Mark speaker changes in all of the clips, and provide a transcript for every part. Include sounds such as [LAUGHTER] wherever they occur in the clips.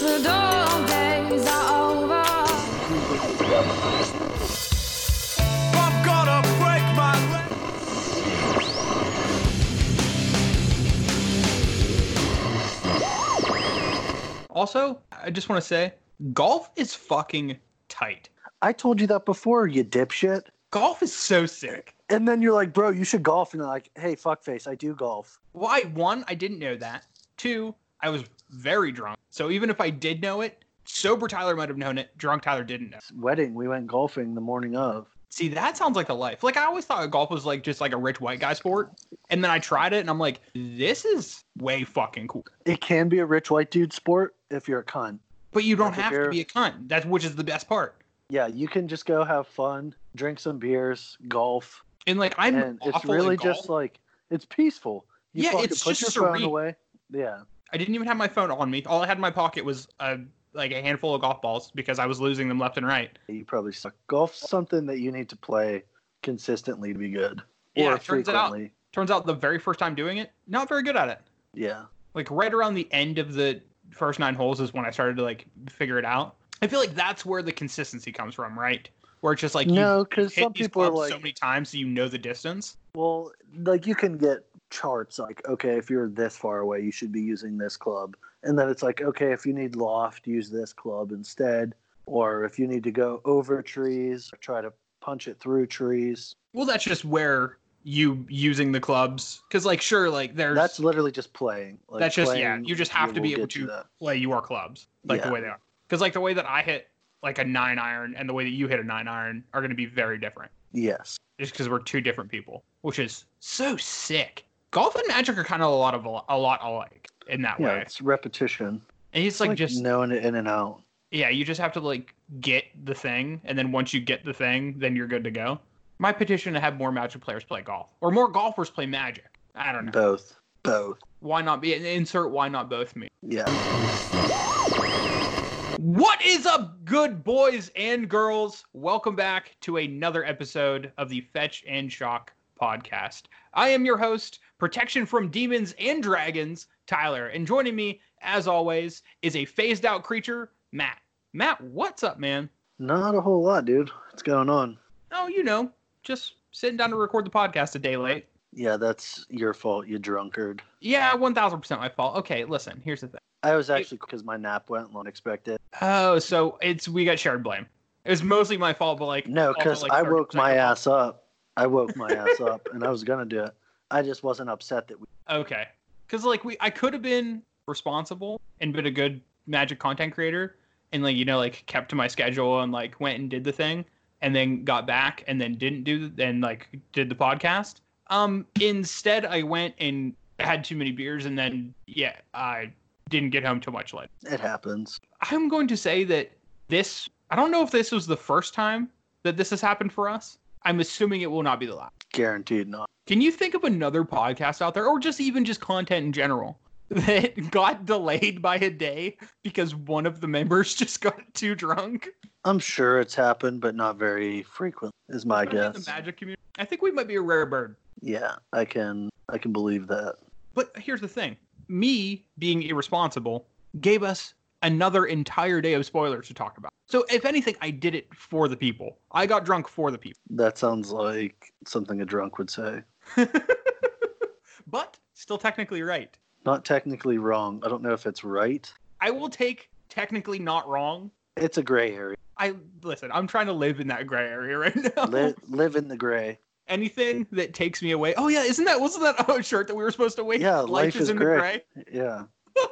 Speaker 1: The dull days are over.
Speaker 2: I'm gonna break my leg.
Speaker 3: Also, I just want to say golf is fucking tight.
Speaker 4: I told you that before, you dipshit.
Speaker 3: Golf is so sick.
Speaker 4: And then you're like, bro, you should golf. And I'm like, hey, fuckface, I do golf.
Speaker 3: Why? One, I didn't know that. Two, I was very drunk. So even if I did know it, sober Tyler might have known it. Drunk Tyler didn't know.
Speaker 4: Wedding, we went golfing the morning of.
Speaker 3: See, that sounds like a life. Like I always thought golf was like just like a rich white guy sport, and then I tried it, and I'm like, this is way fucking cool.
Speaker 4: It can be a rich white dude sport if you're a cunt.
Speaker 3: But you don't
Speaker 4: Like, if
Speaker 3: have to
Speaker 4: you're-
Speaker 3: be a cunt. That's which is the best part.
Speaker 4: Yeah, you can just go have fun, drink some beers, golf.
Speaker 3: And like I'm
Speaker 4: and
Speaker 3: awful
Speaker 4: it's really
Speaker 3: at golf.
Speaker 4: just like, it's peaceful. You
Speaker 3: Yeah,
Speaker 4: fucking
Speaker 3: it's
Speaker 4: put
Speaker 3: just
Speaker 4: your phone
Speaker 3: serene.
Speaker 4: away. Yeah.
Speaker 3: I didn't even have my phone on me. All I had in my pocket was a like a handful of golf balls because I was losing them left and right.
Speaker 4: You probably suck. Golf's something that you need to play consistently to be good.
Speaker 3: Yeah,
Speaker 4: or
Speaker 3: it turns it out-
Speaker 4: frequently.
Speaker 3: Turns out the very first time doing it, not very good at it.
Speaker 4: Yeah.
Speaker 3: Like right around the end of the first nine holes is when I started to like figure it out. I feel like that's where the consistency comes from, right? Where it's just like
Speaker 4: no,
Speaker 3: you've
Speaker 4: because
Speaker 3: hit
Speaker 4: some
Speaker 3: these
Speaker 4: people are
Speaker 3: clubs
Speaker 4: like,
Speaker 3: so many times so you know the distance.
Speaker 4: well, like you can get charts like, okay, if you're this far away, you should be using this club. And then it's like, okay, if you need loft, use this club instead. Or if you need to go over trees, or try to punch it through trees.
Speaker 3: Well, that's just where you using the clubs because like sure like there's
Speaker 4: That's literally just playing. Like,
Speaker 3: That's just- yeah,
Speaker 4: playing,
Speaker 3: you just have to
Speaker 4: will
Speaker 3: be able
Speaker 4: get
Speaker 3: to-
Speaker 4: that.
Speaker 3: play your clubs like the
Speaker 4: Yeah.
Speaker 3: way they are because like the way that I hit like a nine iron and the way that you hit a nine iron are going to be very different.
Speaker 4: Yes.
Speaker 3: just because we're two different people, which is so sick. Golf and Magic are kind of a lot of a lot alike in that
Speaker 4: Yeah,
Speaker 3: way,
Speaker 4: it's repetition.
Speaker 3: and it's like, just
Speaker 4: knowing it in and out.
Speaker 3: yeah, you just have to like get the thing, and then once you get the thing, then you're good to go. My petition to have more Magic players play golf, or more golfers play Magic. I don't know.
Speaker 4: Both. Both.
Speaker 3: Why not be insert? Why not both? Me.
Speaker 4: Yeah.
Speaker 3: What is up, good boys and girls? Welcome back to another episode of the Fetch and Shock podcast. I am your host, Protection from Demons and Dragons, Tyler, and joining me, as always, is a phased out creature, Matt. Matt, what's up, man?
Speaker 4: Not a whole lot, dude. What's going on?
Speaker 3: Oh, you know, just sitting down to record the podcast a day late.
Speaker 4: Yeah, that's your fault, you drunkard.
Speaker 3: Yeah, 1000% my fault. Okay, listen, here's the thing.
Speaker 4: I was actually because my nap went long expected.
Speaker 3: Oh, so it's we got shared blame. It was mostly my fault, but like
Speaker 4: No,
Speaker 3: also,
Speaker 4: because
Speaker 3: like,
Speaker 4: I woke
Speaker 3: 30%
Speaker 4: my
Speaker 3: your fault.
Speaker 4: ass up. I woke my
Speaker 3: [LAUGHS]
Speaker 4: ass up, and I was gonna do it. I just wasn't upset that we.
Speaker 3: Okay. Cause like we I could have been responsible and been a good magic content creator and like you know, like kept to my schedule and like went and did the thing and then got back and then didn't do then like did the podcast. Um instead I went and had too many beers and then yeah, I didn't get home till much later.
Speaker 4: It happens.
Speaker 3: I'm going to say that this I don't know if this was the first time that this has happened for us. I'm assuming it will not be the last.
Speaker 4: Guaranteed not.
Speaker 3: Can you think of another podcast out there, or just even just content in general, [LAUGHS] that got delayed by a day because one of the members [LAUGHS] just got too drunk?
Speaker 4: I'm sure it's happened, but not very frequent, is my
Speaker 3: In
Speaker 4: guess.
Speaker 3: the magic community. I think we might be a rare bird.
Speaker 4: Yeah, I can. I can believe that.
Speaker 3: But here's the thing me being irresponsible gave us another entire day of spoilers to talk about. So, if anything, I did it for the people. I got drunk for the people. [LAUGHS]
Speaker 4: That sounds like something a drunk would say.
Speaker 3: But still technically right.
Speaker 4: Not technically wrong. I don't know if it's right.
Speaker 3: I will take technically not wrong.
Speaker 4: It's a
Speaker 3: [LAUGHS]
Speaker 4: gray area.
Speaker 3: I listen, I'm trying to live in that gray area right now.
Speaker 4: Li- live in the gray.
Speaker 3: [LAUGHS] anything that takes me away. Oh yeah, isn't that wasn't that oh, shirt that we were supposed to wait?
Speaker 4: Yeah, life is gray. Yeah.
Speaker 3: [LAUGHS]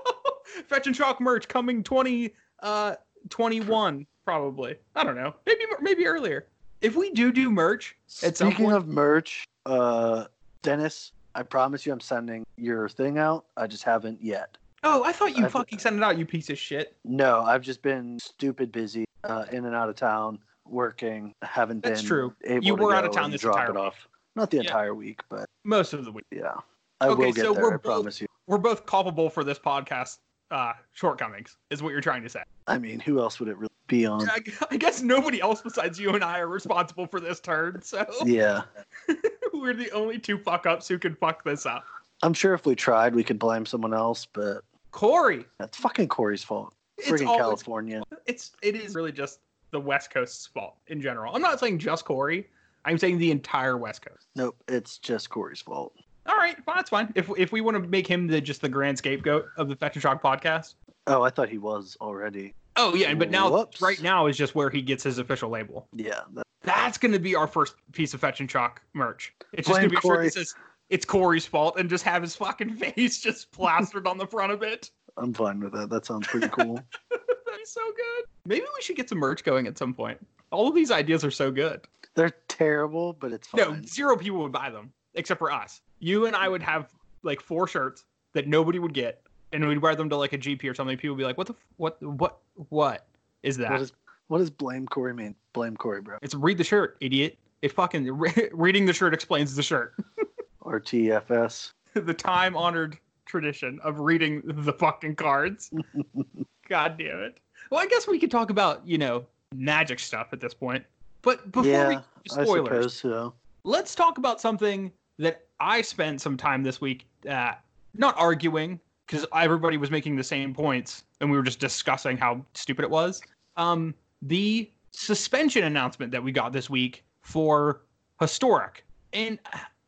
Speaker 3: Fetch and shock merch coming twenty uh twenty one probably. I don't know. Maybe maybe earlier. If we do do merch at some
Speaker 4: Speaking
Speaker 3: point,
Speaker 4: of merch, uh, Dennis, I promise you, I'm sending your thing out. I just haven't yet.
Speaker 3: oh, I thought you
Speaker 4: I-
Speaker 3: fucking sent it out, you piece of shit.
Speaker 4: No, I've just been stupid busy, uh, in and out of town, working. Haven't
Speaker 3: That's
Speaker 4: been
Speaker 3: true.
Speaker 4: Able
Speaker 3: You
Speaker 4: to
Speaker 3: were out of
Speaker 4: go
Speaker 3: town
Speaker 4: and
Speaker 3: this
Speaker 4: drop
Speaker 3: entire
Speaker 4: it
Speaker 3: week.
Speaker 4: off. Not the
Speaker 3: Yeah.
Speaker 4: entire week, but
Speaker 3: Most of the week,
Speaker 4: yeah, I
Speaker 3: Okay,
Speaker 4: will get
Speaker 3: so
Speaker 4: there.
Speaker 3: we're
Speaker 4: I
Speaker 3: both-
Speaker 4: promise you.
Speaker 3: we're both culpable for this podcast uh shortcomings, is what you're trying to say.
Speaker 4: I mean, who else would it really be on?
Speaker 3: I, I guess nobody else besides you and I are responsible for this turn, so
Speaker 4: Yeah,
Speaker 3: [LAUGHS] we're the only two fuck ups who can fuck this up.
Speaker 4: I'm sure if we tried, we could blame someone else, but
Speaker 3: Corey,
Speaker 4: that's fucking Corey's fault.
Speaker 3: it's
Speaker 4: Freaking
Speaker 3: all
Speaker 4: California.
Speaker 3: it's it is really just the West Coast's fault in general. I'm not saying just Corey. I'm saying the entire West Coast.
Speaker 4: Nope, it's just Corey's fault.
Speaker 3: All right, fine, that's fine. If if we want to make him the just the grand scapegoat of the Fetch and Shock podcast.
Speaker 4: Oh, I thought he was already.
Speaker 3: Oh yeah, but now
Speaker 4: Whoops.
Speaker 3: right now is just where he gets his official label.
Speaker 4: Yeah, that,
Speaker 3: That's going to be our first piece of Fetch and Shock merch. It's just going
Speaker 4: Blame
Speaker 3: to be sure
Speaker 4: Corey.
Speaker 3: that says it's Corey's fault and just have his fucking [LAUGHS] face just plastered on the front of it.
Speaker 4: I'm fine with that. That sounds pretty cool.
Speaker 3: That'd be so good. Maybe we should get some merch going at some point. All of these ideas are so good.
Speaker 4: [LAUGHS] They're terrible, but it's fine.
Speaker 3: No, zero people would buy them except for us. You and I would have like four shirts that nobody would get, and we'd wear them to like a GP or something. People would be like, "What the f- what what what is that?"
Speaker 4: What is what does blame Corey mean? Blame Corey, bro.
Speaker 3: it's read the shirt, idiot. It fucking re- [LAUGHS] reading the shirt explains the shirt. [LAUGHS]
Speaker 4: Or TFS.
Speaker 3: the time honored tradition of reading the fucking
Speaker 4: [LAUGHS]
Speaker 3: cards. God damn it. Well, I guess we could talk about you know magic stuff at this point. But before we
Speaker 4: yeah, I
Speaker 3: spoilers,
Speaker 4: suppose so.
Speaker 3: let's talk about something that I spent some time this week uh, not arguing because everybody was making the same points and we were just discussing how stupid it was. Um, the suspension announcement that we got this week for historic, and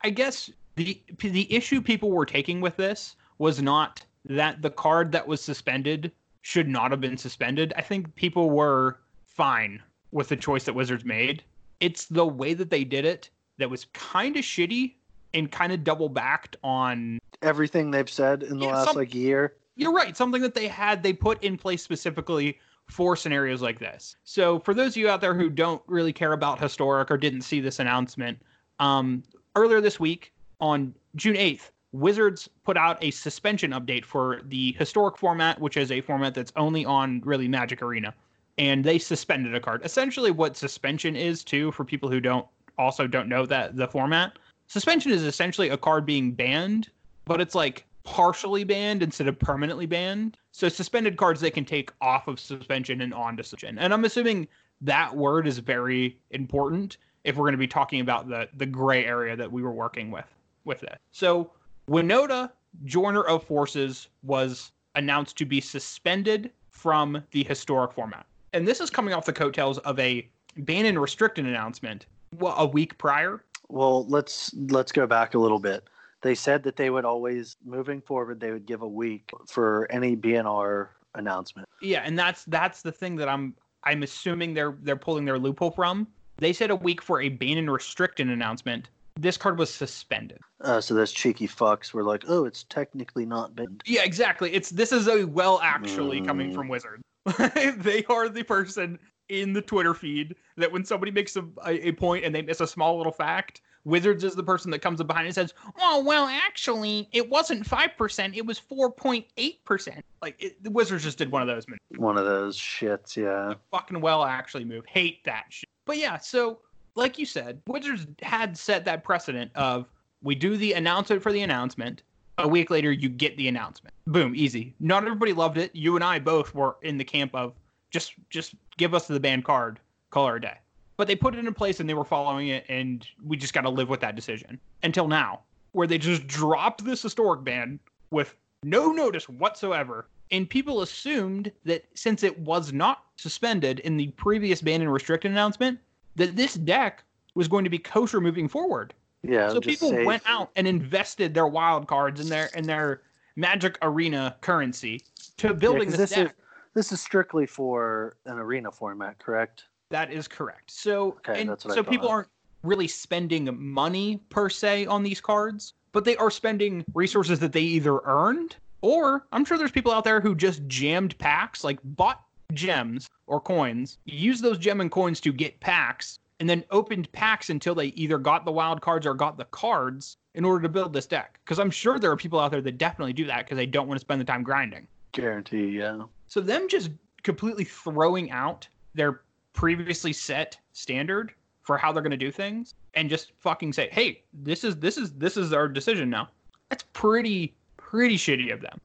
Speaker 3: I guess the the issue people were taking with this was not that the card that was suspended should not have been suspended. I think people were fine with the choice that Wizards made. It's the way that they did it that was kind of shitty and kind of double backed on
Speaker 4: Everything they've said in the
Speaker 3: Yeah,
Speaker 4: last
Speaker 3: some-
Speaker 4: like year.
Speaker 3: you're right something that they had they put in place specifically for scenarios like this so for those of you out there who don't really care about historic or didn't see this announcement um, earlier this week on june 8th wizards put out a suspension update for the historic format which is a format that's only on really magic arena and they suspended a card essentially what suspension is too for people who don't also don't know that the format suspension is essentially a card being banned but it's like partially banned instead of permanently banned. So suspended cards they can take off of suspension and onto suspension. And I'm assuming that word is very important if we're going to be talking about the the gray area that we were working with with it. So Winota Joiner of Forces was announced to be suspended from the historic format. And this is coming off the coattails of a ban and restricted announcement well, a week prior.
Speaker 4: Well, let's let's go back a little bit. They said that they would always moving forward they would give a week for any BNR announcement.
Speaker 3: Yeah, and that's that's the thing that I'm I'm assuming they're they're pulling their loophole from. They said a week for a ban and restrict an announcement. This card was suspended.
Speaker 4: Uh, so those cheeky fucks were like, "Oh, it's technically not banned."
Speaker 3: Yeah, exactly. It's this is a well actually coming
Speaker 4: Mm.
Speaker 3: from Wizard. [LAUGHS] they are the person in the Twitter feed that when somebody makes a, a, a point and they miss a small little fact, Wizards is the person that comes up behind and says, "Oh, well, actually, it wasn't five percent; it was four point eight percent." Like it, the Wizards just did one of those.
Speaker 4: One of those shits, yeah.
Speaker 3: fucking well actually move. Hate that shit. But yeah, so like you said, Wizards had set that precedent of we do the announcement for the announcement. A week later, you get the announcement. Boom, easy. Not everybody loved it. You and I both were in the camp of just just give us the banned card, call her a day. But they put it in place and they were following it, and we just got to live with that decision until now, where they just dropped this historic ban with no notice whatsoever. And people assumed that since it was not suspended in the previous ban and restricted announcement, that this deck was going to be kosher moving forward.
Speaker 4: Yeah.
Speaker 3: so
Speaker 4: just
Speaker 3: people
Speaker 4: safe.
Speaker 3: went out and invested their wild cards in their in their magic arena currency to building
Speaker 4: 'cause
Speaker 3: this,
Speaker 4: this
Speaker 3: deck.
Speaker 4: is- This is strictly for an arena format, correct?
Speaker 3: That is correct. So,
Speaker 4: Okay,
Speaker 3: and
Speaker 4: that's what I
Speaker 3: so people
Speaker 4: thought.
Speaker 3: aren't really spending money per se on these cards, but they are spending resources that they either earned or I'm sure there's people out there who just jammed packs, like bought gems or coins, used those gem and coins to get packs, and then opened packs until they either got the wild cards or got the cards in order to build this deck. Because I'm sure there are people out there that definitely do that because they don't want to spend the time grinding.
Speaker 4: Guarantee, yeah.
Speaker 3: So them just completely throwing out their previously set standard for how they're going to do things and just fucking say, "Hey, this is this is this is our decision now." That's pretty pretty shitty of them.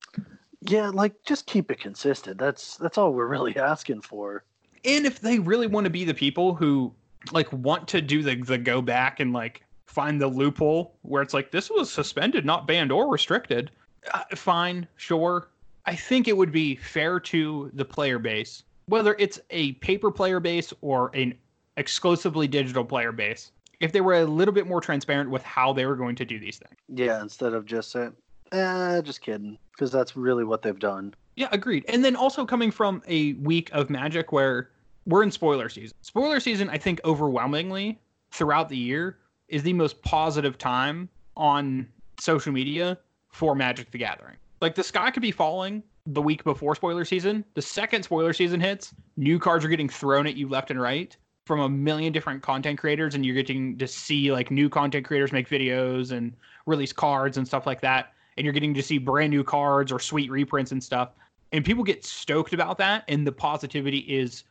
Speaker 4: Yeah, like just keep it consistent. That's that's all we're really [LAUGHS] asking for.
Speaker 3: And if they really want to be the people who like want to do the the go back and like find the loophole where it's like this was suspended, not banned or restricted, uh, fine, sure. I think it would be fair to the player base, whether it's a paper player base or an exclusively digital player base, if they were a little bit more transparent with how they were going to do these things.
Speaker 4: Yeah, instead of just saying, eh, just kidding, because that's really what they've done.
Speaker 3: Yeah, agreed. And then also coming from a week of Magic where we're in spoiler season. Spoiler season, I think, overwhelmingly throughout the year is the most positive time on social media for Magic the Gathering. Like the sky could be falling the week before spoiler season. The second spoiler season hits, new cards are getting thrown at you left and right from a million different content creators, and you're getting to see like new content creators make videos and release cards and stuff like that. And you're getting to see brand new cards or sweet reprints and stuff. And people get stoked about that, and the positivity is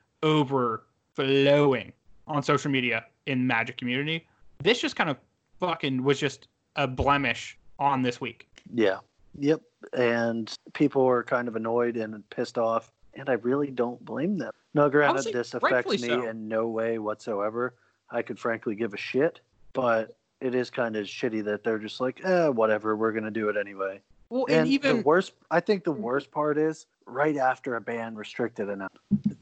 Speaker 3: overflowing on social media in Magic community. This just kind of fucking was just a blemish on this week.
Speaker 4: Yeah. Yep. And people were kind of annoyed and pissed off. And I really don't blame them. No, granted,
Speaker 3: Obviously,
Speaker 4: this affects
Speaker 3: rightfully
Speaker 4: me
Speaker 3: so.
Speaker 4: in no way whatsoever. I could frankly give a shit, but it is kind of shitty that they're just like, eh, whatever, we're going to do it anyway.
Speaker 3: Well,
Speaker 4: And,
Speaker 3: and even
Speaker 4: the worst, I think the worst part is right after a ban restricted enough.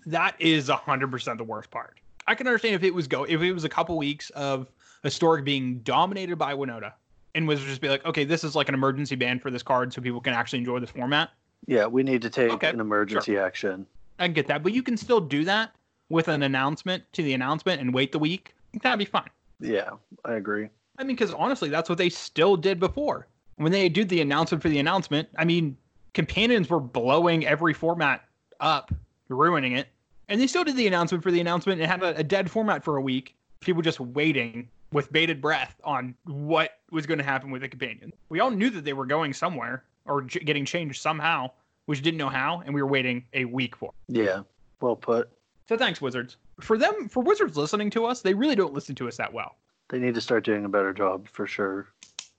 Speaker 3: that is 100% the worst part. I can understand if it was go if it was a couple weeks of historic being dominated by Winota and was just be like, okay, this is like an emergency ban for this card so people can actually enjoy the format.
Speaker 4: Yeah, we need to take
Speaker 3: Okay,
Speaker 4: an emergency action.
Speaker 3: I can get that, but you can still do that with an announcement to the announcement and wait the week. I think That'd be fine.
Speaker 4: Yeah, I agree.
Speaker 3: I mean, because honestly, that's what they still did before. When they did the announcement for the announcement, I mean, companions were blowing every format up, ruining it. And they still did the announcement for the announcement and had a, a dead format for a week. People just waiting with bated breath on what was going to happen with the companion. We all knew that they were going somewhere or j- getting changed somehow. We just didn't know how, and we were waiting a week for. it.
Speaker 4: Yeah, well put.
Speaker 3: So thanks, Wizards. For them, for Wizards listening to us, they really don't listen to us that well.
Speaker 4: They need to start doing a better job for sure.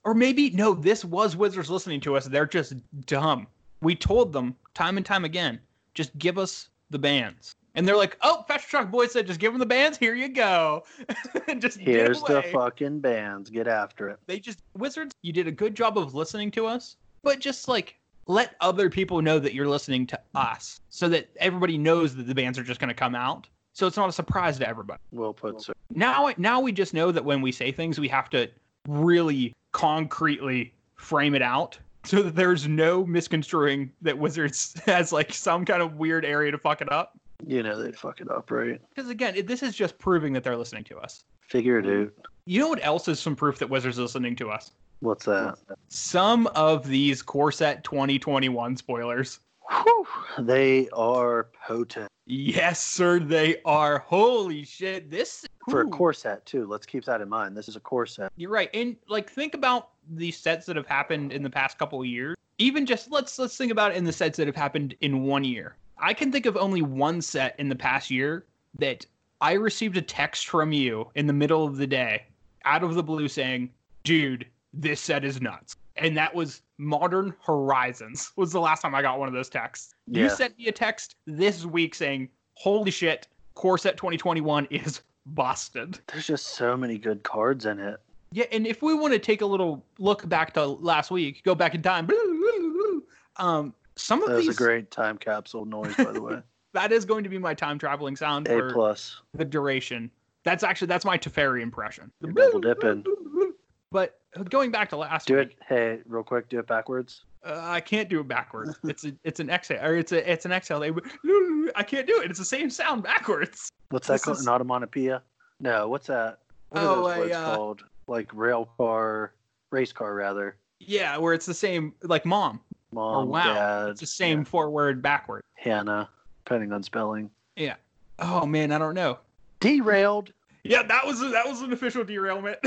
Speaker 3: Or maybe no, this was Wizards listening to us. They're just dumb. We told them time and time again, just give us the bands. And they're like, oh, Fetch Truck Boy said, just give them the bands. Here you go. [LAUGHS] And just did
Speaker 4: Here's the
Speaker 3: away.
Speaker 4: fucking bans. Get after it.
Speaker 3: They just Wizards. You did a good job of listening to us, but just like let other people know that you're listening to us, so that everybody knows that the bands are just going to come out. So it's not a surprise to everybody
Speaker 4: Well put, sir.
Speaker 3: now now we just know that when we say things we have to really concretely frame it out so that there's no misconstruing that wizards [LAUGHS] has like some kind of weird area to fuck it up
Speaker 4: You know they'd fuck it up, right?
Speaker 3: because again it, this is just proving that they're listening to us
Speaker 4: Figure it out.
Speaker 3: you know what else is some proof that wizards is listening to us
Speaker 4: What's that?
Speaker 3: some of these corset 2021 spoilers
Speaker 4: Whew, they are potent
Speaker 3: yes sir they are holy shit this
Speaker 4: for a
Speaker 3: Ooh.
Speaker 4: corset too. Let's keep that in mind. This is a corset.
Speaker 3: You're right. And like think about the sets that have happened in the past couple of years. Even just let's let's think about it in the sets that have happened in one year. I can think of only one set in the past year that I received a text from you in the middle of the day out of the blue saying, "Dude, this set is nuts." And that was Modern Horizons. [LAUGHS] Was the last time I got one of those texts. You
Speaker 4: Yeah.
Speaker 3: sent me a text this week saying, "Holy shit, Corset 2021 is busted."
Speaker 4: There's just so many good cards in it.
Speaker 3: Yeah, and if we want to take a little look back to last week, go back in time. [LAUGHS] Um, some of
Speaker 4: That was
Speaker 3: these
Speaker 4: a great time capsule noise, by the way.
Speaker 3: that is going to be my time traveling sound
Speaker 4: A
Speaker 3: for
Speaker 4: plus.
Speaker 3: the duration. That's actually that's my Teferi impression.
Speaker 4: You're double dipping.
Speaker 3: [LAUGHS] But going back to last
Speaker 4: Do
Speaker 3: week,
Speaker 4: it. Hey, real quick. Do it backwards.
Speaker 3: Uh, I can't do it
Speaker 4: [LAUGHS]
Speaker 3: backwards. It's a, it's an exhale or it's a it's an exhale. They- [LAUGHS] I can't do it. It's the same sound backwards.
Speaker 4: What's that
Speaker 3: This
Speaker 4: called?
Speaker 3: is-
Speaker 4: An automatopoeia? No, what's that? What are
Speaker 3: Oh,
Speaker 4: those
Speaker 3: a,
Speaker 4: words
Speaker 3: uh,
Speaker 4: called? Like rail car, race car rather.
Speaker 3: Yeah, where it's the same like mom. Oh,
Speaker 4: Mom,
Speaker 3: wow.
Speaker 4: dad,
Speaker 3: It's the same forward backward.
Speaker 4: Hannah, depending on spelling.
Speaker 3: Yeah. Oh man, I don't know.
Speaker 4: Derailed.
Speaker 3: Yeah, that was that was an official derailment.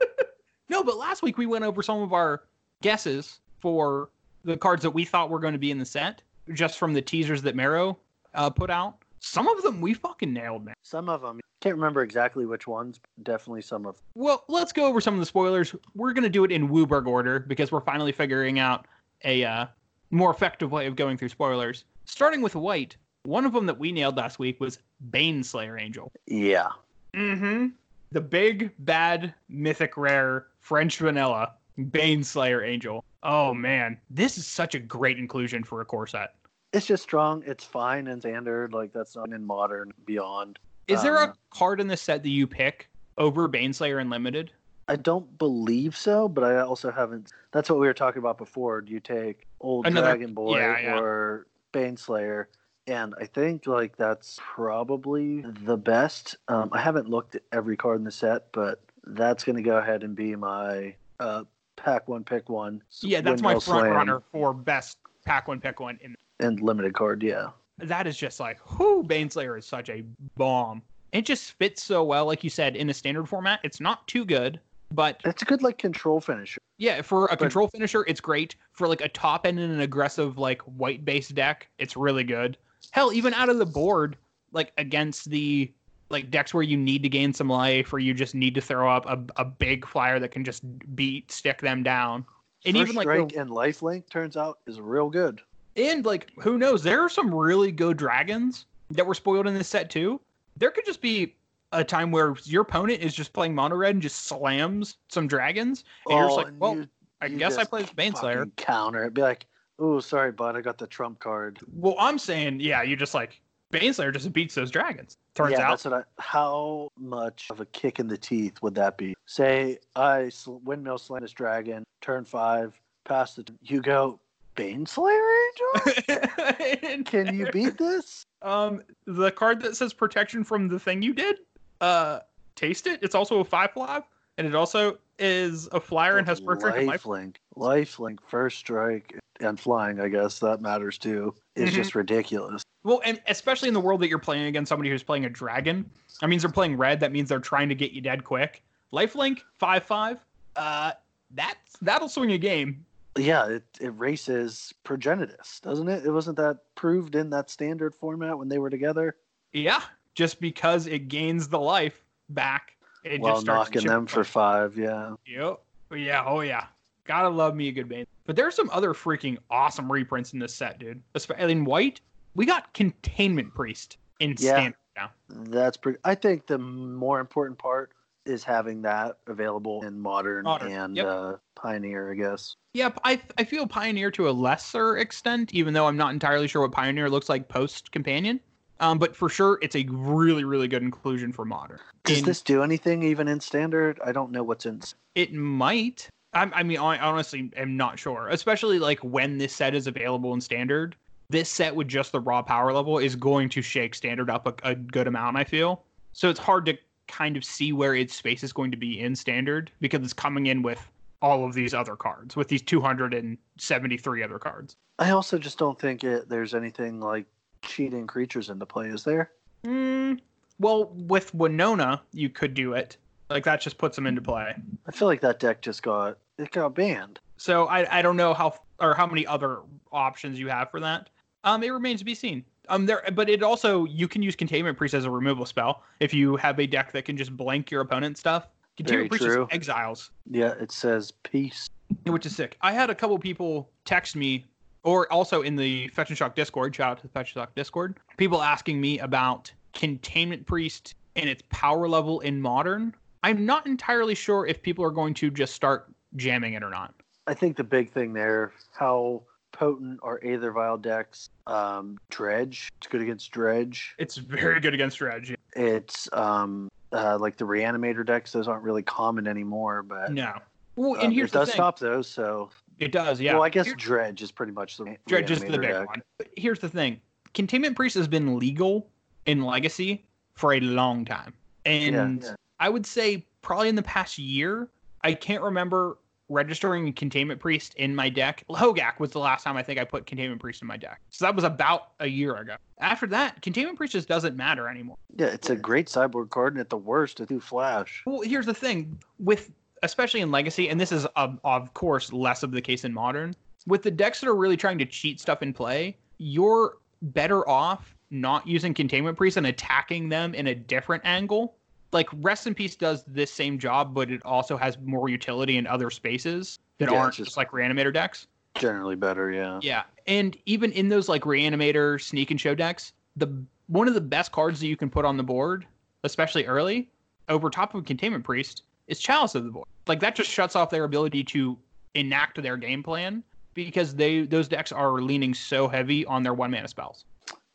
Speaker 3: [LAUGHS] no, but last week we went over some of our guesses for the cards that we thought were going to be in the set, just from the teasers that Marrow uh, put out. Some of them we fucking nailed, man.
Speaker 4: Some of them. Can't remember exactly which ones. but Definitely some of.
Speaker 3: Well, let's go over some of the spoilers. We're going to do it in Wooberg order because we're finally figuring out a uh, more effective way of going through spoilers. Starting with White, one of them that we nailed last week was Baneslayer Angel.
Speaker 4: Yeah.
Speaker 3: Mm-hmm. The big bad mythic rare French vanilla Baneslayer Angel. Oh man, this is such a great inclusion for a core set.
Speaker 4: It's just strong. It's fine and standard. Like that's not in modern beyond.
Speaker 3: Is there a
Speaker 4: Um,
Speaker 3: card in this set that you pick over Baneslayer Unlimited?
Speaker 4: I don't believe so, but I also haven't. That's what we were talking about before. Do you take old
Speaker 3: Another-
Speaker 4: Dragon Boy
Speaker 3: yeah, yeah.
Speaker 4: or Baneslayer? And I think like that's probably the best. Um, I haven't looked at every card in the set, but that's going to go ahead and be my uh, pack one, pick one.
Speaker 3: Yeah, that's my
Speaker 4: Windmill
Speaker 3: front
Speaker 4: Slam
Speaker 3: runner for best pack one pick one. And
Speaker 4: and limited card. Yeah,
Speaker 3: that is just like, whoo, Baneslayer is such a bomb. It just fits so well, like you said, in a standard format. It's not too good, but
Speaker 4: it's a good like control finisher.
Speaker 3: yeah, for a control finisher, it's great. For like a top end and an aggressive like white base deck, it's really good. Hell, even out of the board, like against the like decks where you need to gain some life or you just need to throw up a, a big flyer that can just beat stick them down. And
Speaker 4: First
Speaker 3: even like the
Speaker 4: strike and lifelink turns out is real good.
Speaker 3: And like, who knows? There are some really good dragons that were spoiled in this set too. There could just be a time where your opponent is just playing mono red and just slams some dragons, and you're just like,
Speaker 4: and
Speaker 3: well,
Speaker 4: you-
Speaker 3: I
Speaker 4: you
Speaker 3: guess I
Speaker 4: just
Speaker 3: played Baneslayer.
Speaker 4: fucking counter. It'd be like, oh, sorry, bud, I got the trump card.
Speaker 3: Well, I'm saying, yeah, you just like Baneslayer just beats those dragons. Turns
Speaker 4: yeah,
Speaker 3: out,
Speaker 4: That's what I, how much of a kick in the teeth would that be? Say I sl- windmill slam this dragon, turn five, pass the. You go, Baneslayer
Speaker 3: [LAUGHS]
Speaker 4: Angel? Can you beat this?
Speaker 3: um the card that says protection from the thing you did? Uh, taste it. It's also a five flop, and it also is a flyer and has birth strike and life.
Speaker 4: Lifelink. Lifelink, first strike, and flying, I guess that matters too, is
Speaker 3: Mhm.
Speaker 4: just ridiculous.
Speaker 3: Well, and especially in the world that you're playing against somebody who's playing a dragon, that means they're playing red. That means they're trying to get you dead quick. Lifelink five five. Uh, that's that'll swing a game.
Speaker 4: Yeah, it, it races Progenitus, doesn't it? It wasn't that proved in that standard format when they were together?
Speaker 3: Yeah, just because it gains the life back. It
Speaker 4: while
Speaker 3: just starts
Speaker 4: knocking
Speaker 3: chipping
Speaker 4: them for
Speaker 3: away.
Speaker 4: five, yeah.
Speaker 3: Yep. Yeah. Oh yeah. Gotta love me a good bane. But there's some other freaking awesome reprints in this set, dude. Especially in white, we got Containment Priest in
Speaker 4: Yeah.
Speaker 3: standard now.
Speaker 4: That's pretty. I think the more important part is having that available in modern,
Speaker 3: Modern,
Speaker 4: and
Speaker 3: yep.
Speaker 4: uh, pioneer, I guess.
Speaker 3: Yeah, p- I, I feel Pioneer to a lesser extent, even though I'm not entirely sure what Pioneer looks like post Companion. Um, but for sure, it's a really, really good inclusion for Modern.
Speaker 4: Does
Speaker 3: And
Speaker 4: this do anything even in standard? I don't know what's in.
Speaker 3: It might. I, I mean, I honestly am not sure, especially like when this set is available in Standard. This set with just the raw power level is going to shake Standard up a, a good amount, I feel. So it's hard to kind of see where its space is going to be in Standard because it's coming in with all of these other cards, with these 273 other cards.
Speaker 4: I also just don't think it, there's anything like cheating creatures into play. Is there?
Speaker 3: Mm, well, with Winona, you could do it. Like that just puts them into play.
Speaker 4: I feel like that deck just got it got banned.
Speaker 3: So I, I don't know how or how many other options you have for that. Um, it remains to be seen. Um, there, but it also you can use Containment Priest as a removal spell if you have a deck that can just blank your opponent's stuff. Containment
Speaker 4: Very
Speaker 3: Priest just
Speaker 4: true.
Speaker 3: exiles,
Speaker 4: Yeah, it says peace.
Speaker 3: which is sick. I had a couple people text me, or also in the Fetch and Shock Discord. Shout out to the Fetch and Shock Discord. People asking me about Containment Priest and its power level in Modern. I'm not entirely sure if people are going to just start jamming it or not.
Speaker 4: I think the big thing there, how potent are Aether Vial decks? Um, Dredge. It's good against Dredge.
Speaker 3: It's very good against strategy.
Speaker 4: it's um uh, like the reanimator decks those aren't really common anymore but
Speaker 3: No. Well,
Speaker 4: um,
Speaker 3: and here's
Speaker 4: it
Speaker 3: the
Speaker 4: does
Speaker 3: thing.
Speaker 4: stop those so
Speaker 3: It does, yeah.
Speaker 4: well i guess
Speaker 3: Here-
Speaker 4: dredge is pretty much the
Speaker 3: Dredge is the
Speaker 4: reanimator
Speaker 3: big
Speaker 4: deck.
Speaker 3: one. But here's the thing: Containment Priest has been legal in Legacy for a long time, and
Speaker 4: yeah.
Speaker 3: I would say probably in the past year, I can't remember registering Containment Priest in my deck. Hogak was the last time I think I put Containment Priest in my deck, so that was about a year ago. After that, Containment Priest just doesn't matter anymore.
Speaker 4: yeah it's a great cyborg card and at the worst a two flash
Speaker 3: Well, here's the thing with especially in Legacy, and this is of, of course less of the case in Modern. With the decks that are really trying to cheat stuff in play, you're better off not using Containment Priest and attacking them in a different angle. Like Rest in Peace does this same job, but it also has more utility in other spaces that
Speaker 4: Yeah,
Speaker 3: aren't
Speaker 4: it's just-
Speaker 3: just like Reanimator decks.
Speaker 4: generally better yeah
Speaker 3: Yeah, and even in those like reanimator sneak and show decks, the one of the best cards that you can put on the board, especially early, over top of containment priest, is Chalice of the Void. Like that just shuts off their ability to enact their game plan because they those decks are leaning so heavy on their one mana spells.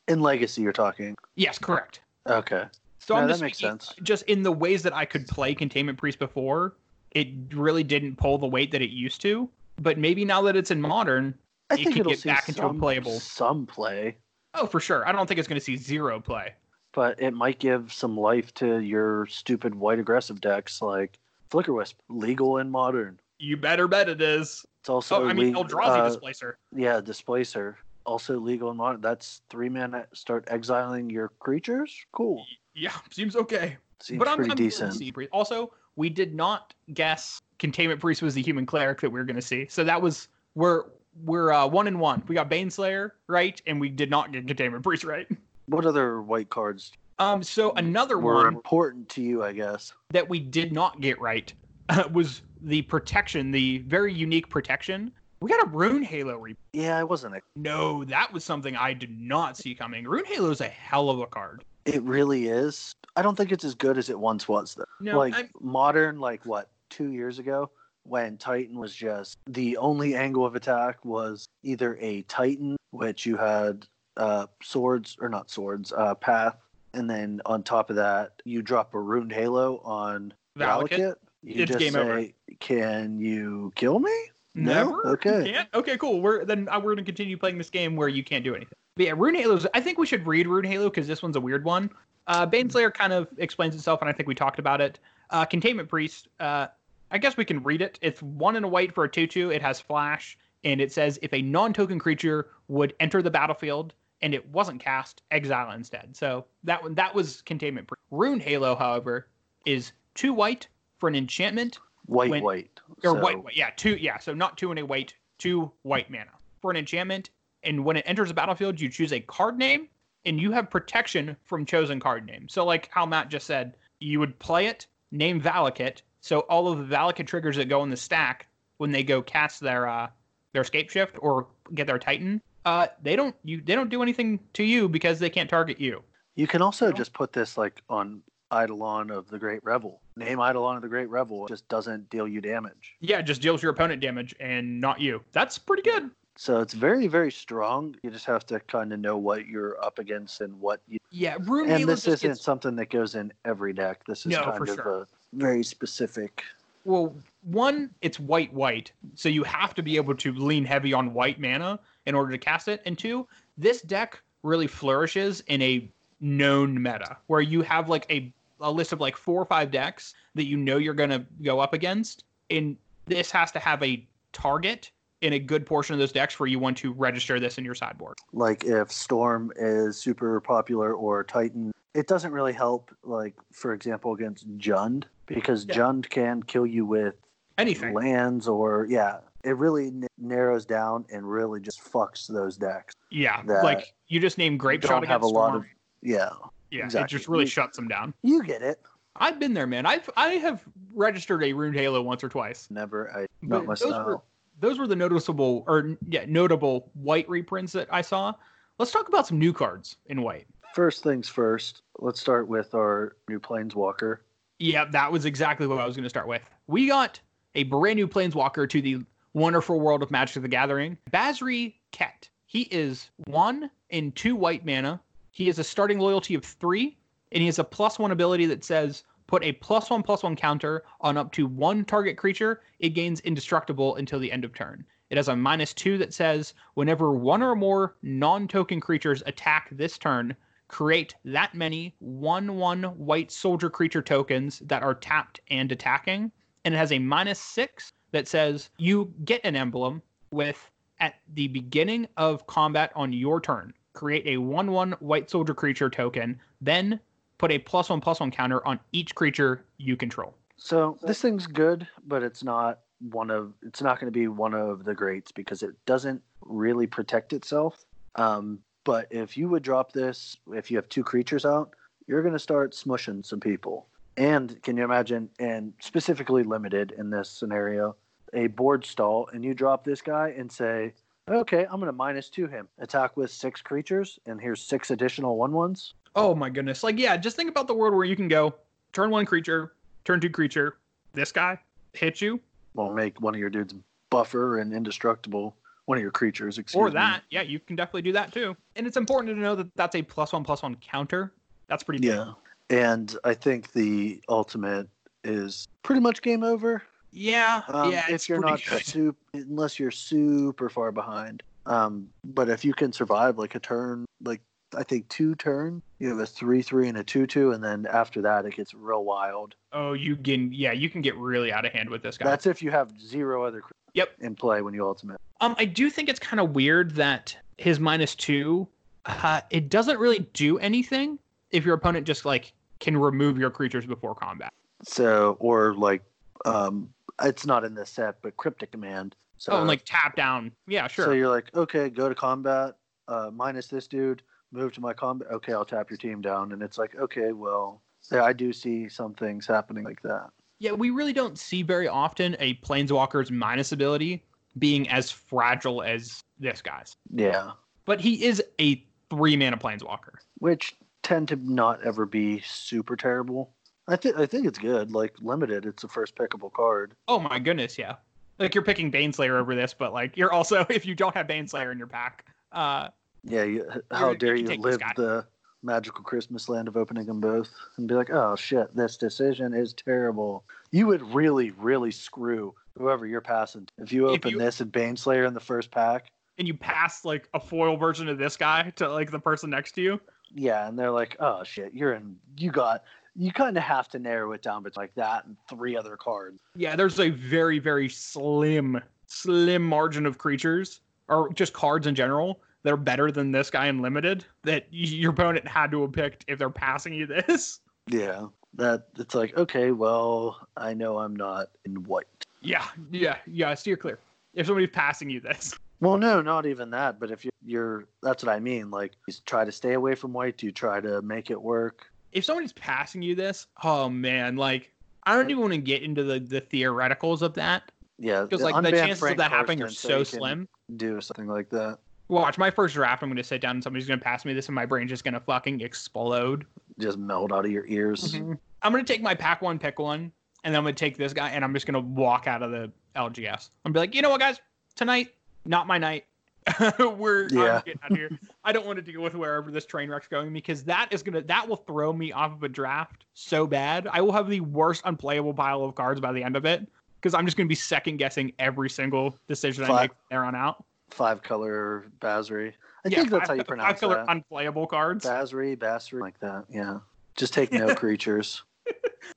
Speaker 4: In Legacy, you're talking.
Speaker 3: Yes, correct.
Speaker 4: Okay.
Speaker 3: So
Speaker 4: No,
Speaker 3: I'm
Speaker 4: that
Speaker 3: just
Speaker 4: makes
Speaker 3: thinking,
Speaker 4: sense.
Speaker 3: Just in the ways that I could play Containment Priest before, it really didn't pull the weight that it used to. But maybe now that it's in Modern,
Speaker 4: I
Speaker 3: It
Speaker 4: think
Speaker 3: could
Speaker 4: it'll
Speaker 3: get
Speaker 4: see
Speaker 3: back into a
Speaker 4: some,
Speaker 3: playable.
Speaker 4: some play,
Speaker 3: oh for sure, I don't think it's going to see zero play.
Speaker 4: but it might give some life to your stupid white aggressive decks like Flicker Wisp, legal and modern.
Speaker 3: You better bet it is.
Speaker 4: It's also
Speaker 3: Oh, I mean
Speaker 4: le-
Speaker 3: Eldrazi
Speaker 4: uh,
Speaker 3: Displacer.
Speaker 4: yeah, Displacer. Also legal and modern. That's three mana. Start exiling your creatures. Cool.
Speaker 3: Yeah, [LAUGHS] seems okay.
Speaker 4: Seems
Speaker 3: but I'm,
Speaker 4: pretty
Speaker 3: I'm willing to
Speaker 4: decent.
Speaker 3: see Priest. Also, we did not guess Containment Priest was the human cleric that we were going to see. So that was we're we're uh, one and one. We got Baneslayer right, and we did not get Containment Priest right.
Speaker 4: What other white cards
Speaker 3: Um, so another
Speaker 4: were
Speaker 3: one
Speaker 4: important to you? I guess.
Speaker 3: that we did not get right [LAUGHS] was the protection, the very unique protection. We got a Rune Halo. Re-
Speaker 4: Yeah, I wasn't. ex-
Speaker 3: no, that was something I did not see coming. Rune Halo is a hell of a card.
Speaker 4: It really is. I don't think it's as good as it once was, though.
Speaker 3: No,
Speaker 4: like
Speaker 3: I'm-
Speaker 4: modern, like what two years ago when Titan was just the only angle of attack was either a Titan, which you had uh, swords or not swords, uh, path, and then on top of that you drop a ruined halo on
Speaker 3: Valakut?
Speaker 4: Valakut. You
Speaker 3: It's
Speaker 4: just
Speaker 3: game
Speaker 4: say,
Speaker 3: over.
Speaker 4: "Can you kill me?"
Speaker 3: Never.
Speaker 4: Okay.
Speaker 3: You can't? Okay. Cool. We're then uh, we're gonna continue playing this game where you can't do anything. But yeah, Rune Halo's. I think we should read Rune Halo because this one's a weird one. Uh, Baneslayer kind of explains itself, and I think we talked about it. Uh, Containment Priest. Uh, I guess we can read it. It's one in a white for a two-two. It has flash, and it says if a non-token creature would enter the battlefield and it wasn't cast, exile instead. So that one that was Containment Priest. Rune Halo, however, is two white for an enchantment
Speaker 4: White,
Speaker 3: When-
Speaker 4: white,
Speaker 3: or
Speaker 4: So-
Speaker 3: white, white, yeah, two, yeah. So not two and a white, two white mana for an enchantment. And when it enters the battlefield, you choose a card name, and you have protection from chosen card name. So like how Matt just said, you would play it, name Valakut. So all of the Valakut triggers that go in the stack when they go cast their uh, their scape shift or get their Titan, uh, they don't you they don't do anything to you because they can't target you.
Speaker 4: You can also
Speaker 3: know?
Speaker 4: just put this like on Eidolon of the Great Revel. Name Eidolon of the Great Revel. It just doesn't deal you damage.
Speaker 3: Yeah, it just deals your opponent damage and not you. That's pretty good.
Speaker 4: So it's very, very strong. You just have to kind of know what you're up against and what you.
Speaker 3: Yeah, Rune
Speaker 4: And
Speaker 3: Halo
Speaker 4: this
Speaker 3: just
Speaker 4: isn't
Speaker 3: gets
Speaker 4: something that goes in every deck. This is
Speaker 3: No,
Speaker 4: kind
Speaker 3: for
Speaker 4: of
Speaker 3: sure.
Speaker 4: a very specific.
Speaker 3: Well, one, it's white white, so you have to be able to lean heavy on white mana in order to cast it. And two, this deck really flourishes in a known meta where you have like a, a list of like four or five decks that you know you're gonna go up against. And this has to have a target in a good portion of those decks where you want to register this in your sideboard.
Speaker 4: Like if Storm is super popular or Titan, it doesn't really help. Like for example, against Jund because
Speaker 3: Yeah.
Speaker 4: Jund can kill you with
Speaker 3: Anything.
Speaker 4: lands or yeah. It really n- narrows down and really just fucks those decks.
Speaker 3: Yeah.
Speaker 4: that
Speaker 3: Like you just name Grape
Speaker 4: don't
Speaker 3: Shot against
Speaker 4: have a lot
Speaker 3: Storm.
Speaker 4: of- Yeah,
Speaker 3: yeah,
Speaker 4: exactly.
Speaker 3: it just really
Speaker 4: You-
Speaker 3: shuts them down.
Speaker 4: you get it.
Speaker 3: I've been there, man. I've I have registered a Rune Halo once or twice.
Speaker 4: Never, I not
Speaker 3: But
Speaker 4: my
Speaker 3: those were-
Speaker 4: style.
Speaker 3: those were the noticeable or yeah notable white reprints that I saw. Let's talk about some new cards in white.
Speaker 4: First things first, let's start with our new Planeswalker.
Speaker 3: Yeah, that was exactly what I was going to start with. We got a brand new planeswalker to the wonderful world of Magic: The Gathering. Basri Ket. He is one in two white mana. He has a starting loyalty of three, and he has a plus one ability that says put a plus one plus one counter on up to one target creature. It gains indestructible until the end of turn. It has a minus two that says whenever one or more non-token creatures attack this turn, create that many 1 1 white soldier creature tokens that are tapped and attacking. And it has a minus six that says you get an emblem with at the beginning of combat on your turn. Create a 1 1 white soldier creature token, then put a plus 1 plus 1 counter on each creature you control.
Speaker 4: So this thing's good, but it's not one of it's not going to be one of the greats because it doesn't really protect itself. Um, but if you would drop this, if you have two creatures out, you're going to start smushing some people. And can you imagine? And specifically limited in this scenario, a board stall, and you drop this guy and say, "Okay, I'm going to minus two him. Attack with six creatures, and here's six additional one ones."
Speaker 3: Oh my goodness. Like, yeah, just think about the world where you can go turn one creature, turn two creature, this guy, hit you,
Speaker 4: Won't make one of your dudes buffer and indestructible one of your creatures. Excuse
Speaker 3: or
Speaker 4: me.
Speaker 3: that. Yeah, you can definitely do that too. And it's important to know that that's a plus one plus one counter. That's pretty. big.
Speaker 4: Yeah, and I think the ultimate is pretty much game over.
Speaker 3: Yeah.
Speaker 4: Um,
Speaker 3: yeah.
Speaker 4: if
Speaker 3: it's
Speaker 4: you're
Speaker 3: pretty
Speaker 4: not
Speaker 3: good.
Speaker 4: sup- unless you're super far behind. Um, but if you can survive like a turn, like I think two turn, you have a three three and a two two, and then after that it gets real wild.
Speaker 3: Oh, you can. Yeah, you can get really out of hand with this guy.
Speaker 4: That's if you have zero other cr-
Speaker 3: Yep.
Speaker 4: in play when you ultimate.
Speaker 3: Um, I do think it's kind of weird that his minus two, uh, it doesn't really do anything if your opponent just like can remove your creatures before combat.
Speaker 4: So or like um, it's not in this set, but cryptic command. So
Speaker 3: oh, and like tap down. Yeah, sure.
Speaker 4: So you're like, okay, go to combat, uh, minus this dude, move to my combat. Okay, I'll tap your team down, and it's like, okay, well, yeah, I do see some things happening like that.
Speaker 3: yeah, we really don't see very often a planeswalker's minus ability being as fragile as this guy's.
Speaker 4: Yeah,
Speaker 3: But he is a three mana planeswalker.
Speaker 4: which tend to not ever be super terrible. I think I think it's good. Like limited, it's the first pickable card.
Speaker 3: Oh my goodness, yeah. Like you're picking Baneslayer over this, but like you're also [LAUGHS] if you don't have Baneslayer in your pack, uh,
Speaker 4: Yeah, you, how
Speaker 3: you
Speaker 4: dare
Speaker 3: can
Speaker 4: you
Speaker 3: take this
Speaker 4: live
Speaker 3: guy.
Speaker 4: the magical Christmas land of opening them both and be like, oh shit, this decision is terrible. You would really, really screw whoever you're passing. If you
Speaker 3: If
Speaker 4: open
Speaker 3: you-
Speaker 4: this and Baneslayer in the first pack,
Speaker 3: and you pass like a foil version of this guy to like the person next to you.
Speaker 4: Yeah, and they're like, "Oh shit, you're in. You got. You kind of have to narrow it down, but like that and three other cards.
Speaker 3: Yeah, there's a very very slim slim margin of creatures or just cards in general that are better than this guy in limited that y- your opponent had to have picked if they're passing you this. [LAUGHS]
Speaker 4: Yeah, that it's like, okay, well, I know I'm not in white.
Speaker 3: Yeah, yeah, yeah. Steer clear. If somebody's passing you this,
Speaker 4: Well, no, not even that. But if you, you're, that's what I mean. Like, you try to stay away from white. Do you try to make it work?
Speaker 3: if somebody's passing you this, oh man, like I don't even want to get into the the theoreticals of that
Speaker 4: Yeah,
Speaker 3: because like the
Speaker 4: unban
Speaker 3: chances
Speaker 4: Frank
Speaker 3: of that happening are
Speaker 4: Karsten
Speaker 3: so
Speaker 4: you can
Speaker 3: slim.
Speaker 4: Do something like that.
Speaker 3: Watch my first draft. I'm going to sit down and somebody's going to pass me this, and my brain's just going to fucking explode.
Speaker 4: Just melt out of your ears.
Speaker 3: Mm-hmm. I'm going to take my pack one, pick one, and I'm going to take this guy, and I'm just going to walk out of the LGS. I'm be like, you know what, guys, tonight, not my night. [LAUGHS] We're I'm
Speaker 4: Yeah.
Speaker 3: getting out of here. I don't want to deal with wherever this train wreck's going because that is gonna that will throw me off of a draft so bad. I will have the worst unplayable pile of cards by the end of it because I'm just gonna be second guessing every single decision I
Speaker 4: Fuck.
Speaker 3: make from there on out.
Speaker 4: Five color Basri. I
Speaker 3: Yeah,
Speaker 4: think that's how
Speaker 3: I've got
Speaker 4: you
Speaker 3: the
Speaker 4: pronounce
Speaker 3: popular
Speaker 4: that.
Speaker 3: unplayable cards.
Speaker 4: Basri, Basri, like that. Yeah. Just
Speaker 3: [LAUGHS]
Speaker 4: take no creatures.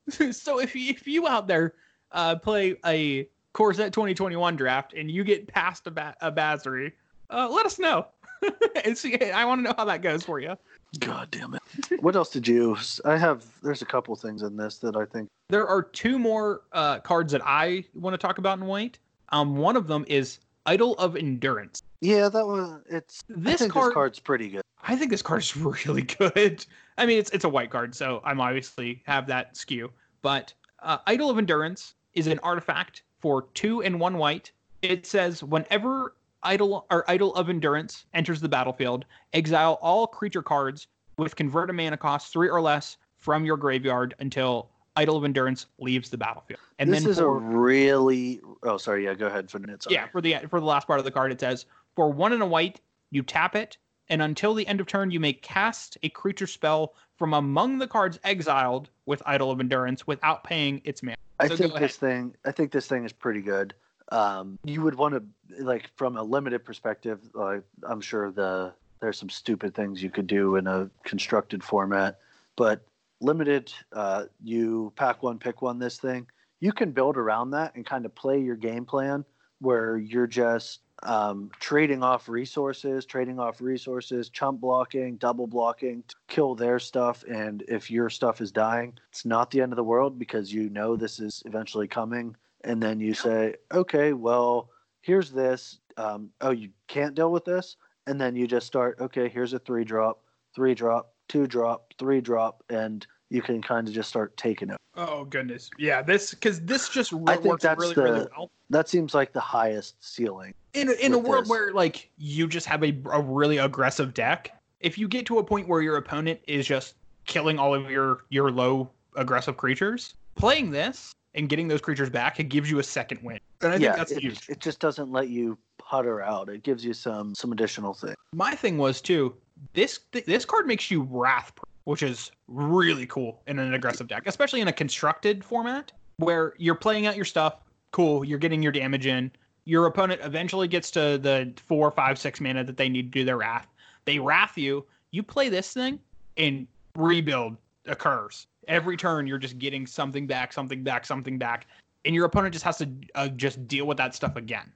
Speaker 3: so if you, if you out there uh, play a Corset 2021 draft and you get past a, ba- a Basri, uh, let us know. [LAUGHS] and see, I want to know how that goes for you.
Speaker 4: God damn it. what else did you? I have. There's a couple things in this that I think.
Speaker 3: There are two more uh, cards that I want to talk about in white. Um, one of them is Idol of Endurance.
Speaker 4: Yeah, that one. It's
Speaker 3: This
Speaker 4: I think
Speaker 3: card,
Speaker 4: This card's pretty good.
Speaker 3: I think this card is [LAUGHS] really good. I mean, it's it's a white card, so I'm obviously have that skew. But uh, Idol of Endurance is an artifact for two and one white. It says whenever Idol or Idol of Endurance enters the battlefield, exile all creature cards with convert a mana cost three or less from your graveyard until Idol of Endurance leaves the battlefield. And
Speaker 4: this
Speaker 3: then
Speaker 4: is a
Speaker 3: for,
Speaker 4: really. Oh, sorry. Yeah, go ahead. For minutes.
Speaker 3: yeah, for the for the last part of the card, it says for one and a white, you tap it, and until the end of turn, you may cast a creature spell from among the cards exiled with Idol of Endurance without paying its mana.
Speaker 4: I
Speaker 3: so go
Speaker 4: think this thing. I think this thing is pretty good. Um, you would want to like from a limited perspective. Uh, I'm sure the there's some stupid things you could do in a constructed format, but limited. Uh, you pack one, pick one. This thing you can build around that and kind of play your game plan where you're just um, trading off resources, trading off resources, chump blocking, double blocking, to kill their stuff. And if your stuff is dying, it's not the end of the world because you know this is eventually coming. And then you say, okay, well, here's this. Um, oh, you can't deal with this. And then you just start, okay, here's a three drop, three drop, two drop, three drop. And you can kind of just start taking it.
Speaker 3: Oh goodness, yeah, this because this just
Speaker 4: I think works that's really, really the-
Speaker 3: well.
Speaker 4: That seems like the highest ceiling.
Speaker 3: in a, in a
Speaker 4: with
Speaker 3: world
Speaker 4: this.
Speaker 3: where like you just have a, a really aggressive deck if you get to a point where your opponent is just killing all of your your low aggressive creatures playing this and getting those creatures back, it gives you a second win. And I think
Speaker 4: yeah,
Speaker 3: that's
Speaker 4: it,
Speaker 3: huge.
Speaker 4: it just doesn't let you putter out. It gives you some some additional thing.
Speaker 3: My thing was too, this th- this card makes you wrath, Pro, which is really cool in an aggressive deck, especially in a constructed format where you're playing out your stuff. Cool, you're getting your damage in. Your opponent eventually gets to the four, five, six mana that they need to do their wrath. They wrath you. You play this thing, and rebuild occurs every turn. You're just getting something back, something back, something back, and your opponent just has to uh, just deal with that stuff again.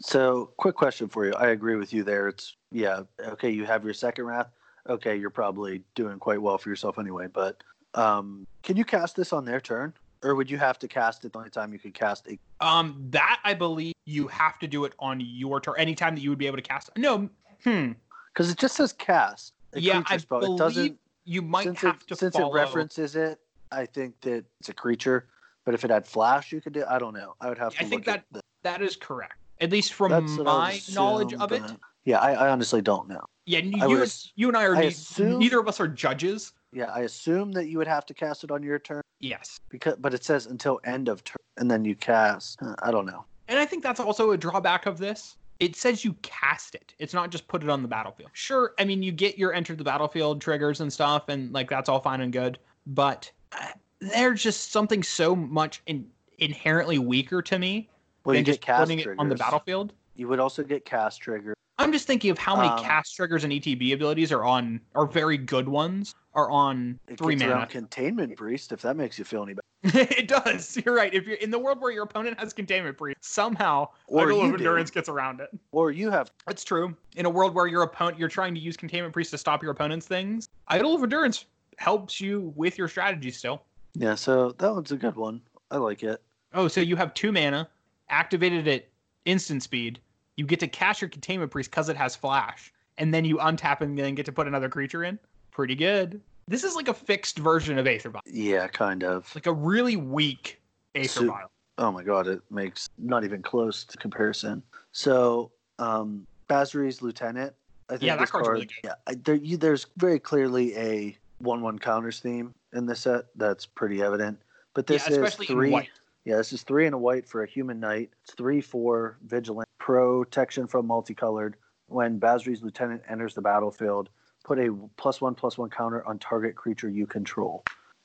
Speaker 4: So, quick question for you. I agree with you there. It's yeah, okay, you have your second wrath. Okay, you're probably doing quite well for yourself anyway, but um can you cast this on their turn? Or would you have to cast it the only time you could cast a
Speaker 3: Um, that I believe you have to do it on your turn. Anytime that you would be able to cast, no, hmm,
Speaker 4: because it just says cast. a
Speaker 3: Yeah,
Speaker 4: creature
Speaker 3: I
Speaker 4: It doesn't
Speaker 3: you might
Speaker 4: since
Speaker 3: have
Speaker 4: it,
Speaker 3: to
Speaker 4: since
Speaker 3: follow.
Speaker 4: it references it, I think that it's a creature. But if it had flash you could do I don't know. I would have to
Speaker 3: I think
Speaker 4: look at the-
Speaker 3: that is correct, at least from
Speaker 4: that's what I would
Speaker 3: my knowledge
Speaker 4: assume,
Speaker 3: of it.
Speaker 4: but- Yeah, I, I honestly don't know.
Speaker 3: Yeah, and
Speaker 4: I would
Speaker 3: you, and-
Speaker 4: ass-
Speaker 3: you and I are
Speaker 4: I
Speaker 3: ne-
Speaker 4: assume-
Speaker 3: neither of us are judges.
Speaker 4: Yeah, I assume that you would have to cast it on your turn.
Speaker 3: Yes,
Speaker 4: because but it says until end of turn and then you cast Huh, i don't know
Speaker 3: And I think that's also a drawback of this. It says you cast it. It's not just put it on the battlefield. Sure, I mean you get your enter the battlefield triggers and stuff, and like that's all fine and good. But uh, there's just something so much in, inherently weaker to me
Speaker 4: well you
Speaker 3: than
Speaker 4: get
Speaker 3: just
Speaker 4: cast
Speaker 3: putting
Speaker 4: triggers
Speaker 3: it on the battlefield.
Speaker 4: you would also get cast trigger
Speaker 3: I'm just thinking of how many
Speaker 4: Um,
Speaker 3: cast triggers and ETB abilities are on, are very good ones, are on
Speaker 4: it
Speaker 3: three
Speaker 4: gets
Speaker 3: mana.
Speaker 4: around containment priest if that makes you feel any better
Speaker 3: [LAUGHS] it does. You're right. If you're in the world where your opponent has containment breach, somehow
Speaker 4: Or
Speaker 3: Idol
Speaker 4: you
Speaker 3: of
Speaker 4: do.
Speaker 3: Endurance gets around it.
Speaker 4: or you have
Speaker 3: That's true. In a world where your opponent you're trying to use containment priest to stop your opponent's things, Idol of Endurance helps you with your strategy still.
Speaker 4: yeah so that one's a good one i like it
Speaker 3: Oh, so you have two mana, activated at instant speed. You get to cast your containment priest because it has flash, and then you untap and then get to put another creature in. Pretty good. This is like a fixed version of Aether Vial.
Speaker 4: yeah kind of
Speaker 3: Like a really weak Aether
Speaker 4: So-
Speaker 3: Vial.
Speaker 4: oh my god it makes not even close to comparison so um basri's lieutenant i think
Speaker 3: Yeah, that
Speaker 4: this
Speaker 3: card's
Speaker 4: card,
Speaker 3: really
Speaker 4: yeah I, there, you, there's very clearly a one one counters theme in this set that's pretty evident but this
Speaker 3: yeah,
Speaker 4: is
Speaker 3: especially
Speaker 4: three
Speaker 3: in white.
Speaker 4: Yeah, this is three and a white for a human knight. It's three four vigilant protection from multicolored. When Basri's lieutenant enters the battlefield, put a plus one plus one counter on target creature you control.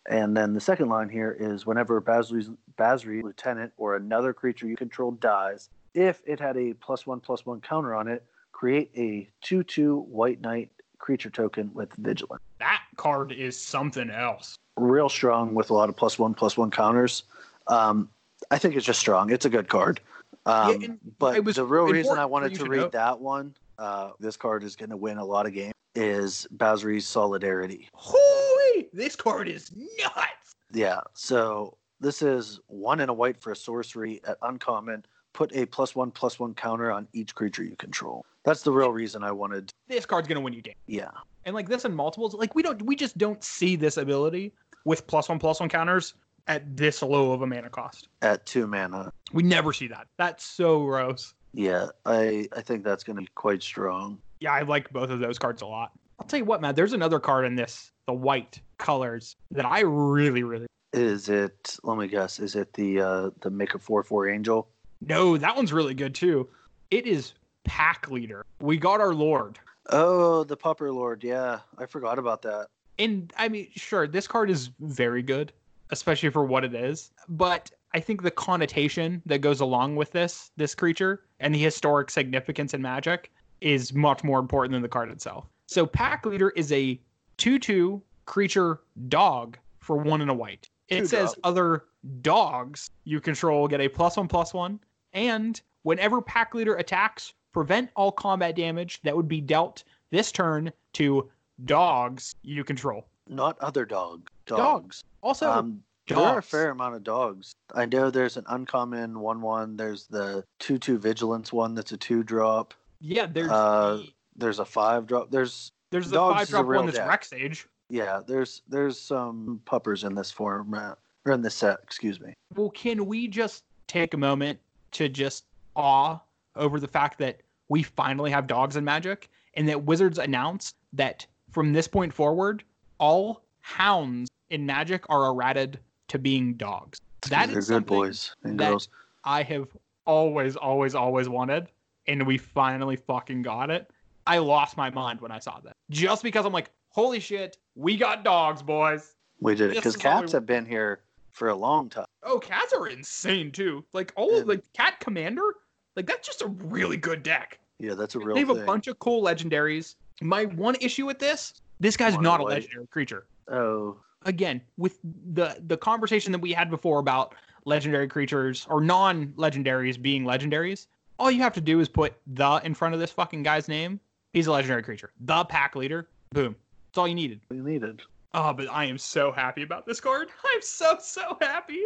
Speaker 4: And then the second line here is whenever Basri's Basri lieutenant or another creature you control dies, if it had a plus one plus one counter on it, create a two two white knight creature token with vigilance.
Speaker 3: That card is something else.
Speaker 4: Real strong with a lot of plus one plus one counters. Um, I think it's just strong. It's a good card. Um,
Speaker 3: and
Speaker 4: but
Speaker 3: it was
Speaker 4: the real reason
Speaker 3: important
Speaker 4: I
Speaker 3: for
Speaker 4: wanted
Speaker 3: you
Speaker 4: to
Speaker 3: to
Speaker 4: read
Speaker 3: know.
Speaker 4: that one, uh, this card is going to win a lot of games, is Basri's Solidarity.
Speaker 3: Holy! This card is nuts.
Speaker 4: Yeah. So this is one and a white for a sorcery at uncommon. Put a plus one plus one counter on each creature you control. That's the real reason I wanted.
Speaker 3: This card's gonna win you game.
Speaker 4: Yeah.
Speaker 3: And like this in multiples, like we don't, we just don't see this ability with plus one plus one counters at this low of a mana cost.
Speaker 4: At two mana.
Speaker 3: We never see that. That's so gross.
Speaker 4: Yeah. I, I think that's going to be quite strong.
Speaker 3: Yeah, I like both of those cards a lot. I'll tell you what, Matt. There's another card in this, the white colors, that I really, really.
Speaker 4: Is it, let me guess, is it the uh, the Make a 4 4 Angel?
Speaker 3: No, that one's really good too. It is Pack Leader. We got our Lord.
Speaker 4: Oh, the Pupper Lord. Yeah. I forgot about that.
Speaker 3: and I mean, sure, this card is very good, especially for what it is. But I think the connotation that goes along with this this creature and the historic significance in Magic is much more important than the card itself. So Pack Leader is a two-two creature dog for one and a white. It
Speaker 4: Two
Speaker 3: says
Speaker 4: dogs.
Speaker 3: other dogs you control get a plus one plus one, and whenever Pack Leader attacks, prevent all combat damage that would be dealt this turn to dogs you control.
Speaker 4: not other dog dogs.
Speaker 3: Dogs. Also,
Speaker 4: Um, there are a
Speaker 3: dogs.
Speaker 4: fair amount of dogs. I know there's an uncommon one one. There's the two two vigilance one that's a two drop.
Speaker 3: yeah, there's
Speaker 4: uh,
Speaker 3: the,
Speaker 4: There's a five drop. There's
Speaker 3: there's the
Speaker 4: dogs
Speaker 3: five
Speaker 4: is a
Speaker 3: drop
Speaker 4: real
Speaker 3: one that's
Speaker 4: deck.
Speaker 3: Rex Age.
Speaker 4: yeah. There's there's some puppers in this format or in this set. Excuse me.
Speaker 3: Well, can we just take a moment to just awe over the fact that we finally have dogs in Magic, and that Wizards announced that from this point forward, all hounds in Magic are errated to being dogs. That
Speaker 4: They're
Speaker 3: is
Speaker 4: good
Speaker 3: something
Speaker 4: boys and
Speaker 3: that-
Speaker 4: girls.
Speaker 3: I have always, always, always wanted, and we finally fucking got it. I lost my mind when I saw that. Just because I'm like, holy shit, we got dogs, boys.
Speaker 4: We did
Speaker 3: this
Speaker 4: it because
Speaker 3: is how
Speaker 4: cats
Speaker 3: we-
Speaker 4: have been here for a long time.
Speaker 3: Oh, cats are insane too. Like all
Speaker 4: Yeah.
Speaker 3: of like cat commander, like that's just a really good deck.
Speaker 4: Yeah, that's a real
Speaker 3: they have
Speaker 4: thing.
Speaker 3: a bunch of cool legendaries. My one issue with this, this guy's
Speaker 4: Mono
Speaker 3: not a
Speaker 4: white.
Speaker 3: legendary creature.
Speaker 4: oh,
Speaker 3: Again, with the the conversation that we had before about legendary creatures or non-legendaries being legendaries, all you have to do is put the in front of this fucking guy's name. He's a legendary creature. The pack leader. Boom. That's all you needed.
Speaker 4: we needed.
Speaker 3: Oh, but I am so happy about this card. [LAUGHS] I'm so so happy.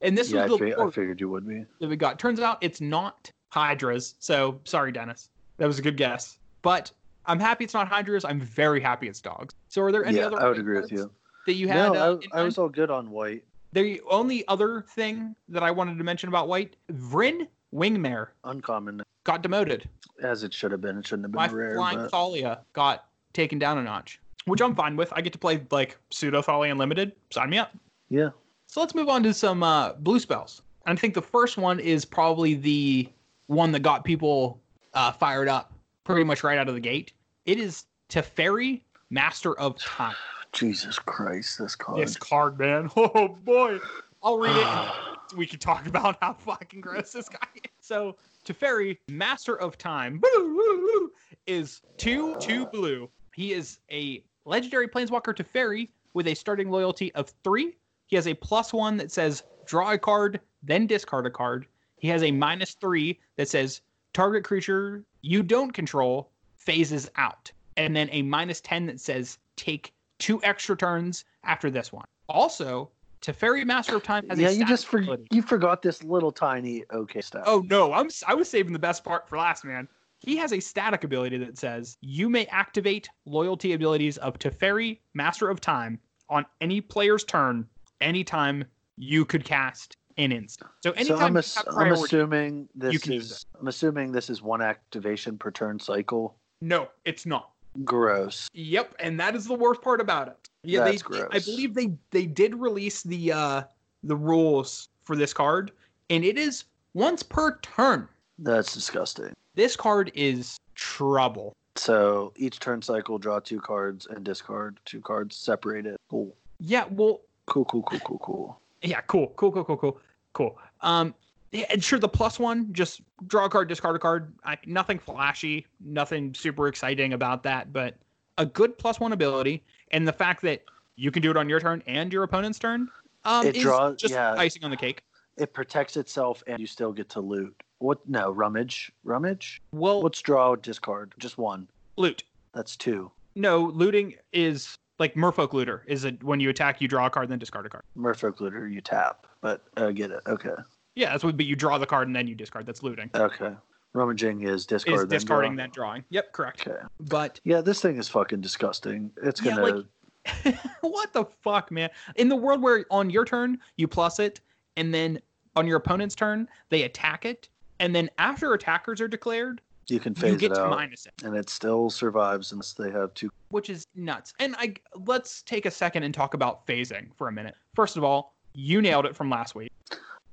Speaker 3: And this
Speaker 4: yeah, I,
Speaker 3: was the
Speaker 4: fi- I
Speaker 3: fourth
Speaker 4: figured you would be.
Speaker 3: that we got. Turns out it's not Hydras. So sorry, Dennis. That was a good guess. But I'm happy it's not Hydras. I'm very happy it's dogs. So are there any
Speaker 4: Yeah,
Speaker 3: other?
Speaker 4: I would
Speaker 3: white
Speaker 4: agree with
Speaker 3: cards
Speaker 4: you.
Speaker 3: That you had. uh,
Speaker 4: No,
Speaker 3: in
Speaker 4: I, I was
Speaker 3: mind?
Speaker 4: all good on white.
Speaker 3: The only other thing that I wanted to mention about White, Vryn Wingmare
Speaker 4: Uncommon,
Speaker 3: got demoted.
Speaker 4: as it should have been. It shouldn't have been
Speaker 3: My
Speaker 4: rare.
Speaker 3: flying
Speaker 4: but-
Speaker 3: Thalia got taken down a notch, which I'm fine with. I get to play like pseudo Thalia Unlimited. Sign me up.
Speaker 4: Yeah.
Speaker 3: So let's move on to some uh, blue spells. And I think the first one is probably the one that got people uh, fired up pretty much right out of the gate. It is Teferi, Master of Time.
Speaker 4: Jesus Christ, this card.
Speaker 3: This card, man. [LAUGHS] Oh, boy. I'll read
Speaker 4: [GASPS]
Speaker 3: it and we can talk [LAUGHS] about how fucking gross this guy is. So, Teferi, Master of Time, boo, woo, woo, is 2 2 blue. He is a legendary planeswalker Teferi with a starting loyalty of 3. He has a plus 1 that says draw a card, then discard a card. He has a minus 3 that says target creature you don't control phases out. And then a minus 10 that says take two extra turns after this one. Also, Teferi Master of Time has
Speaker 4: yeah,
Speaker 3: a
Speaker 4: you
Speaker 3: static
Speaker 4: just for,
Speaker 3: ability.
Speaker 4: you forgot this little tiny okay stuff.
Speaker 3: Oh no, I'm s- I was saving the best part for last, man. He has a static ability that says you may activate loyalty abilities of Teferi, Master of Time, on any player's turn, anytime you could cast an instant. So
Speaker 4: so
Speaker 3: anytime
Speaker 4: I'm,
Speaker 3: you
Speaker 4: ass-
Speaker 3: have
Speaker 4: I'm
Speaker 3: priority-
Speaker 4: assuming this
Speaker 3: can use
Speaker 4: is I'm assuming this is one activation per turn cycle.
Speaker 3: no, it's not.
Speaker 4: Gross.
Speaker 3: Yep, and that is the worst part about it. Yeah,
Speaker 4: That's
Speaker 3: they,
Speaker 4: gross.
Speaker 3: I believe they they did release the uh the rules for this card, and it is once per turn.
Speaker 4: That's disgusting.
Speaker 3: This card is trouble.
Speaker 4: So each turn cycle, draw two cards and discard two cards, separate it. Cool.
Speaker 3: Yeah, well,
Speaker 4: Cool, cool, cool, cool, cool.
Speaker 3: Yeah, cool, cool, cool, cool, cool, cool. Um, yeah, and sure, the plus one, just draw a card, discard a card. I, nothing flashy, nothing super exciting about that, but a good plus one ability, and the fact that you can do it on your turn and your opponent's turn. Um,
Speaker 4: It
Speaker 3: is
Speaker 4: draw-
Speaker 3: just
Speaker 4: yeah.
Speaker 3: icing on the cake.
Speaker 4: It protects itself and you still get to loot. What no, rummage. Rummage?
Speaker 3: Well,
Speaker 4: Let's draw discard. Just one.
Speaker 3: loot.
Speaker 4: That's two.
Speaker 3: No, looting is like Merfolk looter. Is it when you attack, you draw a card, then discard a card.
Speaker 4: Merfolk looter, you tap, but uh, get it. Okay.
Speaker 3: Yeah, that's what. But you draw the card and then you discard. That's looting.
Speaker 4: Okay. Rummaging is discard.
Speaker 3: Is
Speaker 4: then
Speaker 3: discarding
Speaker 4: draw.
Speaker 3: then drawing. Yep, correct.
Speaker 4: Okay.
Speaker 3: But
Speaker 4: Yeah, this thing is fucking disgusting. It's
Speaker 3: Yeah,
Speaker 4: gonna.
Speaker 3: like- what the fuck, man? In the world where on your turn you plus it, and then on your opponent's turn they attack it, and then after attackers are declared,
Speaker 4: you can phase
Speaker 3: you get
Speaker 4: it
Speaker 3: to
Speaker 4: out,
Speaker 3: minus it,
Speaker 4: and it still survives unless they have two.
Speaker 3: which is nuts. And I let's take a second and talk about phasing for a minute. First of all, you nailed it from last week.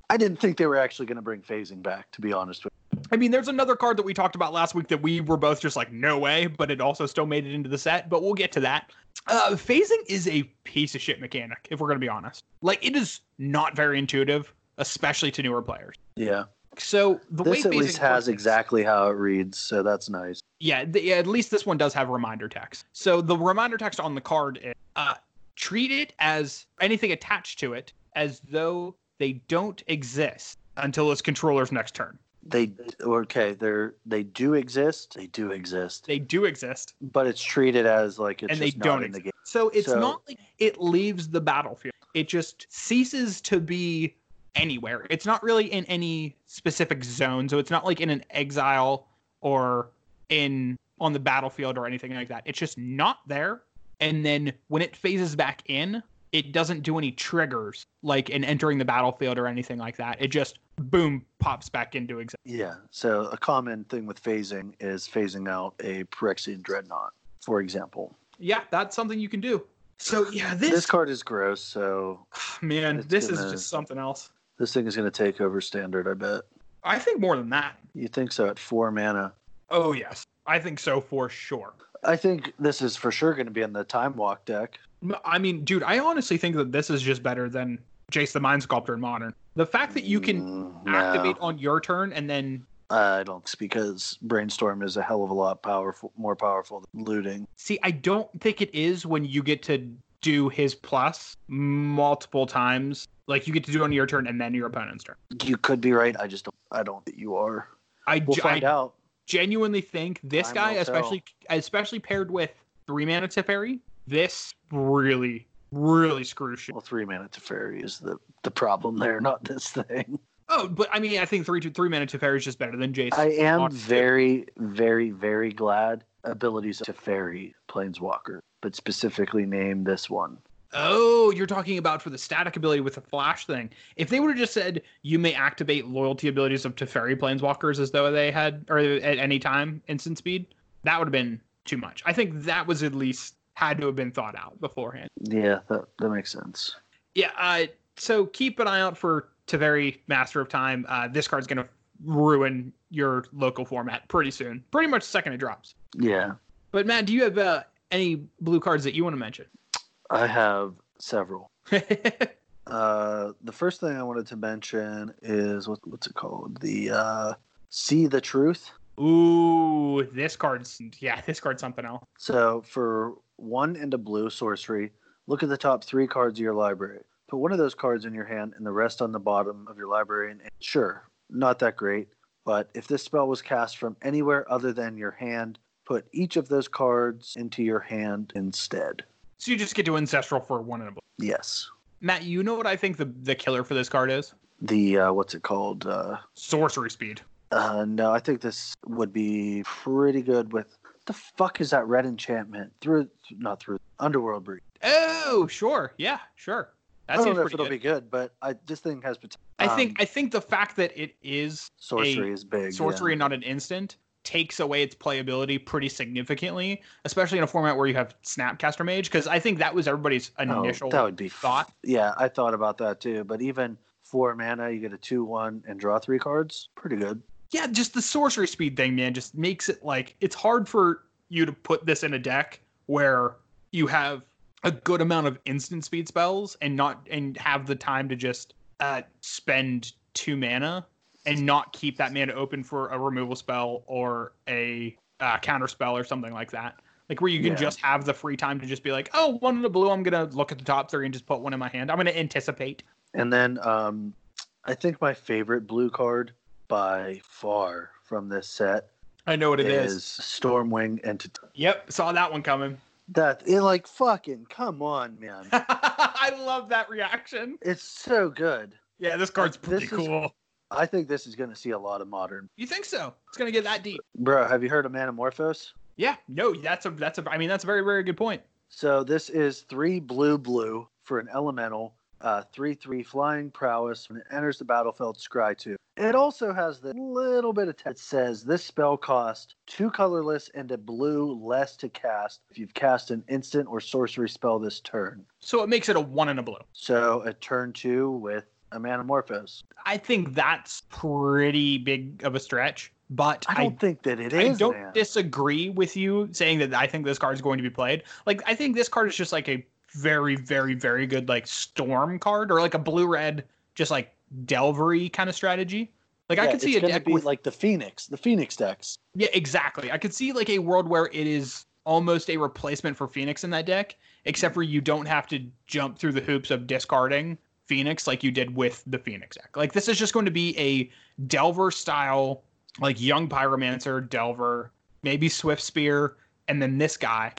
Speaker 4: I didn't think they were actually gonna bring phasing back. To be honest with
Speaker 3: I mean, there's another card that we talked about last week that we were both just like, no way, but it also still made it into the set. But we'll get to that. Uh, phasing is a piece of shit mechanic, if we're going to be honest. Like, it is not very intuitive, especially to newer players.
Speaker 4: you. Yeah.
Speaker 3: So the
Speaker 4: this
Speaker 3: way
Speaker 4: at least
Speaker 3: phasing
Speaker 4: has
Speaker 3: works-
Speaker 4: exactly how it reads, so that's nice.
Speaker 3: yeah, the, yeah, at least this one does have reminder text. So the reminder text on the card is uh, treat it as anything attached to it as though they don't exist until its controller's next turn.
Speaker 4: They okay, they're they do exist. They do exist,
Speaker 3: They do exist,
Speaker 4: but it's treated as like it's
Speaker 3: and they
Speaker 4: just
Speaker 3: don't
Speaker 4: not in the
Speaker 3: exist.
Speaker 4: game.
Speaker 3: So it's
Speaker 4: So-
Speaker 3: not like it leaves the battlefield. It just ceases to be anywhere. It's not really in any specific zone. So it's not like in an exile or in on the battlefield or anything like that. It's just not there. And then when it phases back in, it doesn't do any triggers like in entering the battlefield or anything like that. It just boom pops back into existence.
Speaker 4: Yeah. So a common thing with phasing is phasing out a Phyrexian dreadnought, for example.
Speaker 3: Yeah, that's something you can do. So yeah, this,
Speaker 4: This card is gross, so
Speaker 3: man,
Speaker 4: it's
Speaker 3: this
Speaker 4: gonna-
Speaker 3: is just something else.
Speaker 4: This thing is going to take over standard, I bet.
Speaker 3: I think more than that.
Speaker 4: You think so at four mana.
Speaker 3: Oh yes, I think so for sure.
Speaker 4: I think this is for sure going to be in the time walk deck.
Speaker 3: M- I mean, dude, I honestly think that this is just better than Jace the Mind Sculptor in Modern. The fact that you can
Speaker 4: Mm, no.
Speaker 3: activate on your turn and then
Speaker 4: I don't because brainstorm is a hell of a lot powerful, more powerful than looting.
Speaker 3: see, I don't think it is when you get to do his plus multiple times. Like you get to do it on your turn and then your opponent's turn.
Speaker 4: You could be right. I just don't. I don't think you are.
Speaker 3: I,
Speaker 4: We'll
Speaker 3: ge-
Speaker 4: find
Speaker 3: I
Speaker 4: out.
Speaker 3: genuinely think this
Speaker 4: Time
Speaker 3: guy,
Speaker 4: will tell.
Speaker 3: especially especially paired with three mana Teferi, this really, really screws shit.
Speaker 4: Well, three mana Teferi is the the problem there, [LAUGHS] not this thing.
Speaker 3: Oh, but I mean, I think three three mana Teferi is just better than Jace.
Speaker 4: I am
Speaker 3: Awesome.
Speaker 4: very, very, very glad abilities of Teferi Planeswalker, but specifically name this one.
Speaker 3: Oh, you're talking about for the static ability with the flash thing. If they would have just said you may activate loyalty abilities of Teferi planeswalkers as though they had or at any time instant speed, that would have been too much. I think that was at least had to have been thought out beforehand.
Speaker 4: Yeah, that that makes sense.
Speaker 3: Yeah, uh, so keep an eye out for Teferi Master of Time. Uh, this card's gonna ruin your local format pretty soon. Pretty much the second it drops.
Speaker 4: Yeah,
Speaker 3: But Matt, do you have uh, any blue cards that you want to mention? [LAUGHS]
Speaker 4: I have several. Uh, the first thing I wanted to mention is what, what's it called? The uh, See the Truth.
Speaker 3: Ooh, this card's yeah, this card's something else.
Speaker 4: So for one and a blue sorcery, look at the top three cards of your library. Put one of those cards in your hand and the rest on the bottom of your library. And sure, not that great, but if this spell was cast from anywhere other than your hand, put each of those cards into your hand instead.
Speaker 3: So you just get to ancestral for one and a blue.
Speaker 4: Yes.
Speaker 3: Matt, you know what I think the the killer for this card is?
Speaker 4: The uh, what's it called? Uh,
Speaker 3: Sorcery speed.
Speaker 4: uh, no, I think this would be pretty good with the fuck is that red enchantment through? Not through Underworld Breach.
Speaker 3: Oh, sure, yeah, sure. That
Speaker 4: I
Speaker 3: seems
Speaker 4: don't know if
Speaker 3: pretty
Speaker 4: it'll
Speaker 3: good.
Speaker 4: be good, but I, this thing has potential.
Speaker 3: I
Speaker 4: um,
Speaker 3: think I think the fact that it is
Speaker 4: sorcery
Speaker 3: a
Speaker 4: is big.
Speaker 3: sorcery and not an instant takes away its playability pretty significantly, especially in a format where you have Snapcaster Mage, because I think that was everybody's
Speaker 4: yeah. Oh,
Speaker 3: initial
Speaker 4: that would be
Speaker 3: thought.
Speaker 4: Yeah, I thought about that too. But even four mana, you get a two-one and draw three cards. Pretty good.
Speaker 3: yeah, just the sorcery speed thing, man, just makes it like it's hard for you to put this in a deck where you have a good amount of instant speed spells and not and have the time to just uh, spend two mana and not keep that mana open for a removal spell or a uh, counter spell or something like that. Like where you can
Speaker 4: Yeah.
Speaker 3: just have the free time to just be like, oh, one in the blue, I'm gonna look at the top three and just put one in my hand. I'm gonna anticipate.
Speaker 4: And then um, I think my favorite blue card by far from this set
Speaker 3: I know what it is.
Speaker 4: is Stormwing Entity.
Speaker 3: Yep, saw that one coming.
Speaker 4: That it like fucking come
Speaker 3: [LAUGHS]
Speaker 4: on, man.
Speaker 3: I love that reaction.
Speaker 4: it's so good.
Speaker 3: Yeah, this card's pretty
Speaker 4: This is-
Speaker 3: cool.
Speaker 4: I think this is going to see a lot of modern.
Speaker 3: You think so? It's gonna get that deep.
Speaker 4: Bro, have you heard of Manamorphose?
Speaker 3: Yeah, no, that's a that's a I mean that's a very very good point.
Speaker 4: So this is three blue blue for an elemental, uh, three three flying prowess when it enters the battlefield. Scry two. It also has the little bit of text that says this spell costs two colorless and a blue less to cast if you've cast an instant or sorcery spell this turn.
Speaker 3: So it makes it a one in a blue.
Speaker 4: So a turn two with a Manamorphose.
Speaker 3: I think that's pretty big of a stretch, but
Speaker 4: I don't think that it
Speaker 3: I
Speaker 4: is.
Speaker 3: don't
Speaker 4: man.
Speaker 3: disagree with you saying that I think this card is going to be played. Like I think this card is just like a very very very good like storm card or like a blue red just like delvery kind of strategy. Like I
Speaker 4: Yeah,
Speaker 3: could see
Speaker 4: it's
Speaker 3: a
Speaker 4: gonna
Speaker 3: deck
Speaker 4: be
Speaker 3: with
Speaker 4: like the Phoenix, the Phoenix decks.
Speaker 3: Yeah, exactly. I could see like a world where it is almost a replacement for Phoenix in that deck, except for you don't have to jump through the hoops of discarding Phoenix like you did with the Phoenix deck. Like this is just going to be a Delver style, like young pyromancer, Delver, maybe Swift Spear, and then this guy,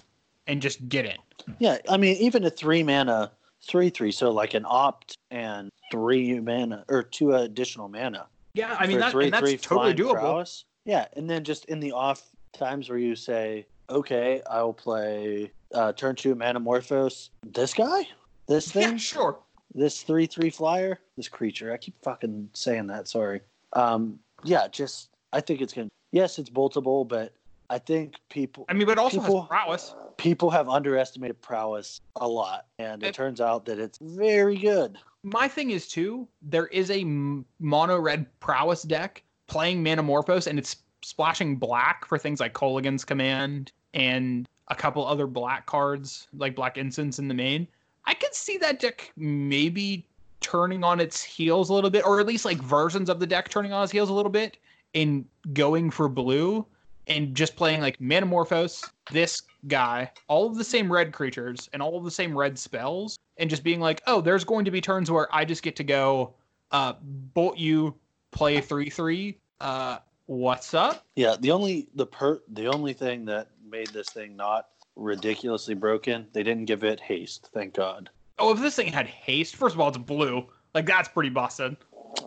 Speaker 3: and just get in.
Speaker 4: Yeah, I mean, even a three mana three three, so like an opt and three mana or two additional mana.
Speaker 3: Yeah, I mean
Speaker 4: for
Speaker 3: that, and that's totally
Speaker 4: flying
Speaker 3: doable.
Speaker 4: prowess. Yeah, and then just in the off times where you say, "Okay, I will play uh, turn two Manamorphose." This guy, this thing,
Speaker 3: Yeah, sure.
Speaker 4: this three three flyer, this creature. I keep fucking saying that. Sorry. Um, yeah, just I think it's gonna. Yes, it's boltable, but I think people
Speaker 3: I mean, but it also
Speaker 4: People-
Speaker 3: has prowess.
Speaker 4: people have underestimated prowess a lot, and it,
Speaker 3: It-
Speaker 4: turns out that it's very good.
Speaker 3: My thing is too, there is a m- mono red prowess deck playing Manamorphose, and it's splashing black for things like Colligan's Command and a couple other black cards like Black Incense in the main. I could see that deck maybe turning on its heels a little bit, or at least like versions of the deck turning on its heels a little bit and going for blue and just playing like Metamorphose, this guy, all of the same red creatures and all of the same red spells, and just being like, oh, there's going to be turns where I just get to go, uh, bolt you, play three three, uh, what's up?
Speaker 4: Yeah, the only the per the only thing that made this thing not ridiculously broken, they didn't give it haste. Thank God.
Speaker 3: Oh, if this thing had haste, first of all, it's blue. Like that's pretty busted.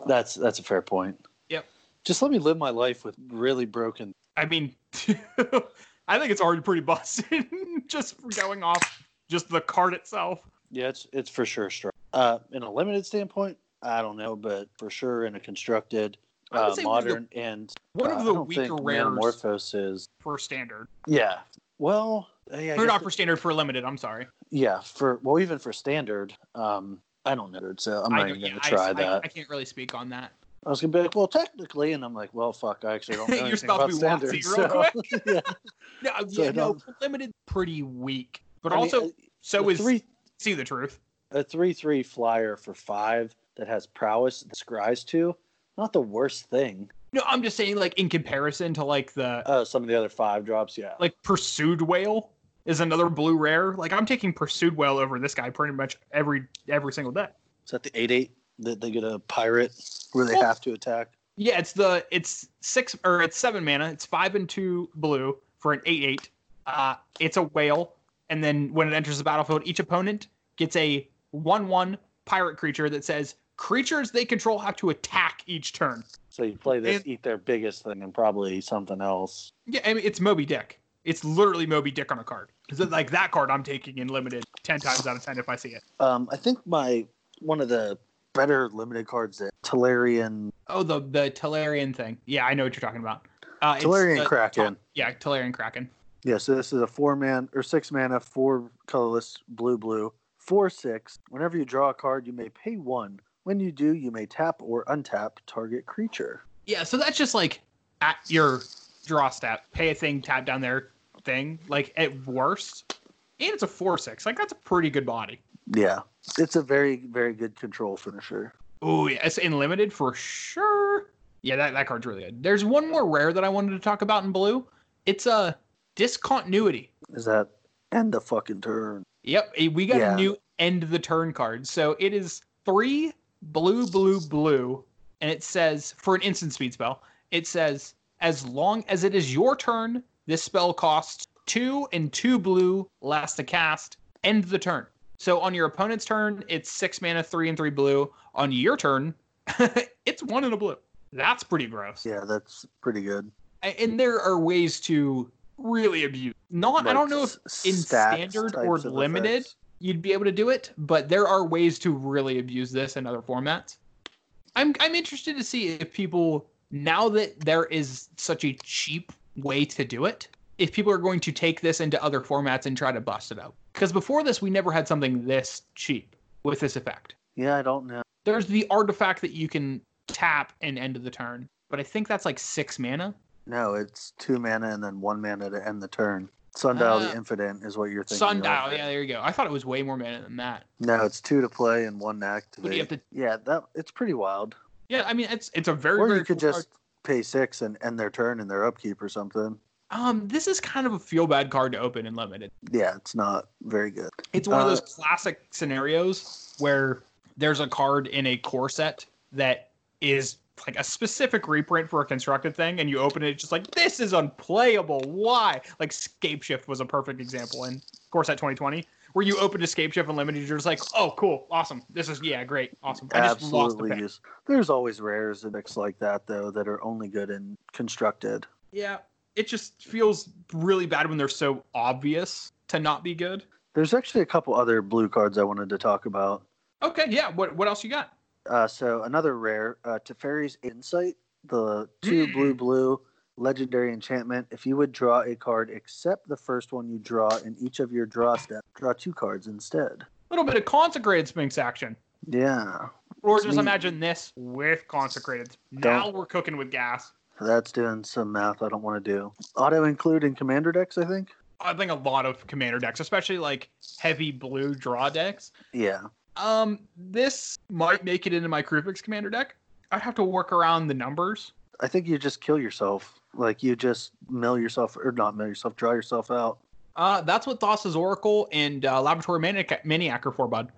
Speaker 4: That's that's a fair point.
Speaker 3: Yep.
Speaker 4: Just let me live my life with really broken.
Speaker 3: I mean, [LAUGHS] I think it's already pretty busted [LAUGHS] just for going off just the card itself.
Speaker 4: Yeah, it's it's for sure strong. Uh, in a limited standpoint, I don't know, but for sure in a constructed,
Speaker 3: I would
Speaker 4: uh,
Speaker 3: say one of the-
Speaker 4: modern, and
Speaker 3: One
Speaker 4: uh,
Speaker 3: of
Speaker 4: I
Speaker 3: the
Speaker 4: don't
Speaker 3: weaker
Speaker 4: think
Speaker 3: rares
Speaker 4: Metamorphose is
Speaker 3: for standard.
Speaker 4: yeah. Well, yeah, I
Speaker 3: Or
Speaker 4: guess
Speaker 3: not
Speaker 4: it-
Speaker 3: for standard, for limited. I'm sorry.
Speaker 4: yeah for well even for standard. Um, I don't know, so I'm
Speaker 3: I
Speaker 4: not
Speaker 3: don't-
Speaker 4: even gonna
Speaker 3: yeah, I-
Speaker 4: try
Speaker 3: I-
Speaker 4: that.
Speaker 3: I can't really speak on that.
Speaker 4: I was gonna be like, well, technically, and I'm like, well, fuck, I
Speaker 3: [LAUGHS]
Speaker 4: actually don't know
Speaker 3: You're
Speaker 4: anything
Speaker 3: supposed to
Speaker 4: about
Speaker 3: be Watsy
Speaker 4: standard. so-
Speaker 3: real quick.
Speaker 4: [LAUGHS] yeah.
Speaker 3: No,
Speaker 4: So
Speaker 3: yeah, no,
Speaker 4: I don't-
Speaker 3: limited pretty weak. [LAUGHS] But
Speaker 4: I mean,
Speaker 3: also,
Speaker 4: uh,
Speaker 3: so
Speaker 4: the
Speaker 3: is
Speaker 4: three
Speaker 3: see the truth.
Speaker 4: a three three flyer for five that has prowess that scries to, not the worst thing.
Speaker 3: No, I'm just saying, like in comparison to like the
Speaker 4: Uh, some of the other five drops, yeah.
Speaker 3: like pursued whale is another blue rare. Like I'm taking pursued whale over this guy pretty much every every single day.
Speaker 4: Is that the eight eight that they get a pirate where they
Speaker 3: Well-
Speaker 4: have to attack?
Speaker 3: Yeah, it's the it's six or it's seven mana. It's five and two blue for an eight eight. Uh, it's a whale, and then when it enters the battlefield, each opponent gets a one one pirate creature that says creatures they control have to attack each turn.
Speaker 4: So you play this,
Speaker 3: And-
Speaker 4: eat their biggest thing, and probably something else.
Speaker 3: Yeah, I mean it's Moby Dick. It's literally Moby Dick on a card. 'Cause it- like that card I'm taking in limited ten times out of ten if I see it.
Speaker 4: Um, I think my one of the better limited cards that Talarian
Speaker 3: Oh, the the Talarian thing. Yeah, I know what you're talking about. Uh, it's
Speaker 4: Talarian
Speaker 3: the-
Speaker 4: Kraken.
Speaker 3: Yeah, Talarian Kraken.
Speaker 4: Yeah, so this is a four man or six mana, four colorless, blue, blue, four, six. Whenever you draw a card, you may pay one. When you do, you may tap or untap target creature.
Speaker 3: Yeah, so that's just like at your draw step, pay a thing, tap down their thing, like at worst. And it's a four six. Like that's a pretty good body.
Speaker 4: Yeah, it's a very, very good control finisher.
Speaker 3: Oh yeah, it's in limited for sure. Yeah, that, that card's really good. There's one more rare that I wanted to talk about in blue. It's a discontinuity.
Speaker 4: Is that end the fucking turn?
Speaker 3: Yep, eh, we got
Speaker 4: Yeah.
Speaker 3: a new end the turn card. So it is three blue, blue, blue, and it says for an instant speed spell, it says as long as it is your turn, this spell costs two and two blue, last to cast, end the turn. So on your opponent's turn, it's six mana, three and three blue. On your turn, [LAUGHS] it's one and a blue. That's pretty gross.
Speaker 4: Yeah, that's pretty good.
Speaker 3: A- And there are ways to really abuse. Not, I don't know if
Speaker 4: Like
Speaker 3: in
Speaker 4: stats
Speaker 3: standard
Speaker 4: types
Speaker 3: or
Speaker 4: of
Speaker 3: limited,
Speaker 4: effects.
Speaker 3: you'd be able to do it, but there are ways to really abuse this in other formats. I'm I'm interested to see if people now that there is such a cheap way to do it, if people are going to take this into other formats and try to bust it out. Because before this, we never had something this cheap with this effect.
Speaker 4: Yeah, I don't know.
Speaker 3: There's the artifact that you can tap and end of the turn, but I think that's like six mana.
Speaker 4: No, it's two mana and then one mana to end the turn. Sundial
Speaker 3: Ah.
Speaker 4: the Infident is what you're thinking. of.
Speaker 3: Sundial, yeah, there you go. I thought it was way more mana than that.
Speaker 4: No, it's two to play and one to
Speaker 3: But
Speaker 4: activate.
Speaker 3: you have to-
Speaker 4: yeah, that it's pretty wild.
Speaker 3: Yeah, I mean it's it's a very
Speaker 4: or
Speaker 3: very
Speaker 4: you could
Speaker 3: cool card.
Speaker 4: just pay six and end their turn and their upkeep or something.
Speaker 3: Um, this is kind of a feel bad card to open in limited.
Speaker 4: Yeah, it's not very good.
Speaker 3: It's one of
Speaker 4: Uh,
Speaker 3: those classic scenarios where there's a card in a core set that is like a specific reprint for a constructed thing, and you open it, it's just like this is unplayable. Why? Like Scape Shift was a perfect example in core set 2020, where you open Escape Shift and limited, you're just like, oh, cool, awesome. This is yeah, great, awesome. I just lost the
Speaker 4: Absolutely
Speaker 3: pick.
Speaker 4: use. There's always rares and decks like that though that are only good in constructed.
Speaker 3: Yeah, it just feels really bad when they're so obvious to not be good.
Speaker 4: There's actually a couple other blue cards I wanted to talk about.
Speaker 3: Okay, yeah. What what else you got?
Speaker 4: Uh, so another rare, uh, Teferi's Insight, the two blue blue legendary enchantment. If you would draw a card except the first one you draw in each of your draw steps, draw two cards instead.
Speaker 3: little bit of consecrated sphinx action.
Speaker 4: Yeah,
Speaker 3: Or
Speaker 4: It's
Speaker 3: just
Speaker 4: me.
Speaker 3: imagine this with consecrated. Now we're cooking with gas.
Speaker 4: that's doing some math I don't want to do. Auto include in commander decks, I think.
Speaker 3: I think a lot of commander decks, especially like heavy blue draw decks.
Speaker 4: Yeah,
Speaker 3: Um, this might make it into my Krupix commander deck. I'd have to work around the numbers.
Speaker 4: I think you just kill yourself. Like you just mill yourself, or not mill yourself, draw yourself out.
Speaker 3: Uh, that's what Thassa's Oracle and uh, Laboratory Maniac, Maniac are for, bud.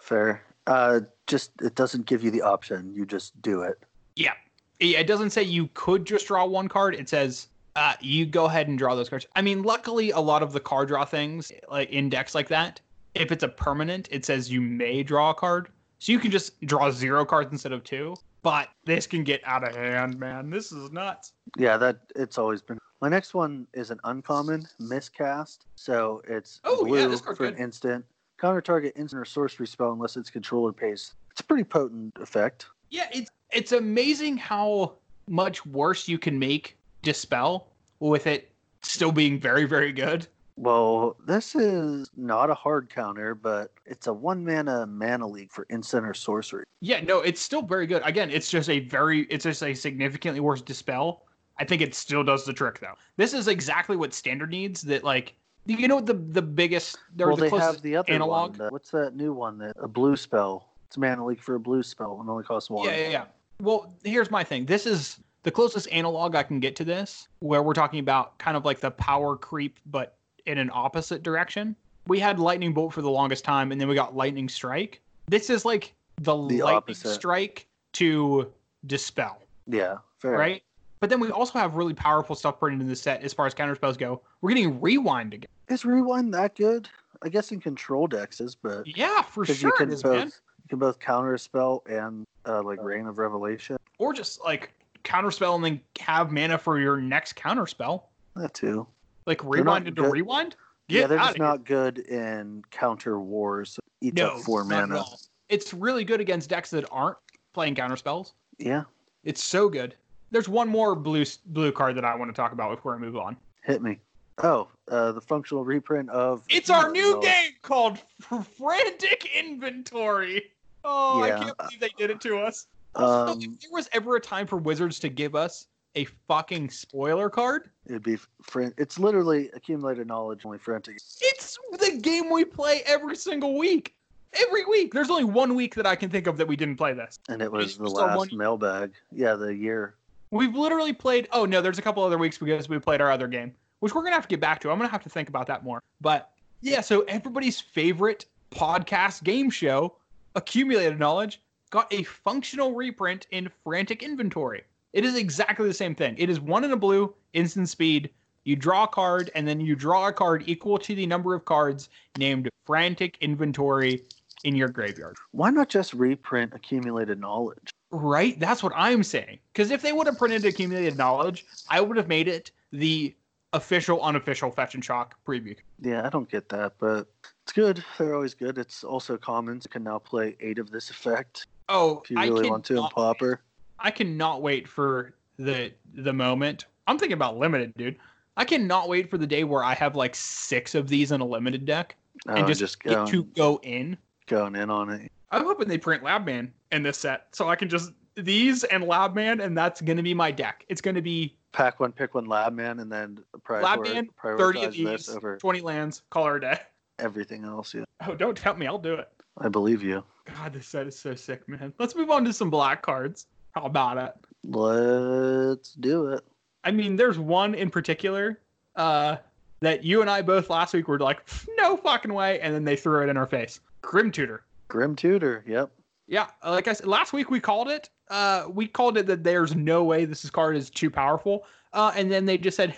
Speaker 4: Fair. Uh, just it doesn't give you the option. You just do it.
Speaker 3: Yeah. Yeah, It doesn't say you could just draw one card. It says uh, you go ahead and draw those cards. I mean, luckily, a lot of the card draw things, like in decks like that, if it's a permanent, it says you may draw a card. So you can just draw zero cards instead of two. But this can get out of hand, man. This is nuts.
Speaker 4: Yeah, that it's always been. My next one is an uncommon miscast. So it's
Speaker 3: Oh,
Speaker 4: blue
Speaker 3: yeah, this card's
Speaker 4: for an
Speaker 3: good.
Speaker 4: instant. Counter target instant or sorcery spell unless its controller pays. It's a pretty potent effect.
Speaker 3: Yeah, it's it's amazing how much worse you can make dispel with it still being very very good.
Speaker 4: Well, this is not a hard counter, but it's a one mana mana league for instant or sorcery.
Speaker 3: Yeah, no, it's still very good. Again, it's just a very, it's just a significantly worse dispel. I think it still does the trick though. This is exactly what standard needs. That like, you know, what the the biggest, they're
Speaker 4: well,
Speaker 3: the
Speaker 4: they
Speaker 3: closest
Speaker 4: have the other
Speaker 3: analog.
Speaker 4: One, the- what's that new one? That a blue spell. It's a mana league for a blue spell and only costs one.
Speaker 3: Yeah, yeah, yeah. Well, here's my thing. This is the closest analog I can get to this, where we're talking about kind of like the power creep, but in an opposite direction. We had lightning bolt for the longest time, and then we got lightning strike. This is like the, lightning
Speaker 4: opposite.
Speaker 3: strike to dispel,
Speaker 4: Yeah, fair.
Speaker 3: right? But then we also have really powerful stuff printed in the set as far as counterspells go. We're getting rewind again.
Speaker 4: Is rewind that good? I guess in control dexes, but
Speaker 3: Yeah, for
Speaker 4: because
Speaker 3: sure
Speaker 4: you can
Speaker 3: it is,
Speaker 4: both
Speaker 3: man.
Speaker 4: you can both counter a spell and uh, like reign of revelation.
Speaker 3: Or just like counterspell and then have mana for your next counterspell.
Speaker 4: That too.
Speaker 3: Like
Speaker 4: not
Speaker 3: rewind into
Speaker 4: good-
Speaker 3: rewind?
Speaker 4: yeah,
Speaker 3: Get
Speaker 4: they're
Speaker 3: out
Speaker 4: just
Speaker 3: of here.
Speaker 4: not good in counter wars. Each up four
Speaker 3: not at
Speaker 4: mana.
Speaker 3: all. It's really good against decks that aren't playing counter spells.
Speaker 4: Yeah,
Speaker 3: It's so good. There's one more blue blue card that I want to talk about before I move on.
Speaker 4: hit me. Oh, uh, the functional reprint of
Speaker 3: It's our new
Speaker 4: Oh,
Speaker 3: game called Frantic Inventory. Oh,
Speaker 4: Yeah.
Speaker 3: I can't believe they did it to us. Also,
Speaker 4: Um,
Speaker 3: if there was ever a time for Wizards to give us a fucking spoiler card,
Speaker 4: it'd be fran- It's literally accumulated knowledge only frantic.
Speaker 3: it's the game we play every single week. Every week. There's only one week that I can think of that we didn't play this.
Speaker 4: And it was
Speaker 3: It's
Speaker 4: the
Speaker 3: just a
Speaker 4: last
Speaker 3: one-
Speaker 4: mailbag. Yeah, the year.
Speaker 3: We've literally played. Oh no, there's a couple other weeks because we played our other game, which we're gonna have to get back to. I'm gonna have to think about that more. But yeah, so everybody's favorite podcast game show, Accumulated Knowledge, got a functional reprint in Frantic Inventory. It is exactly the same thing. It is one in a blue, instant speed. You draw a card, and then you draw a card equal to the number of cards named Frantic Inventory in your graveyard.
Speaker 4: Why not just reprint accumulated knowledge?
Speaker 3: Right? That's what I'm saying. Because if they would have printed accumulated knowledge, I would have made it the official, unofficial Fetch and Shock preview.
Speaker 4: Yeah, I don't get that, but it's good. They're always good. It's also commons can now play eight of this effect
Speaker 3: Oh,
Speaker 4: if you
Speaker 3: I
Speaker 4: really want to in
Speaker 3: cannot-
Speaker 4: Popper.
Speaker 3: I cannot wait for the the moment. I'm thinking about limited, dude. I cannot wait for the day where I have like six of these in a limited deck
Speaker 4: Oh,
Speaker 3: and just, get
Speaker 4: going,
Speaker 3: to go in.
Speaker 4: going in on it.
Speaker 3: I'm hoping they print Lab Man in this set, so I can just these and Lab Man, and that's gonna be my deck. It's gonna be
Speaker 4: Pack one, pick one, lab man, and then prior-
Speaker 3: Lab Man, thirty of
Speaker 4: prioritize
Speaker 3: these,
Speaker 4: this over
Speaker 3: 20 lands, color a day.
Speaker 4: everything else. Yeah,
Speaker 3: [LAUGHS] Oh, don't tempt me. I'll do it.
Speaker 4: I believe you.
Speaker 3: God, this set is so sick, man. [LAUGHS] Let's move on to some black cards. How about it?
Speaker 4: Let's do it.
Speaker 3: I mean, there's one in particular uh, that you and I both last week were like, no fucking way. And then they threw it in our face. Grim Tutor.
Speaker 4: Grim Tutor. Yep.
Speaker 3: Yeah, like I said, last week we called it. Uh, we called it that there's no way this is- card is too powerful. Uh, and then they just said,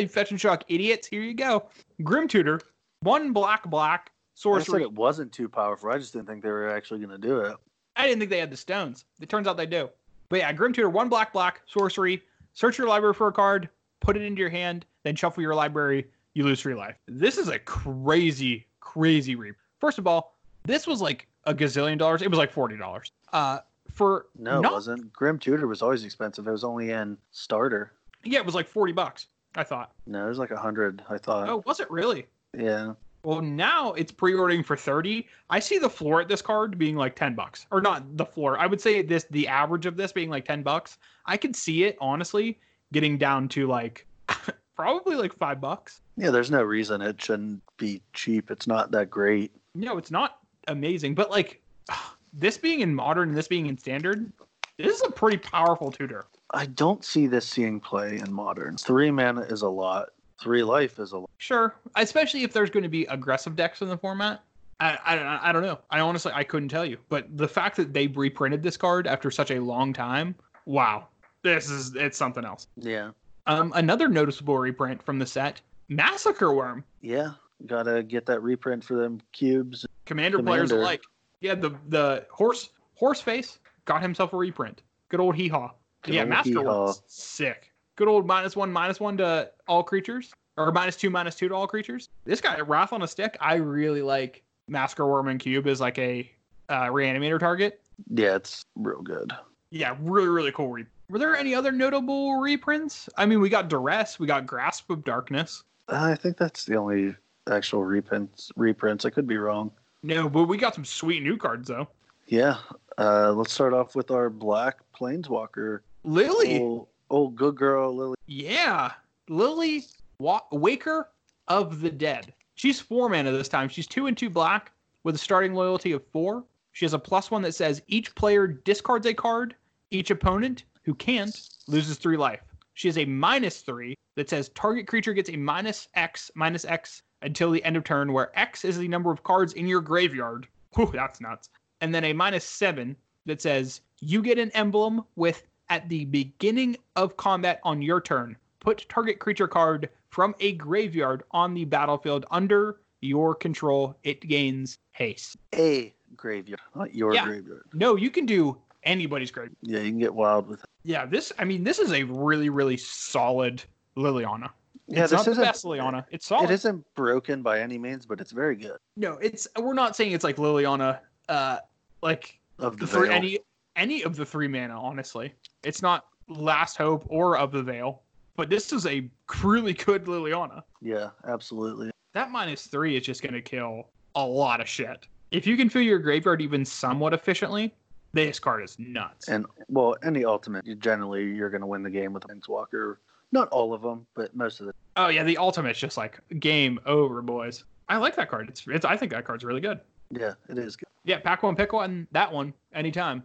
Speaker 3: [LAUGHS] you fetch and shock idiots, here you go. Grim Tutor, one black, black,
Speaker 4: I said
Speaker 3: sorcery.
Speaker 4: it wasn't too powerful. I just didn't think they were actually going to do it.
Speaker 3: I didn't think they had the stones. It turns out they do. But yeah, Grim Tutor, one black, black, sorcery. Search your library for a card, put it into your hand, then shuffle your library. You lose three life. This is a crazy, crazy reap. First of all, this was like a gazillion dollars. It was like forty dollars. Uh, for
Speaker 4: No,
Speaker 3: not-
Speaker 4: it wasn't. Grim Tutor was always expensive. It was only in starter.
Speaker 3: Yeah, it was like forty bucks. I thought.
Speaker 4: No, it was like a hundred. I thought.
Speaker 3: Oh, was it really?
Speaker 4: Yeah.
Speaker 3: Well, now it's pre-ordering for thirty. I see the floor at this card being like ten bucks, or not the floor. I would say this the average of this being like ten bucks. I could see it honestly getting down to like [LAUGHS] probably like five bucks.
Speaker 4: Yeah. There's no reason it shouldn't be cheap. It's not that great.
Speaker 3: No, it's not amazing, but like [SIGHS] this being in modern and this being in standard, this is a pretty powerful tutor.
Speaker 4: I don't see this seeing play in modern. Three mana is a lot. Three life is a lot.
Speaker 3: Sure, especially if there's going to be aggressive decks in the format. I, I, I don't know. I honestly I couldn't tell you. But the fact that they reprinted this card after such a long time, wow, this is it's something else.
Speaker 4: Yeah.
Speaker 3: Um, another noticeable reprint from the set, Massacre Worm,
Speaker 4: Yeah. Gotta get that reprint for them cubes.
Speaker 3: Commander, players
Speaker 4: Commander.
Speaker 3: alike. Yeah, the the horse horse face got himself a reprint. Good old hee haw.
Speaker 4: Good
Speaker 3: Yeah,
Speaker 4: old
Speaker 3: Massacre
Speaker 4: hee-haw.
Speaker 3: Worm's sick. Good old minus one minus one to all creatures, or minus two minus two to all creatures. This guy Wrath on a stick. I really like Massacre Worm and Cube is like a uh, reanimator target.
Speaker 4: Yeah, it's real good. Uh,
Speaker 3: Yeah, really really cool. Re- Were there any other notable reprints? I mean, we got Duress, we got Grasp of Darkness.
Speaker 4: I think that's the only actual reprints. Reprints. I could be wrong.
Speaker 3: No, but we got some sweet new cards though.
Speaker 4: Yeah. Uh, let's start off with our black planeswalker.
Speaker 3: Lily.
Speaker 4: Old, old good girl Lily.
Speaker 3: Yeah, Lily Wa- Waker of the Dead. She's four mana this time. She's two and two black with a starting loyalty of four. She has a plus one that says each player discards a card. Each opponent who can't loses three life. She has a minus three that says target creature gets a minus X minus X until the end of turn, where X is the number of cards in your graveyard. Whew, that's nuts. And then a minus seven that says you get an emblem with at the beginning of combat on your turn. Put target creature card from a graveyard on the battlefield under your control. It gains haste.
Speaker 4: A graveyard, not your
Speaker 3: Yeah.
Speaker 4: graveyard.
Speaker 3: No, you can do anybody's graveyard.
Speaker 4: Yeah, you can get wild with. It.
Speaker 3: Yeah, this I mean this is a really really solid Liliana.
Speaker 4: Yeah,
Speaker 3: it's
Speaker 4: this
Speaker 3: not the
Speaker 4: isn't-
Speaker 3: best Liliana. It's solid.
Speaker 4: It isn't broken by any means, but it's very good.
Speaker 3: No, it's we're not saying it's like Liliana uh like
Speaker 4: Of the
Speaker 3: for
Speaker 4: veil.
Speaker 3: any any of the three mana honestly. It's not Last Hope or of the Veil, but this is a really good Liliana.
Speaker 4: Yeah, absolutely.
Speaker 3: that minus three is just going to kill a lot of shit. If you can fill your graveyard even somewhat efficiently, this card is nuts.
Speaker 4: And well, any ultimate, you generally you're going to win the game with a planeswalker. Not all of them, but most of the.
Speaker 3: oh yeah, the ultimate's just like game over, boys. I like that card. It's, it's I think that card's really good.
Speaker 4: Yeah, it is good.
Speaker 3: Yeah, pack one, pick one. That one anytime.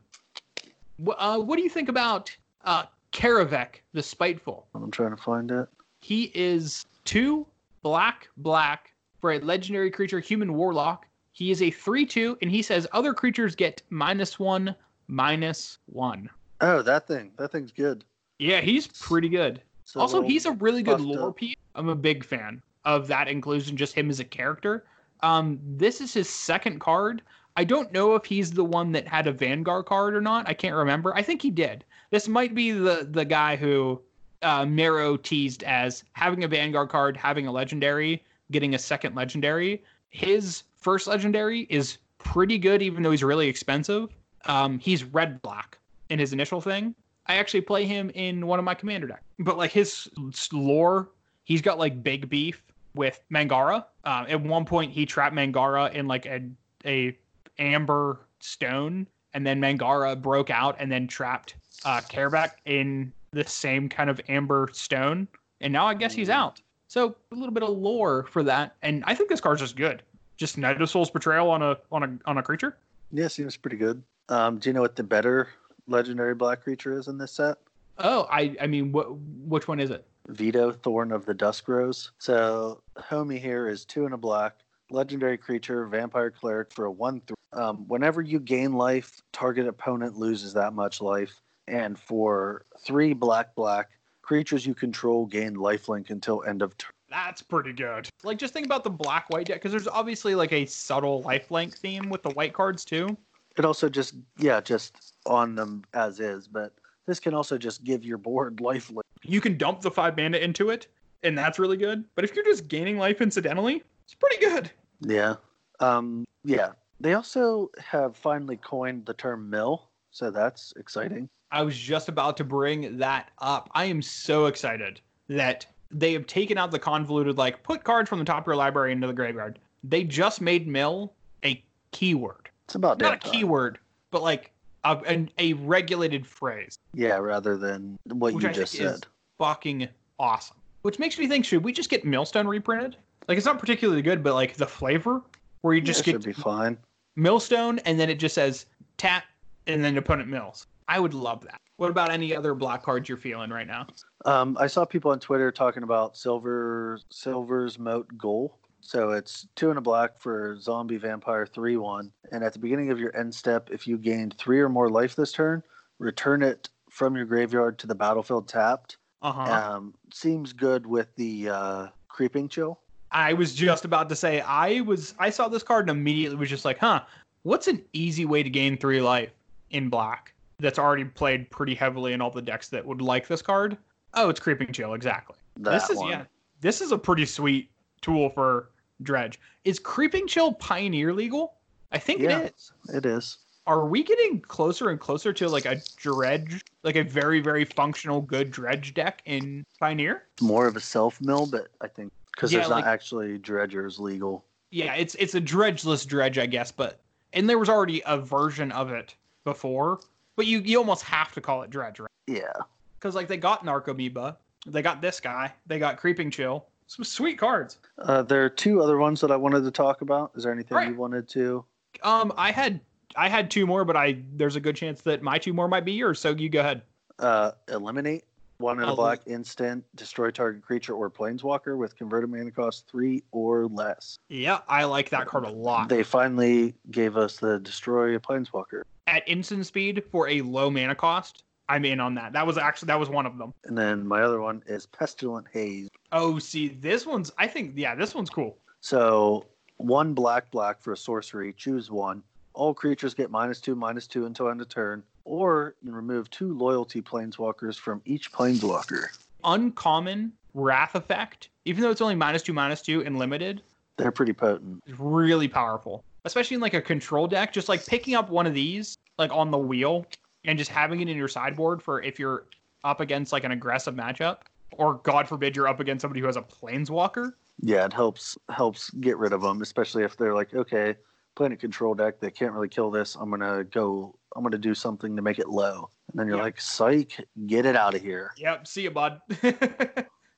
Speaker 3: Wh- Uh, what do you think about uh, Karavek the Spiteful?
Speaker 4: I'm trying to find it.
Speaker 3: He is two black black for a legendary creature, human warlock. He is a three two, and he says other creatures get minus one, minus one.
Speaker 4: Oh, that thing. That thing's good.
Speaker 3: Yeah, he's pretty good.
Speaker 4: It's a
Speaker 3: also,
Speaker 4: little-
Speaker 3: he's a really good
Speaker 4: buffed
Speaker 3: lore
Speaker 4: up.
Speaker 3: piece. I'm a big fan of that inclusion, just him as a character. Um, this is his second card. I don't know if he's the one that had a Vanguard card or not. I can't remember. I think he did. This might be the the guy who uh, Mero teased as having a Vanguard card, having a legendary, getting a second legendary. His first legendary is pretty good, even though he's really expensive. Um, he's red black in his initial thing. I actually play him in one of my commander decks. But like his s- lore, he's got like big beef with Mangara. Um, at one point, he trapped Mangara in like a a amber stone, and then Mangara broke out and then trapped uh, Careback in the same kind of amber stone. And now I guess he's
Speaker 4: Mm.
Speaker 3: out. So a little bit of lore for that, and I think this card's just good. Just Knight of Souls Betrayal on a on a on a creature.
Speaker 4: Yeah, seems pretty good. Um, do you know what the better legendary black creature is in this set?
Speaker 3: Oh, I I mean, what which one is it?
Speaker 4: Veto Thorn of the Dusk Rose. So homie here is two and a black, legendary creature, vampire cleric for a one three. Um, whenever you gain life, target opponent loses that much life. And for three black black, creatures you control gain lifelink until end of turn.
Speaker 3: That's pretty good. Like, just think about the black white deck, because there's obviously like a subtle lifelink theme with the white cards too.
Speaker 4: It also just yeah, just on them as is, but this can also just give your board [LAUGHS] lifelink.
Speaker 3: You can dump the five mana into it, and that's really good. But if you're just gaining life incidentally, it's pretty good.
Speaker 4: Yeah. Um, yeah. They also have finally coined the term mill, so that's exciting.
Speaker 3: I was just about to bring that up. I am so excited that they have taken out the convoluted, like, put cards from the top of your library into the graveyard. They just made mill a keyword.
Speaker 4: It's about
Speaker 3: Not a
Speaker 4: damn time.
Speaker 3: keyword, but like a, an, a regulated phrase.
Speaker 4: Yeah, rather than what
Speaker 3: Which
Speaker 4: you
Speaker 3: I
Speaker 4: just
Speaker 3: think is-
Speaker 4: said.
Speaker 3: Fucking awesome. Which makes me think, should we just get millstone reprinted? Like, it's not particularly good, but like the flavor where you just
Speaker 4: yeah,
Speaker 3: get
Speaker 4: should be fine.
Speaker 3: millstone and then it just says tap and then opponent mills. I would love that. What about any other black cards you're feeling right now?
Speaker 4: Um, I saw people on Twitter talking about silver silver's moat goal. So it's two and a black for zombie vampire three one, and at the beginning of your end step, if you gained three or more life this turn, return it from your graveyard to the battlefield tapped.
Speaker 3: Uh huh.
Speaker 4: Um, seems good with the uh, creeping chill.
Speaker 3: I was just about to say I was I saw this card and immediately was just like, huh, what's an easy way to gain three life in black that's already played pretty heavily in all the decks that would like this card? Oh, it's creeping chill, exactly.
Speaker 4: That
Speaker 3: this is
Speaker 4: one.
Speaker 3: yeah. This is a pretty sweet tool for dredge. Is creeping chill pioneer legal? I think
Speaker 4: Yeah.
Speaker 3: it is.
Speaker 4: It is.
Speaker 3: Are we getting closer and closer to like a dredge, like a very, very functional good dredge deck in Pioneer?
Speaker 4: More of a self mill, but I think because
Speaker 3: Yeah,
Speaker 4: there's
Speaker 3: like-
Speaker 4: not actually dredgers legal.
Speaker 3: yeah, it's it's a dredgeless dredge, I guess, but and there was already a version of it before, but you you almost have to call it dredge, right?
Speaker 4: Yeah.
Speaker 3: Because like they got Narcomoeba, they got this guy, they got Creeping Chill, some sweet cards.
Speaker 4: Uh, there are two other ones that I wanted to talk about. Is there anything
Speaker 3: Right.
Speaker 4: you wanted to?
Speaker 3: Um, I had I had two more, but I there's a good chance that my two more might be yours, so you go ahead.
Speaker 4: Uh, eliminate one in a
Speaker 3: I'll-
Speaker 4: black instant, destroy target creature or planeswalker with converted mana cost three or less.
Speaker 3: Yeah, I like that card a lot.
Speaker 4: They finally gave us the destroy a planeswalker,
Speaker 3: At instant speed for a low mana cost, I'm in on that. That was actually that was one of them.
Speaker 4: and then my other one is pestilent haze.
Speaker 3: Oh, see, this one's I think yeah, this onene's cool.
Speaker 4: So one black black for a sorcery. Choose one. All creatures get minus two, minus two until end of turn, or you remove two loyalty planeswalkers from each planeswalker.
Speaker 3: uncommon wrath effect, even though it's only minus two, minus two and limited,
Speaker 4: They're pretty potent.
Speaker 3: is really powerful. Especially in like a control deck, just like picking up one of these, like on the wheel, and just having it in your sideboard for if you're up against like an aggressive matchup, or God forbid you're up against somebody who has a planeswalker.
Speaker 4: Yeah, it helps helps get rid of them, especially if they're like, okay, planet control deck, they can't really kill this. I'm gonna go. I'm gonna do something to make it low, and then you're
Speaker 3: Yeah.
Speaker 4: like, psych, get it out of here.
Speaker 3: Yep, see you, bud. [LAUGHS]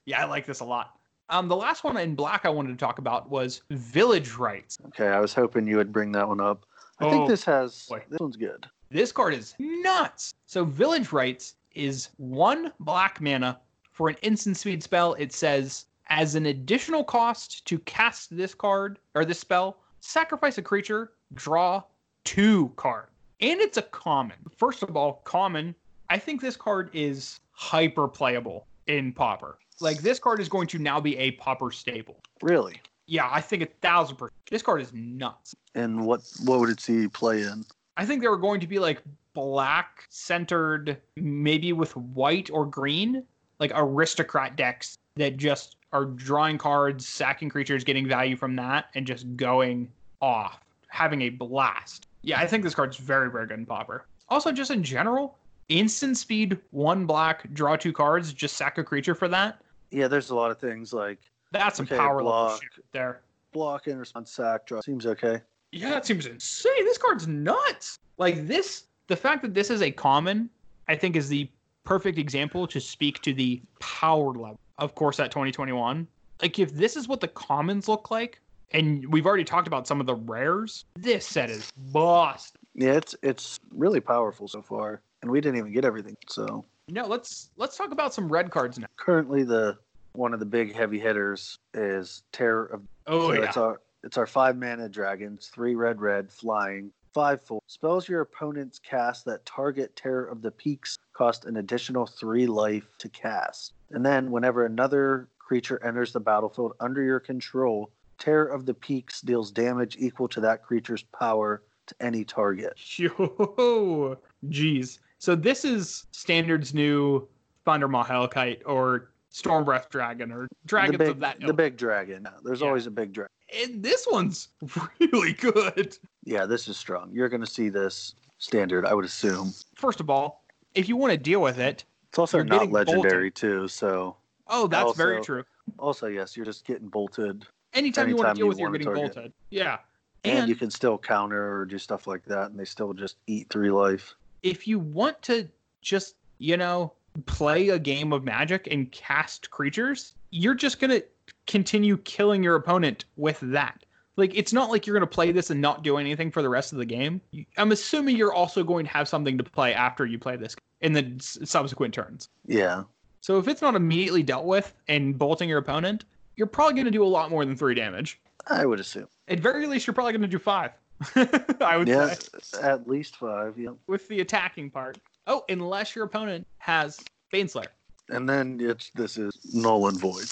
Speaker 3: yeah, I like this a lot. Um, the last one in black I wanted to talk about was village rights.
Speaker 4: Okay, I was hoping you would bring that one up. I think
Speaker 3: Oh,
Speaker 4: this has
Speaker 3: boy.
Speaker 4: this one's good.
Speaker 3: This card is nuts. So Village Rights is one black mana for an instant speed spell. It says as an additional cost to cast this card or this spell, sacrifice a creature, draw two cards. And it's a common. First of all, common, I think this card is hyper playable in Popper. Like this card is going to now be a Popper staple.
Speaker 4: Really.
Speaker 3: Yeah, I think a thousand percent. This card is nuts.
Speaker 4: And what what would it see play in?
Speaker 3: I think they were going to be like black centered, maybe with white or green, like aristocrat decks that just are drawing cards, sacking creatures, getting value from that, and just going off, having a blast. Yeah, I think this card's very, very good in Popper. Also, just in general, instant speed, one black, draw two cards, just sack a creature for that.
Speaker 4: Yeah, there's a lot of things like
Speaker 3: That's some
Speaker 4: Okay,
Speaker 3: power level
Speaker 4: block.
Speaker 3: shit there.
Speaker 4: block and response sack draw. Seems okay.
Speaker 3: Yeah, that seems insane. This card's nuts. Like this, the fact that this is a common, I think, is the perfect example to speak to the power level. Of course, at 2021, like if this is what the commons look like, and we've already talked about some of the rares, this set is boss.
Speaker 4: Yeah, it's it's really powerful so far, and we didn't even get everything. So
Speaker 3: No, let's let's talk about some red cards now.
Speaker 4: currently the one of the big heavy hitters is Terror of
Speaker 3: Oh
Speaker 4: so
Speaker 3: yeah,
Speaker 4: it's our it's our five mana dragons, three red red flying, five four. Spells your opponents cast that target Terror of the Peaks cost an additional three life to cast. And then whenever another creature enters the battlefield under your control, Terror of the Peaks deals damage equal to that creature's power to any target.
Speaker 3: [LAUGHS] Yo, jeez. So this is standards new Thundermaw Hellkite or Storm Breath Dragon or dragons
Speaker 4: the big,
Speaker 3: of that.
Speaker 4: the big dragon. There's
Speaker 3: Yeah.
Speaker 4: always a big dragon.
Speaker 3: And this one's [LAUGHS] really good.
Speaker 4: Yeah, this is strong. You're gonna see this standard, I would assume.
Speaker 3: First of all, if you want to deal with it,
Speaker 4: It's also
Speaker 3: You're
Speaker 4: not
Speaker 3: getting bolted.
Speaker 4: legendary too, so
Speaker 3: oh, that's very
Speaker 4: Also-
Speaker 3: true.
Speaker 4: also yes, you're just getting bolted,
Speaker 3: Anytime, you want to
Speaker 4: anytime
Speaker 3: deal
Speaker 4: you
Speaker 3: with it, you're
Speaker 4: want a
Speaker 3: getting
Speaker 4: target.
Speaker 3: bolted. Yeah.
Speaker 4: and,
Speaker 3: And,
Speaker 4: you can still counter or do stuff like that, and they still just eat three life.
Speaker 3: if you want to just, you know, play a game of magic and cast creatures, you're just going to continue killing your opponent with that. Like, it's not like you're going to play this and not do anything for the rest of the game. You- I'm assuming you're also going to have something to play after you play this in the s- subsequent turns.
Speaker 4: Yeah,
Speaker 3: So if it's not immediately dealt with and bolting your opponent, you're probably going to do a lot more than three damage.
Speaker 4: I would assume.
Speaker 3: At very least, you're probably going to do five. [LAUGHS] I would
Speaker 4: Yeah,
Speaker 3: say
Speaker 4: at least five. Yeah,
Speaker 3: with the attacking part. Oh, unless your opponent has Baneslayer.
Speaker 4: and then it's this is null and void.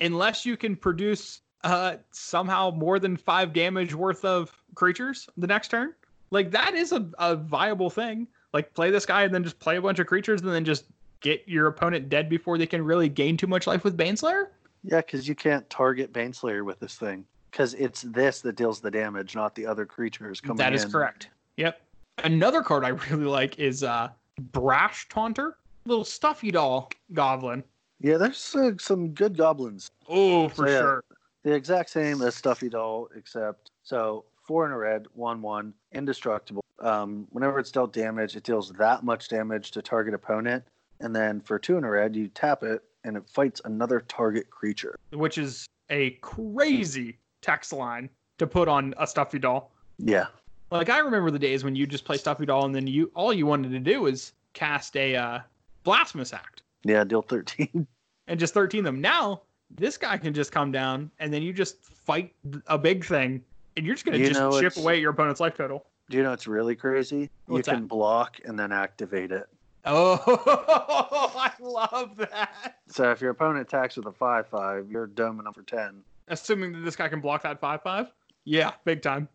Speaker 3: Unless you can produce uh, somehow more than five damage worth of creatures the next turn. Like that is a, a viable thing. Like play this guy and then just play a bunch of creatures and then just get your opponent dead before they can really gain too much life with Baneslayer.
Speaker 4: Yeah, because you can't target Baneslayer with this thing. Because it's this that deals the damage, not the other creatures coming
Speaker 3: That is
Speaker 4: in.
Speaker 3: correct. Yep. Another card I [LAUGHS] really like is uh Brash Taunter, little stuffy doll goblin.
Speaker 4: Yeah, there's uh, some good goblins.
Speaker 3: Oh, for
Speaker 4: So, yeah.
Speaker 3: sure.
Speaker 4: The exact same as Stuffy Doll, except so four in a red, one one, indestructible. Um, whenever it's dealt damage, it deals that much damage to target opponent, and then for two in a red, you tap it and it fights another target creature.
Speaker 3: Which is a crazy text line to put on a stuffy doll.
Speaker 4: Yeah,
Speaker 3: Like I remember the days when you just play stuffy doll and then you all you wanted to do is cast a uh blasphemous act
Speaker 4: yeah, deal thirteen. [LAUGHS]
Speaker 3: and just 13 them. Now this guy can just come down and then you just fight a big thing and you're just gonna
Speaker 4: You know,
Speaker 3: just chip
Speaker 4: it's-
Speaker 3: away at your opponent's life total.
Speaker 4: Do you know it's really crazy?
Speaker 3: What's
Speaker 4: you
Speaker 3: that?
Speaker 4: can block and then activate it.
Speaker 3: Oh, [LAUGHS] I love that.
Speaker 4: So if your opponent attacks with a five five, you're doming them for ten.
Speaker 3: Assuming that this guy can block that 5 5. Yeah, big time.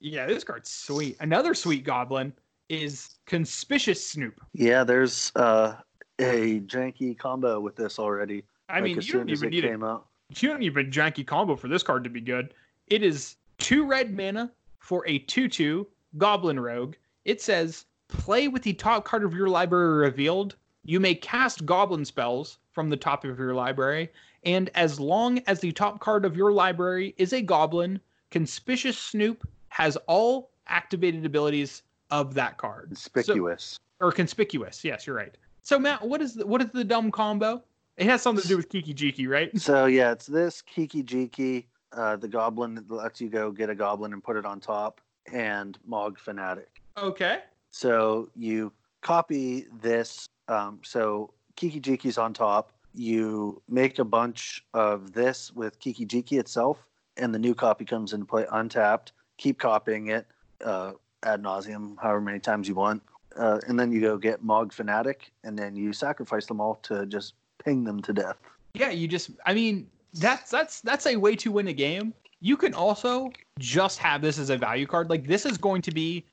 Speaker 3: Yeah, this card's sweet. Another sweet goblin is Conspicuous Snoop.
Speaker 4: Yeah, there's uh, a janky combo with this already.
Speaker 3: I mean,
Speaker 4: as
Speaker 3: you don't
Speaker 4: soon as
Speaker 3: even
Speaker 4: it
Speaker 3: need a,
Speaker 4: came out.
Speaker 3: you don't even janky combo for this card to be good. It is two red mana for a 2 2 goblin rogue. It says play with the top card of your library revealed. You may cast goblin spells from the top of your library, and as long as the top card of your library is a goblin, Conspicuous Snoop has all activated abilities of that card. So-
Speaker 4: Conspicuous.
Speaker 3: or conspicuous. Yes, you're right. So Matt, what is the, what is the dumb combo? It has something to do with Kiki Jiki,
Speaker 4: [LAUGHS]
Speaker 3: right?
Speaker 4: So, yeah, it's this Kiki Jiki, uh, the goblin that lets you go get a goblin and put it on top, and Mog Fanatic.
Speaker 3: Okay.
Speaker 4: So you copy this. Um, so Kiki Jiki's on top. You make a bunch of this with Kiki Jiki itself, and the new copy comes into play untapped. Keep copying it uh, ad nauseum, however many times you want. Uh, and then you go get Mog Fanatic, and then you sacrifice them all to just ping them to death.
Speaker 3: Yeah, you just I mean, that's that's that's a way to win a game. You can also just have this as a value card. Like this is going to be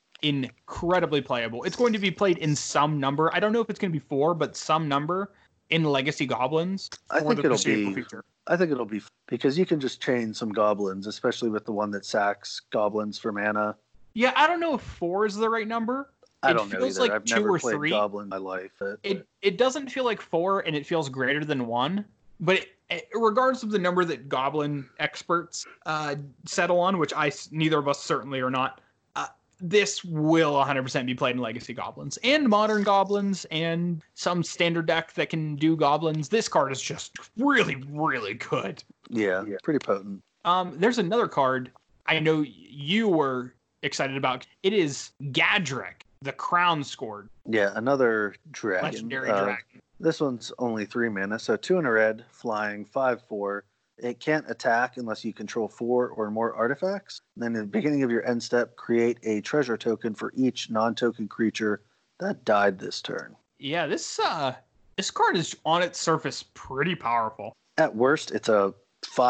Speaker 3: incredibly playable. It's going to be played in some number. I don't know if it's going to be 4, but some number in Legacy Goblins
Speaker 4: I
Speaker 3: for
Speaker 4: think
Speaker 3: the
Speaker 4: it'll
Speaker 3: foreseeable
Speaker 4: be-
Speaker 3: future.
Speaker 4: I think it'll be f- because you can just chain some goblins, especially with the one that sacks goblins for mana.
Speaker 3: Yeah, I don't know if 4 is the right number.
Speaker 4: I
Speaker 3: It
Speaker 4: don't know
Speaker 3: feels
Speaker 4: either.
Speaker 3: like
Speaker 4: I've
Speaker 3: two
Speaker 4: never
Speaker 3: or
Speaker 4: played
Speaker 3: three.
Speaker 4: goblin in my life. but-
Speaker 3: it it doesn't feel like four and it feels greater than one but it, it- regardless of the number that goblin experts uh, settle on which i s- neither of us certainly are not uh, this will 100% be played in legacy goblins and modern goblins and some standard deck that can do goblins this card is just really really good
Speaker 4: yeah, pretty potent.
Speaker 3: um, there's another card I know you were excited about. It is Gadrick, the Crown Scored,
Speaker 4: Yeah, another dragon.
Speaker 3: legendary
Speaker 4: Uh,
Speaker 3: dragon.
Speaker 4: This one's only three mana, so two in a red, flying, five four. It can't attack unless you control four or more artifacts. Then, at the beginning of your end step, create a treasure token for each non-token creature that died this turn.
Speaker 3: Yeah, this uh this card is on its surface pretty powerful
Speaker 4: At worst, it's a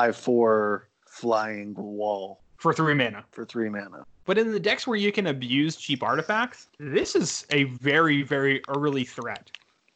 Speaker 4: five-four flying wall
Speaker 3: for three mana.
Speaker 4: for three mana.
Speaker 3: But in the decks where you can abuse cheap artifacts, this is a very, very early threat.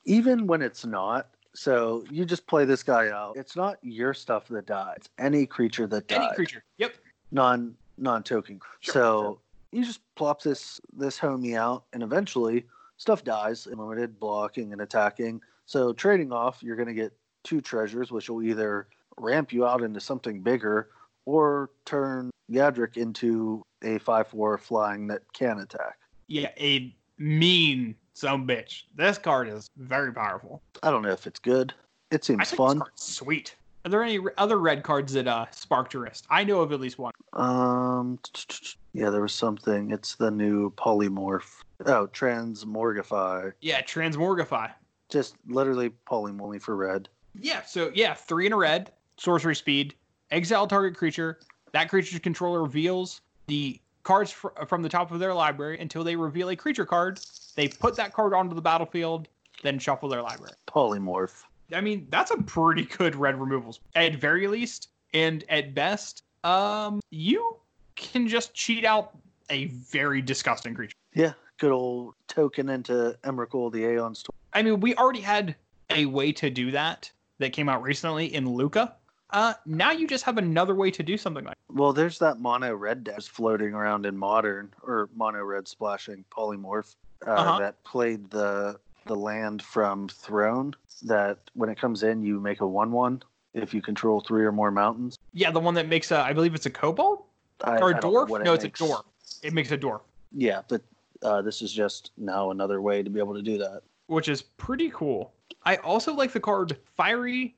Speaker 4: even when it's not. So you just play this guy out. It's not your stuff that dies. It's any creature that dies.
Speaker 3: Any creature. Yep.
Speaker 4: Non non token.
Speaker 3: Sure,
Speaker 4: so
Speaker 3: sure.
Speaker 4: you just plop this this homie out, and eventually stuff dies in limited blocking and attacking. So trading off, you're going to get two treasures, which will either ramp you out into something bigger or turn Yadrick into a 5 4 flying that can attack.
Speaker 3: Yeah, a mean some bitch. This card is very powerful.
Speaker 4: I don't know if it's good. It
Speaker 3: I
Speaker 4: seems
Speaker 3: think
Speaker 4: fun.
Speaker 3: this card's sweet. Are there any re- other red cards that uh sparked your wrist? I know of at least one.
Speaker 4: Um, t- t- t- yeah, there was something. It's the new polymorph. Oh, transmorgify.
Speaker 3: Yeah, Transmorgify.
Speaker 4: Just literally polymorph only for red.
Speaker 3: Yeah, so yeah, three in a red, sorcery speed, exile target creature. That creature's controller reveals the cards fr- from the top of their library until they reveal a creature card. They put that card onto the battlefield, then shuffle their library.
Speaker 4: Polymorph.
Speaker 3: I mean, that's a pretty good red removals at very least, and at best, um, you can just cheat out a very disgusting creature.
Speaker 4: Yeah, good old token into Emrakul the Aeon's Tor-
Speaker 3: I mean, we already had a way to do that that came out recently in Luca. Uh, now you just have another way to do something like.
Speaker 4: Well, there's that mono red deck floating around in modern or mono red splashing polymorph uh,
Speaker 3: Uh-huh.
Speaker 4: that played the the land from Throne. That when it comes in, you make a one one if you control three or more mountains.
Speaker 3: Yeah, the one that makes a, I believe it's a kobold
Speaker 4: I,
Speaker 3: or
Speaker 4: I
Speaker 3: a
Speaker 4: don't know
Speaker 3: dwarf.
Speaker 4: what it
Speaker 3: No, it's
Speaker 4: makes.
Speaker 3: a dwarf. It makes a dwarf,
Speaker 4: Yeah, but uh, this is just now another way to be able to do that.
Speaker 3: which is pretty cool. I also like the card Fiery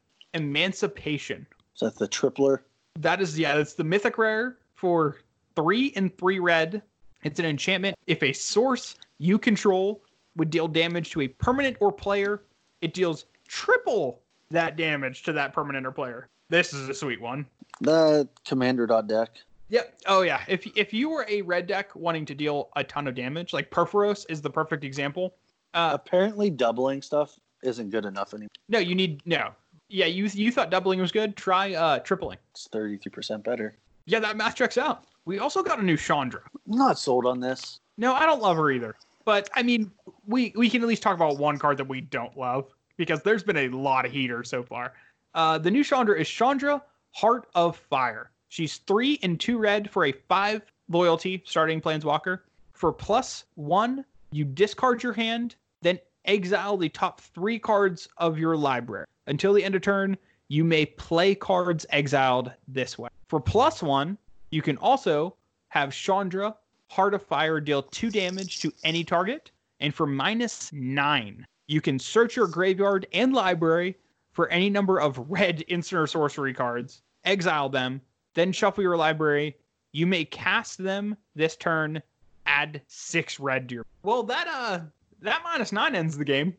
Speaker 3: Emancipation.
Speaker 4: Is that the tripler?
Speaker 3: That is, yeah, that's the mythic rare for three and three red. It's an enchantment. If a source you control would deal damage to a permanent or player, it deals triple that damage to that permanent or player. This is a sweet one.
Speaker 4: The commander dot deck.
Speaker 3: Yep. Oh yeah. If if you were a red deck wanting to deal a ton of damage, like Perforos is the perfect example. Uh,
Speaker 4: Apparently, doubling stuff isn't good enough anymore.
Speaker 3: no, you need no. Yeah, you you thought doubling was good. Try uh tripling.
Speaker 4: It's thirty three percent better.
Speaker 3: Yeah, that math checks out. We also got a new Chandra.
Speaker 4: Not sold on this.
Speaker 3: No, I don't love her either. But I mean, we we can at least talk about one card that we don't love because there's been a lot of heaters so far. Uh, the new Chandra is Chandra Heart of Fire. She's three and two red for a five loyalty starting Planeswalker. For plus one, you discard your hand, then exile the top three cards of your library. Until the end of turn, you may play cards exiled this way. For plus one, you can also have Chandra Heart of Fire deal two damage to any target, and for minus nine, you can search your graveyard and library for any number of red instant or sorcery cards, exile them, then shuffle your library. You may cast them this turn, add six red to your. Well, that uh, that minus nine ends the game.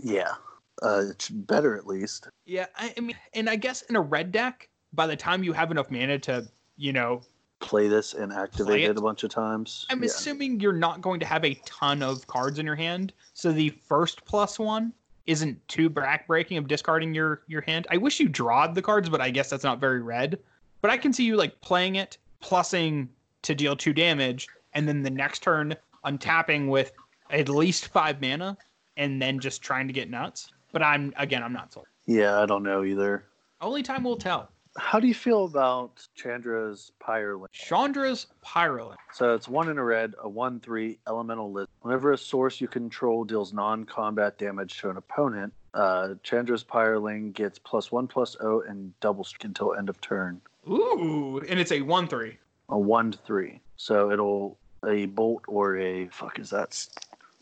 Speaker 4: Yeah, uh, it's better at least.
Speaker 3: Yeah, I, I mean, and I guess in a red deck, by the time you have enough mana to, you know,
Speaker 4: play this and activate
Speaker 3: Play
Speaker 4: it.
Speaker 3: it.
Speaker 4: a bunch of times.
Speaker 3: I'm
Speaker 4: Yeah.
Speaker 3: assuming you're not going to have a ton of cards in your hand, so the first plus one isn't too backbreaking of discarding your your hand. I wish you drawed the cards, but I guess that's not very red. But I can see you like playing it, plusing to deal two damage, and then the next turn untapping with at least five mana, and then just trying to get nuts. But I'm again, I'm not sold.
Speaker 4: Yeah, I don't know either.
Speaker 3: Only time will tell.
Speaker 4: How do you feel about Chandra's Pyroland?
Speaker 3: Chandra's Pyrolin.
Speaker 4: So it's one in a red, a one three elemental list. Whenever a source you control deals non-combat damage to an opponent, uh, Chandra's Pyroling gets plus one plus O and double strike until end of turn.
Speaker 3: Ooh, and it's a one three.
Speaker 4: A one three. So it'll a bolt or a fuck is that s-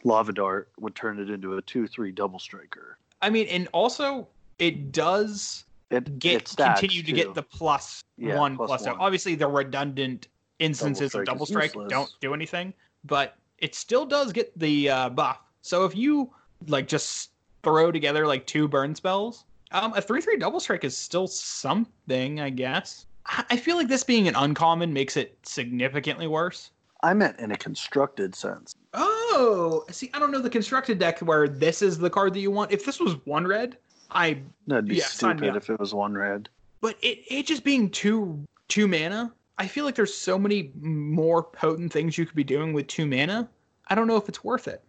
Speaker 4: lava dart would turn it into a two three double striker.
Speaker 3: I mean, and also it does
Speaker 4: It
Speaker 3: get
Speaker 4: it stacks,
Speaker 3: continue to
Speaker 4: too.
Speaker 3: get the plus
Speaker 4: Yeah,
Speaker 3: one
Speaker 4: plus
Speaker 3: plus out.
Speaker 4: one.
Speaker 3: Obviously, the redundant instances
Speaker 4: Double
Speaker 3: of double
Speaker 4: strike is
Speaker 3: strike
Speaker 4: useless.
Speaker 3: don't do anything, but it still does get the uh, buff. So if you like just throw together like two burn spells, um, a three three double strike is still something, I guess. I I feel like this being an uncommon makes it significantly worse.
Speaker 4: I meant in a constructed sense.
Speaker 3: Oh, see, I don't know the constructed deck where this is the card that you want. If this was one red, I
Speaker 4: That'd be
Speaker 3: Yeah, sign me
Speaker 4: stupid
Speaker 3: up.
Speaker 4: if it was one red.
Speaker 3: but it, it just being two two mana i feel like there's so many more potent things you could be doing with two mana i don't know if it's worth it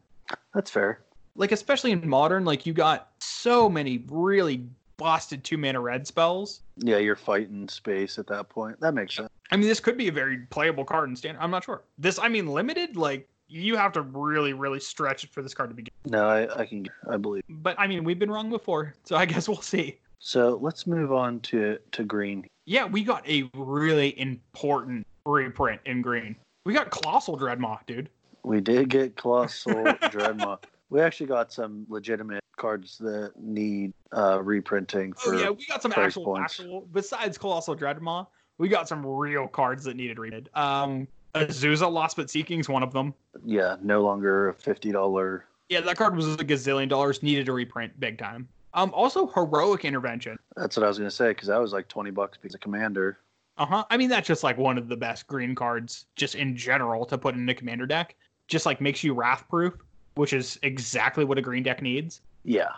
Speaker 4: That's fair.
Speaker 3: like especially in modern like you got so many really busted two mana red spells
Speaker 4: Yeah, you're fighting space at that point. That makes sense.
Speaker 3: i mean this could be a very playable card in standard i'm not sure this i mean limited like you have to really, really stretch for this card to begin.
Speaker 4: No, I, I can. I believe.
Speaker 3: But I mean, we've been wrong before, so I [LAUGHS] guess we'll see.
Speaker 4: So let's move on to to green.
Speaker 3: Yeah, we got a really important reprint in green. We got Colossal Dreadmaw, dude.
Speaker 4: We did get Colossal
Speaker 3: [LAUGHS]
Speaker 4: Dreadmaw. We actually got some legitimate cards that need uh, reprinting
Speaker 3: Oh
Speaker 4: for.
Speaker 3: yeah, we got some
Speaker 4: price
Speaker 3: actual
Speaker 4: points.
Speaker 3: actual besides Colossal Dreadmaw, we got some real cards that needed reprinted. Um Azusa Lost But Seeking's one of them.
Speaker 4: yeah, no longer a fifty dollar.
Speaker 3: Yeah, that card was a gazillion dollars, needed a reprint big time. Um also heroic intervention.
Speaker 4: That's what I was gonna say because that was like twenty bucks because a commander.
Speaker 3: Uh-huh. I mean that's just like one of the best green cards just in general to put in a commander deck. Just like makes you wrath proof, which is exactly what a green deck needs.
Speaker 4: Yeah,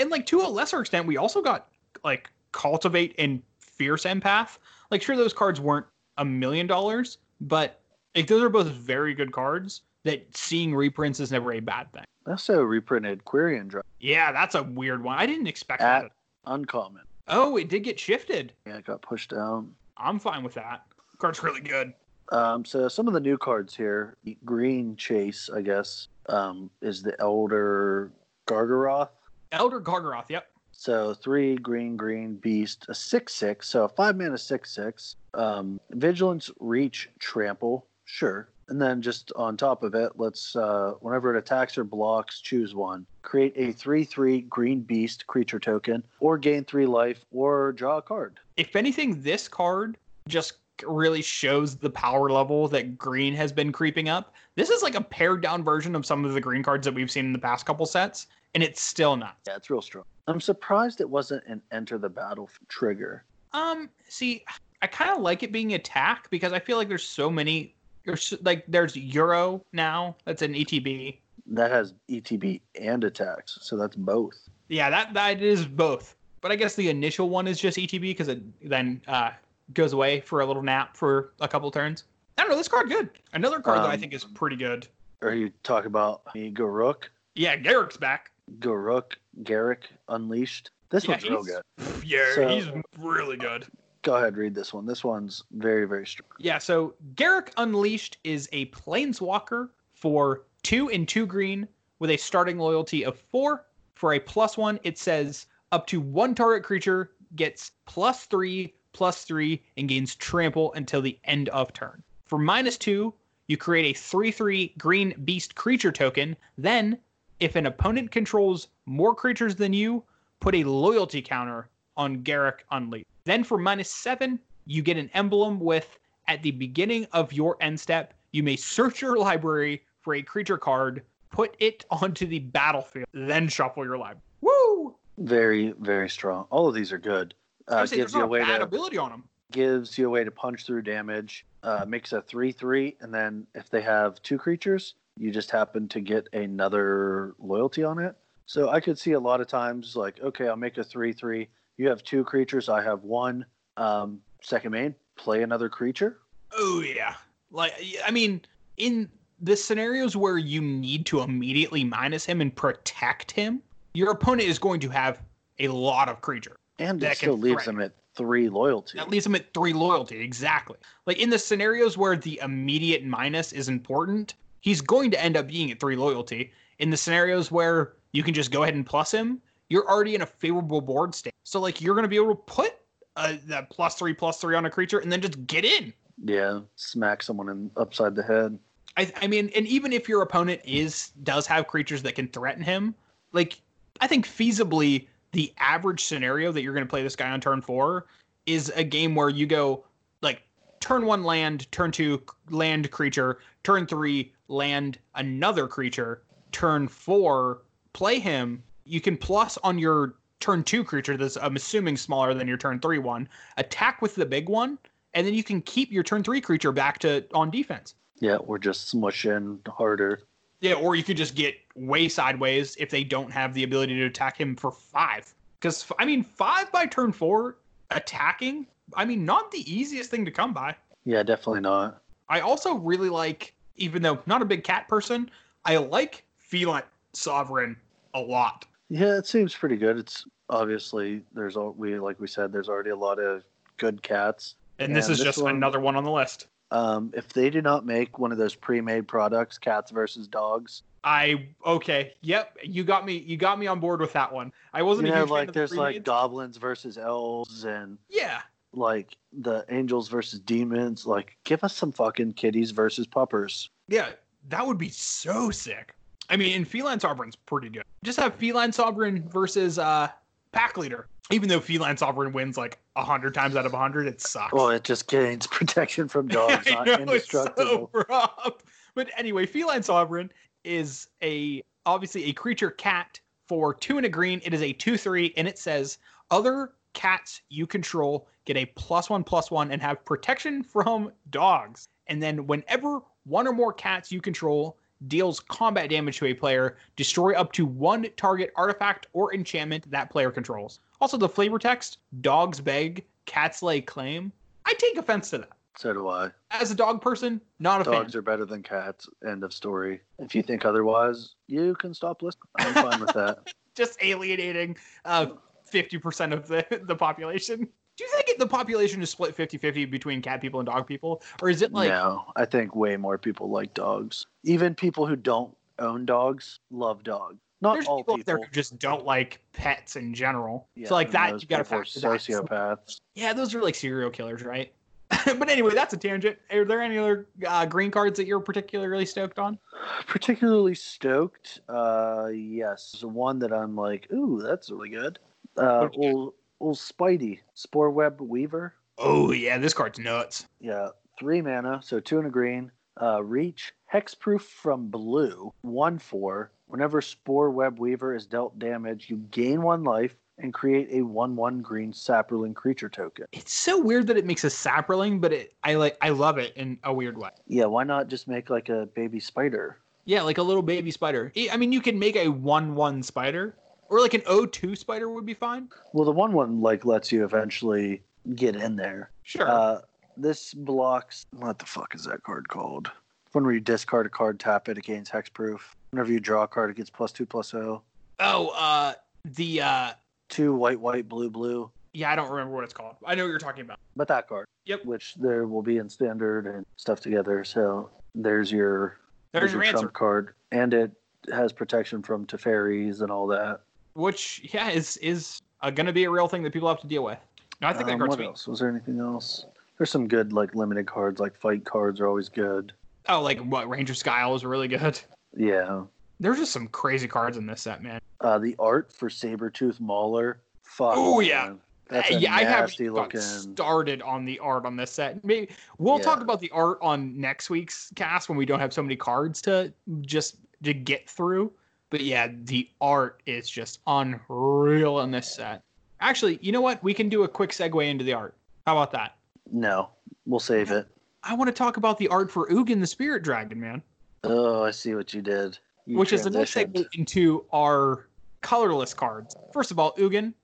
Speaker 3: and like to a lesser extent, we also got like cultivate and fierce empath. Like sure, those cards weren't a million dollars, but like those are both very good cards. That seeing reprints is never a bad thing.
Speaker 4: I also reprinted Quirion Drive.
Speaker 3: Yeah, that's a weird one. I didn't expect
Speaker 4: At-
Speaker 3: that.
Speaker 4: Uncommon.
Speaker 3: Oh, it did get shifted.
Speaker 4: Yeah, it got pushed down.
Speaker 3: I'm fine with that. Card's really good.
Speaker 4: Um, so some of the new cards here, Green Chase, I guess, um, is the Elder Gargaroth.
Speaker 3: Elder Gargaroth. Yep.
Speaker 4: So three green, green beast, a six six. So a five mana six six. Um, vigilance, reach, trample. Sure. And then just on top of it, let's uh, whenever it attacks or blocks, choose one. Create a three three green beast creature token, or gain three life, or draw a card.
Speaker 3: If anything, this card just really shows the power level that green has been creeping up. This is like a pared down version of some of the green cards that we've seen in the past couple sets, and it's still not.
Speaker 4: Yeah, it's real strong. I'm surprised it wasn't an enter the battle trigger.
Speaker 3: Um, see, I kind of like it being attack because I feel like there's so many. There's like there's Euro now. That's an E ETB.
Speaker 4: That has ETB and attacks, so that's both.
Speaker 3: Yeah, that that is both. But I guess the initial one is just E ETB because it then uh, goes away for a little nap for a couple turns. I don't know. This card good. Another card that I
Speaker 4: Um,
Speaker 3: think is pretty good.
Speaker 4: Or you talk about Garuk,
Speaker 3: Yeah, Garrick's back.
Speaker 4: Garuk, Garrick Unleashed. This
Speaker 3: Yeah,
Speaker 4: one's real
Speaker 3: he's-
Speaker 4: good.
Speaker 3: Yeah,
Speaker 4: So-
Speaker 3: he's really good.
Speaker 4: Go ahead, read this one. This one's very, very strong.
Speaker 3: Yeah, so Garrick Unleashed is a planeswalker for two and two green with a starting loyalty of four. For a plus one, it says up to one target creature gets plus three, plus three, and gains trample until the end of turn. For minus two, you create a 3 3 green beast creature token. Then, if an opponent controls more creatures than you, put a loyalty counter on Garrick Unleashed. Then, for minus seven, you get an emblem with at the beginning of your end step, you may search your library for a creature card, put it onto the battlefield, then shuffle your library. Woo!
Speaker 4: Very, very strong. All of these are good.
Speaker 3: I
Speaker 4: Uh,
Speaker 3: would say there's
Speaker 4: gives you
Speaker 3: not
Speaker 4: a
Speaker 3: a
Speaker 4: way
Speaker 3: bad
Speaker 4: to
Speaker 3: ability on him.
Speaker 4: gives you a way to punch through damage. Uh, makes a three three, and then if they have two creatures, you just happen to get another loyalty on it. So I could see a lot of times like, okay, I'll make a three three. You have two creatures, I have one. Um, second main, play another creature.
Speaker 3: Oh yeah. Like I mean, in the scenarios where you need to immediately minus him and protect him, your opponent is going to have a lot of creature.
Speaker 4: And
Speaker 3: That
Speaker 4: it
Speaker 3: can
Speaker 4: still leaves
Speaker 3: threaten.
Speaker 4: them at three loyalty.
Speaker 3: That leaves him at three loyalty, exactly. Like in the scenarios where the immediate minus is important, he's going to end up being at three loyalty. In the scenarios where you can just go ahead and plus him, you're already in a favorable board state. So like you're going to be able to put uh, that plus three plus three on a creature and then just get in.
Speaker 4: Yeah, smack someone in upside the head.
Speaker 3: I, I mean, and even if your opponent is does have creatures that can threaten him, like I think feasibly the average scenario that you're going to play this guy on turn four is a game where you go like turn one land, turn two land creature, turn three land another creature, turn four play him. You can plus on your turn two creature that's I'm assuming smaller than your turn three one. Attack with the big one, and then you can keep your turn three creature back to on defense.
Speaker 4: Yeah, or just smush in harder.
Speaker 3: Yeah, or you could just get way sideways if they don't have the ability to attack him for five. Because, I mean, five by turn four attacking, I mean, not the easiest thing to come by.
Speaker 4: Yeah, definitely not.
Speaker 3: I also really like, even though not a big cat person, I like Feline Sovereign a lot.
Speaker 4: Yeah, it seems pretty good. It's obviously there's all we like we said there's already a lot of good cats.
Speaker 3: And this
Speaker 4: Yeah,
Speaker 3: is
Speaker 4: this
Speaker 3: just
Speaker 4: one-
Speaker 3: another one on the list.
Speaker 4: Um, if they do not make one of those pre-made products, cats versus dogs,
Speaker 3: I okay. Yep, you got me. You got me on board with that one. I
Speaker 4: you
Speaker 3: wasn't a
Speaker 4: know,
Speaker 3: huge fan
Speaker 4: like
Speaker 3: of the
Speaker 4: there's like
Speaker 3: pre-mades.
Speaker 4: goblins versus elves and
Speaker 3: yeah,
Speaker 4: like the angels versus demons. Like, give us some fucking kitties versus puppers.
Speaker 3: yeah. That would be so sick. I mean, and Feline Sovereign's pretty good. Just have Feline Sovereign versus uh Pack Leader. Even though Feline Sovereign wins like hundred times out of hundred, it sucks.
Speaker 4: Well, it just gains [LAUGHS] protection from
Speaker 3: [LAUGHS]
Speaker 4: dogs,
Speaker 3: I
Speaker 4: not
Speaker 3: know, it's so
Speaker 4: indestructible.
Speaker 3: rough. But anyway, feline sovereign is a obviously a creature cat for two and a green. It is a two three, and it says other cats you control get a plus one plus one and have protection from dogs. And then whenever one or more cats you control deals combat damage to a player, destroy up to one target artifact or enchantment that player controls. Also, the flavor text: dogs beg, cats lay claim. I take offense to that
Speaker 4: So do I.
Speaker 3: as a dog person, [LAUGHS] not a
Speaker 4: Dogs
Speaker 3: fan.
Speaker 4: are better than cats. End of story. If you think otherwise, you can stop listening. I'm fine with that.
Speaker 3: Just alienating uh, 50% of the, [LAUGHS] the population. Do you think the population is split 50 50 between cat people and dog people? Or is it [LAUGHS] like,
Speaker 4: no, I think way more people like dogs. Even people who don't own dogs love dogs. Not
Speaker 3: there's
Speaker 4: all
Speaker 3: people
Speaker 4: people.
Speaker 3: out there who just don't like pets in general?
Speaker 4: Yeah,
Speaker 3: so, like,
Speaker 4: and
Speaker 3: that,
Speaker 4: those
Speaker 3: you got to
Speaker 4: people are
Speaker 3: factor that. So-
Speaker 4: sociopaths.
Speaker 3: yeah, those are like serial killers, right? [LAUGHS] but anyway, that's a tangent. Are there any other uh, green cards that you're particularly stoked on?
Speaker 4: Particularly stoked. Uh, yes, the one that I'm like, ooh, that's really good. Uh,
Speaker 3: What-
Speaker 4: old, old Spidey, Spore Web Weaver.
Speaker 3: Oh, yeah, this card's nuts.
Speaker 4: Yeah, three mana, so two and a green. Uh, reach, hexproof from blue, one four. Whenever Spore Web Weaver is dealt damage, you gain one life and create a one one green sapperling creature token.
Speaker 3: It's so weird that it makes a sapperling, but it, I like I love it in a weird way.
Speaker 4: Yeah, why not just make like a baby spider?
Speaker 3: Yeah, like a little baby spider. I I mean, you can make a one-one spider, or like an O2 spider would be fine.
Speaker 4: Well, the one one like lets you eventually get in there.
Speaker 3: Sure.
Speaker 4: Uh, this blocks. What the fuck is that card called? Whenever you discard a card, tap it, it gains hexproof. Whenever you draw a card, it gets plus two plus oh.
Speaker 3: oh, uh, the uh,
Speaker 4: Two white, white, blue, blue.
Speaker 3: yeah, I don't remember what it's called. I know what you're talking about.
Speaker 4: But that card.
Speaker 3: Yep.
Speaker 4: Which there will be in standard and stuff together. So there's your
Speaker 3: There's your answer.
Speaker 4: trump card, and it has protection from Teferis and all that.
Speaker 3: Which yeah is is uh, gonna be a real thing that people have to deal with. No, I think that
Speaker 4: Um,
Speaker 3: card's
Speaker 4: what
Speaker 3: sweet.
Speaker 4: else? Was there anything else? There's some good like limited cards, like fight cards are always good.
Speaker 3: Oh, like what Ranger Skyle is really good.
Speaker 4: Yeah.
Speaker 3: There's just some crazy cards in this set, man.
Speaker 4: Uh, the art for Sabretooth Mauler. Fuck.
Speaker 3: Oh, yeah.
Speaker 4: man. That's a
Speaker 3: yeah, I haven't
Speaker 4: nasty
Speaker 3: even got
Speaker 4: looking.
Speaker 3: started on the art on this set. Maybe we'll
Speaker 4: Yeah.
Speaker 3: talk about the art on next week's cast when we don't have so many cards to just to get through. But yeah, the art is just unreal in this set. Actually, you know what? We can do a quick segue into the art. How about that?
Speaker 4: No, we'll save it.
Speaker 3: I want to talk about the art for Ugin the Spirit Dragon, man,
Speaker 4: Oh, I see what you did. You
Speaker 3: which is the next
Speaker 4: transitioned.
Speaker 3: segue into our colorless cards. First of all, Ugin,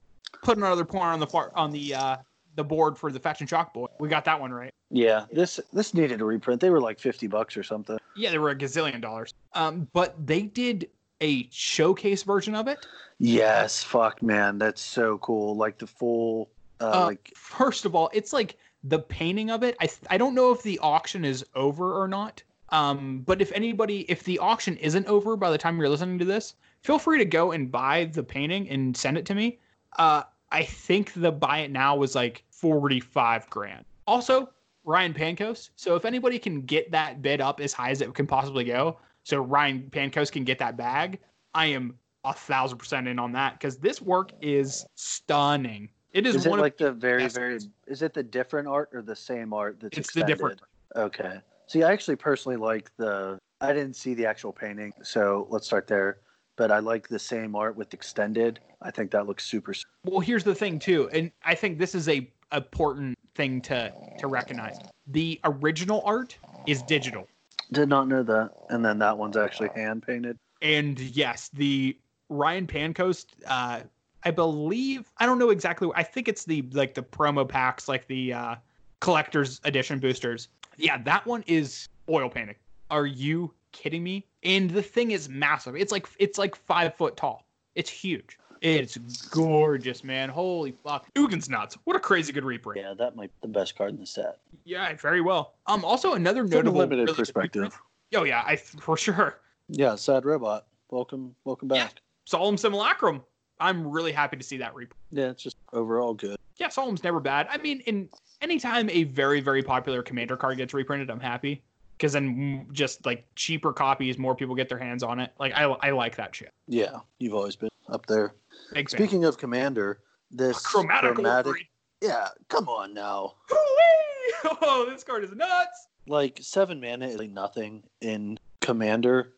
Speaker 3: put another point on the far, on the uh, the board for the Faction Shock Boy. We got that one right.
Speaker 4: Yeah, this this needed a reprint. They were like fifty bucks or something.
Speaker 3: Yeah, they were a gazillion dollars. Um, but they did a showcase version of it.
Speaker 4: Yes, fuck, man, that's so cool. Like the full, uh,
Speaker 3: Uh,
Speaker 4: like
Speaker 3: First of all, it's like the painting of it. I th- I don't know if the auction is over or not. Um, but if anybody, if the auction isn't over by the time you're listening to this, feel free to go and buy the painting and send it to me. Uh, I think the buy it now was like forty five grand. Also, Ryan Pankos. So if anybody can get that bid up as high as it can possibly go, so Ryan Pankos can get that bag, I am a thousand percent in on that because this work is stunning. It is,
Speaker 4: is it
Speaker 3: one of
Speaker 4: like the very,
Speaker 3: best
Speaker 4: very?
Speaker 3: ones.
Speaker 4: Is it the different art or the same art that's
Speaker 3: It's the different
Speaker 4: extended? Okay. See, I actually personally like the. I didn't see the actual painting, so let's start there. But I like the same art with extended. I think that looks super. s-
Speaker 3: Well, here's the thing too, and I think this is a important thing to to recognize. The original art is digital,
Speaker 4: Did not know that. And then that one's actually hand painted.
Speaker 3: and yes, the Ryan Pancoast, uh, I believe, I don't know exactly. I think it's the like the promo packs, like the uh, collector's edition boosters. Yeah, that one is oil painting. Are you kidding me? And the thing is massive. It's like it's like five foot tall. It's huge. It's gorgeous, man. Holy fuck. Ugin's nuts. What a crazy good reprint.
Speaker 4: Yeah, that might be the best card in the set.
Speaker 3: Yeah, very well. Um, also another
Speaker 4: From a
Speaker 3: notable
Speaker 4: limited
Speaker 3: really good
Speaker 4: perspective.
Speaker 3: reprint- Oh yeah, I for sure.
Speaker 4: Yeah, sad robot. Welcome, welcome
Speaker 3: Yeah.
Speaker 4: back.
Speaker 3: Solemn Simulacrum. I'm really happy to see that reprint.
Speaker 4: Yeah, it's just overall good.
Speaker 3: Yeah, Solemn's never bad. I mean, in anytime a very very popular commander card gets reprinted, I'm happy because then mm, just like cheaper copies, more people get their hands on it. Like I I like that shit.
Speaker 4: Yeah, you've always been up there.
Speaker 3: Big fan.
Speaker 4: Speaking of Commander, this
Speaker 3: chromatic, Wolverine.
Speaker 4: yeah, come on now.
Speaker 3: Hoo-wee! [LAUGHS] Oh, this card is nuts.
Speaker 4: Like seven mana is like nothing in Commander,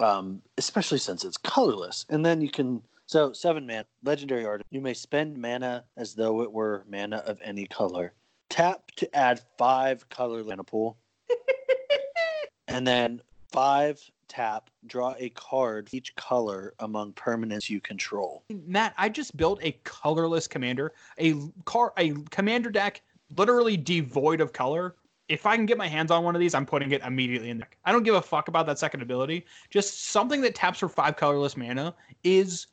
Speaker 4: um, especially since it's colorless. And then you can so seven mana legendary art. You may spend mana as though it were mana of any color. Tap to add five color mana pool, and then five tap draw a card each color among permanents you control.
Speaker 3: Matt, I just built a colorless commander, a car, a commander deck literally devoid of color. If I can get my hands on one of these, I'm putting it immediately in there. I don't give a fuck about that second ability. Just something that taps for five colorless mana is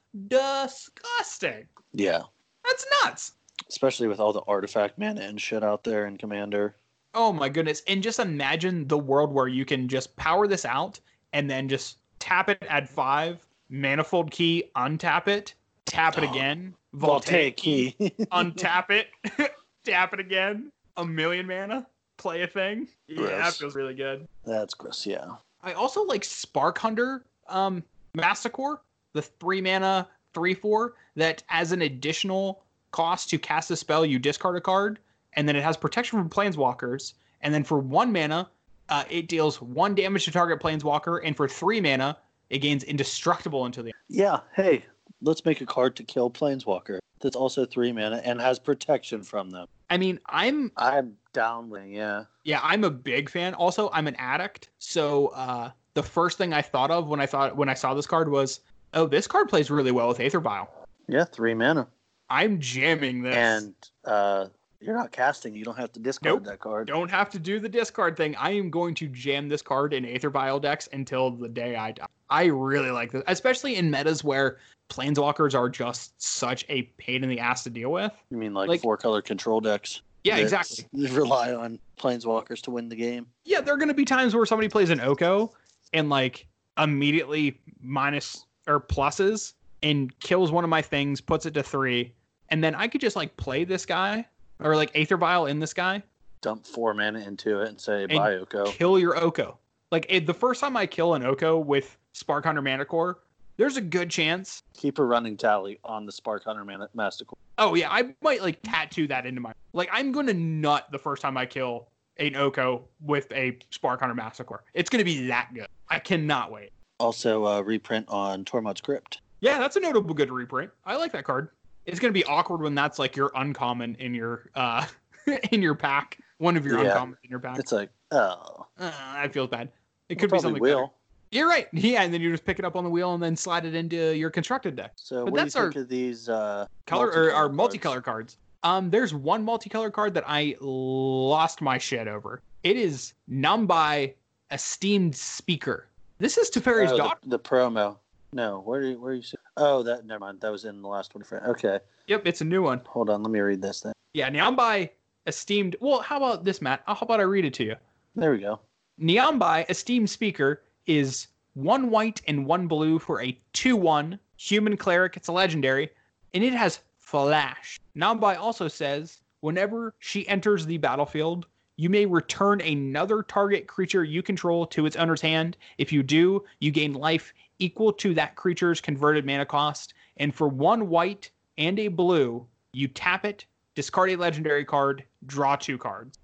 Speaker 3: disgusting.
Speaker 4: Yeah,
Speaker 3: That's nuts.
Speaker 4: especially with all the artifact mana and shit out there in Commander.
Speaker 3: Oh my goodness. And just imagine the world where you can just power this out and then just tap it, add five, manifold key, untap it, tap it again, voltaic key, untap it, [LAUGHS] tap it again, a million mana, play a thing. Yeah, that
Speaker 4: Gross.
Speaker 3: feels really good.
Speaker 4: [LAUGHS] That's gross. Yeah.
Speaker 3: I also like Spark Hunter um, Massacre, the three mana, three, four, that as an additional cost to cast a spell, you discard a card, and then it has protection from planeswalkers. And then for one mana, uh, it deals one damage to target planeswalker, and for three mana, it gains indestructible until the end.
Speaker 4: Yeah. Hey, let's make a card to kill Planeswalker. That's also three mana and has protection from them.
Speaker 3: I mean, I'm
Speaker 4: I'm down with yeah.
Speaker 3: Yeah, I'm a big fan. Also, I'm an addict. So uh, the first thing I thought of when I thought when I saw this card was, oh, this card plays really well with Aether Vial.
Speaker 4: Yeah, three mana.
Speaker 3: I'm jamming this.
Speaker 4: And uh, you're not casting. You don't have to discard
Speaker 3: Nope.
Speaker 4: that card.
Speaker 3: don't have to do the discard thing. I am going to jam this card in Aether Vial decks until the day I die. I really like this, especially in metas where planeswalkers are just such a pain in the ass to deal with.
Speaker 4: You mean like,
Speaker 3: Like-
Speaker 4: four color control decks?
Speaker 3: Yeah,
Speaker 4: that
Speaker 3: exactly.
Speaker 4: [LAUGHS] Rely on Planeswalkers to win the game.
Speaker 3: yeah, there are going to be times where somebody plays an Oko and like immediately minus or pluses and kills one of my things, puts it to three, and then I could just like play this guy or like Aether Vial in this guy,
Speaker 4: Dump four mana into it and say
Speaker 3: And
Speaker 4: bye, Oko.
Speaker 3: kill your Oko. Like it, the first time I kill an Oko with Spark Hunter Manticore, there's a good chance.
Speaker 4: Keep a running tally on the Spark Hunter mana- Masticore.
Speaker 3: Oh yeah, I might like tattoo that into my like I'm gonna nut the first time I kill an Oko with a Spark Hunter Massacre. It's gonna be that good. I cannot wait.
Speaker 4: Also, uh, reprint on Tormod's Crypt.
Speaker 3: Yeah, that's a notable good reprint. I like that card. It's gonna be awkward when that's like your uncommon in your uh [LAUGHS] in your pack. One of your
Speaker 4: Yeah.
Speaker 3: uncommons in your pack.
Speaker 4: It's like, oh,
Speaker 3: Uh, that feels bad. It could be
Speaker 4: probably
Speaker 3: something.
Speaker 4: will.
Speaker 3: better. You're right. [LAUGHS] Yeah, and then you just pick it up on the wheel and then slide it into your constructed deck.
Speaker 4: So
Speaker 3: But
Speaker 4: what do you
Speaker 3: that's our-
Speaker 4: think of these uh,
Speaker 3: Color or our
Speaker 4: cards?
Speaker 3: multicolor cards. Um, there's one multicolor card that I lost my shit over. It is Numbai Esteemed Speaker. This is Teferi's
Speaker 4: Oh, the-
Speaker 3: daughter.
Speaker 4: The, promo. No, where do you, where you see? Oh, that never mind. That was in the last one. For, okay,
Speaker 3: Yep, it's a new one.
Speaker 4: hold on. Let me read this then.
Speaker 3: Yeah, Nambai Esteemed. Well, how about this, Matt? How about I read it to you?
Speaker 4: There we go.
Speaker 3: Niambai, esteemed speaker, is one white and one blue for a 2 1 human cleric. It's a legendary, and it has flash. Niambai also says whenever she enters the battlefield, you may return another target creature you control to its owner's hand. If you do, you gain life equal to that creature's converted mana cost. And for one white and a blue, you tap it, discard a legendary card, draw two cards.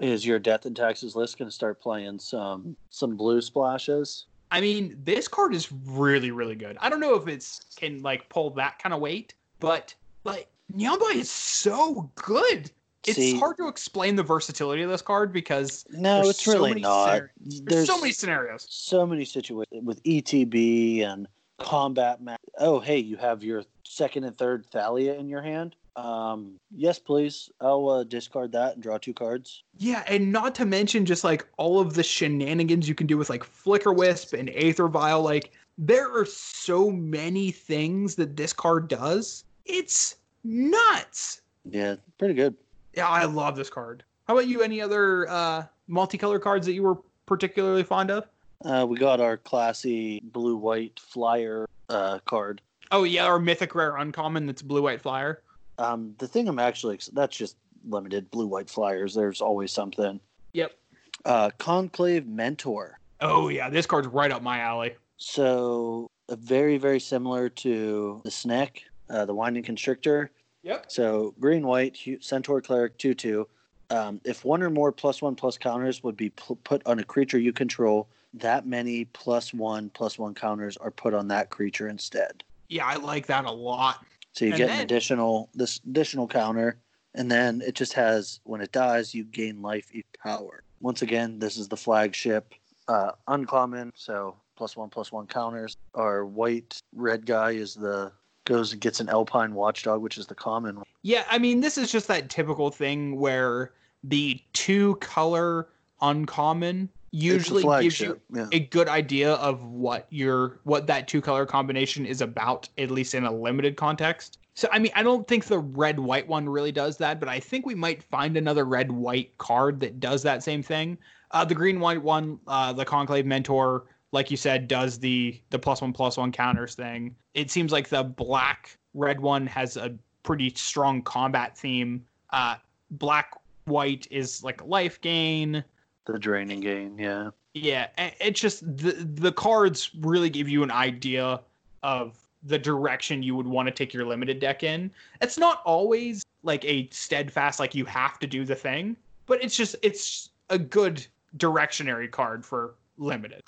Speaker 4: Is your death and taxes list going to start playing some some blue splashes?
Speaker 3: I mean, this card is really, really good. I don't know if it's can like pull that kind of weight, but like Nyamba is so good. It's
Speaker 4: See-
Speaker 3: hard to explain the versatility of this card because
Speaker 4: No,
Speaker 3: There's
Speaker 4: it's
Speaker 3: so
Speaker 4: really
Speaker 3: many
Speaker 4: not.
Speaker 3: scenar- there's, so many scenarios.
Speaker 4: so many situations with ETB and combat. Ma- oh, hey, you have your second and third Thalia in your hand. Um, yes, please. I'll uh, discard that and draw two cards.
Speaker 3: Yeah, and not to mention just like all of the shenanigans you can do with like Flicker Wisp and Aether Vial. Like there are so many things that this card does. It's nuts.
Speaker 4: Yeah, pretty good.
Speaker 3: Yeah, I love this card. How about you? Any other uh, multicolor cards that you were particularly fond of?
Speaker 4: Uh, we got our classy blue white flyer uh, card.
Speaker 3: Oh yeah, our mythic rare uncommon that's blue white flyer.
Speaker 4: Um, the thing I'm actually ex- that's just limited blue white flyers. There's always something.
Speaker 3: Yep.
Speaker 4: Uh, Conclave Mentor.
Speaker 3: Oh yeah, this card's right up my alley.
Speaker 4: So uh, very very similar to the Snek, uh, the Winding Constrictor.
Speaker 3: Yep.
Speaker 4: So green white hu- Centaur Cleric two two. Um, if one or more plus one plus counters would be pl- put on a creature you control, that many plus one plus one counters are put on that creature instead.
Speaker 3: Yeah, I like that a lot.
Speaker 4: So you
Speaker 3: And
Speaker 4: get
Speaker 3: then-
Speaker 4: an additional this additional counter, and then it just has when it dies, you gain life each power. Once again, this is the flagship uh, uncommon. So plus one plus one counters. Our white red guy is the goes and gets an Alpine Watchdog, which is the common. one.
Speaker 3: Yeah, I mean this is just that typical thing where the two color uncommon
Speaker 4: It's the
Speaker 3: usually gives you
Speaker 4: flagship, yeah.
Speaker 3: a good idea of what your what that two color combination is about at least in a limited context so i mean i don't think the red white one really does that but i think we might find another red white card that does that same thing uh, the green white one uh, the conclave mentor like you said does the the plus one plus one counters thing it seems like the black red one has a pretty strong combat theme uh, black white is like life gain
Speaker 4: the draining gain. Yeah,
Speaker 3: yeah, a- it's just the the cards really give you an idea of the direction you would want to take your limited deck in. It's not always like a steadfast like you have to do the thing, but it's just it's a good directionary card for limited.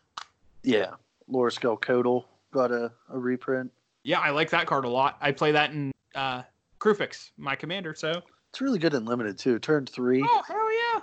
Speaker 4: yeah. Loreskull Codal got a, a reprint.
Speaker 3: Yeah, I like that card a lot. I play that in uh Crufix, my commander, so
Speaker 4: It's really good in limited too. Turn three.
Speaker 3: Oh hell yeah!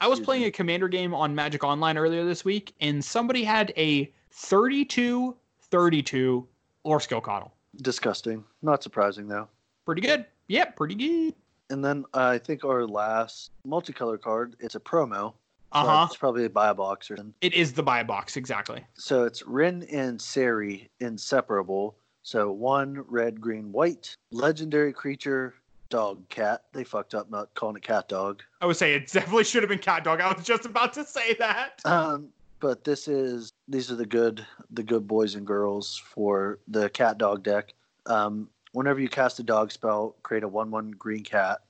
Speaker 3: I was
Speaker 4: Excuse
Speaker 3: playing
Speaker 4: me.
Speaker 3: a commander game on Magic Online earlier this week, and somebody had a 32 32 or skill coddle.
Speaker 4: Disgusting. Not surprising though.
Speaker 3: Pretty good. Yeah, pretty good.
Speaker 4: And then uh, I think our last multicolor card, it's a promo. but
Speaker 3: Uh huh.
Speaker 4: It's probably a buy a box or something.
Speaker 3: It is the buy box exactly.
Speaker 4: So it's Rin and Sari, inseparable. So one red, green, white, legendary creature, dog, cat. They fucked up not calling it cat dog.
Speaker 3: I would say it [LAUGHS] definitely should have been cat dog. I was just about to say that.
Speaker 4: Um, but this is these are the good the good boys and girls for the cat dog deck. Um, whenever you cast a dog spell, create a one one green cat.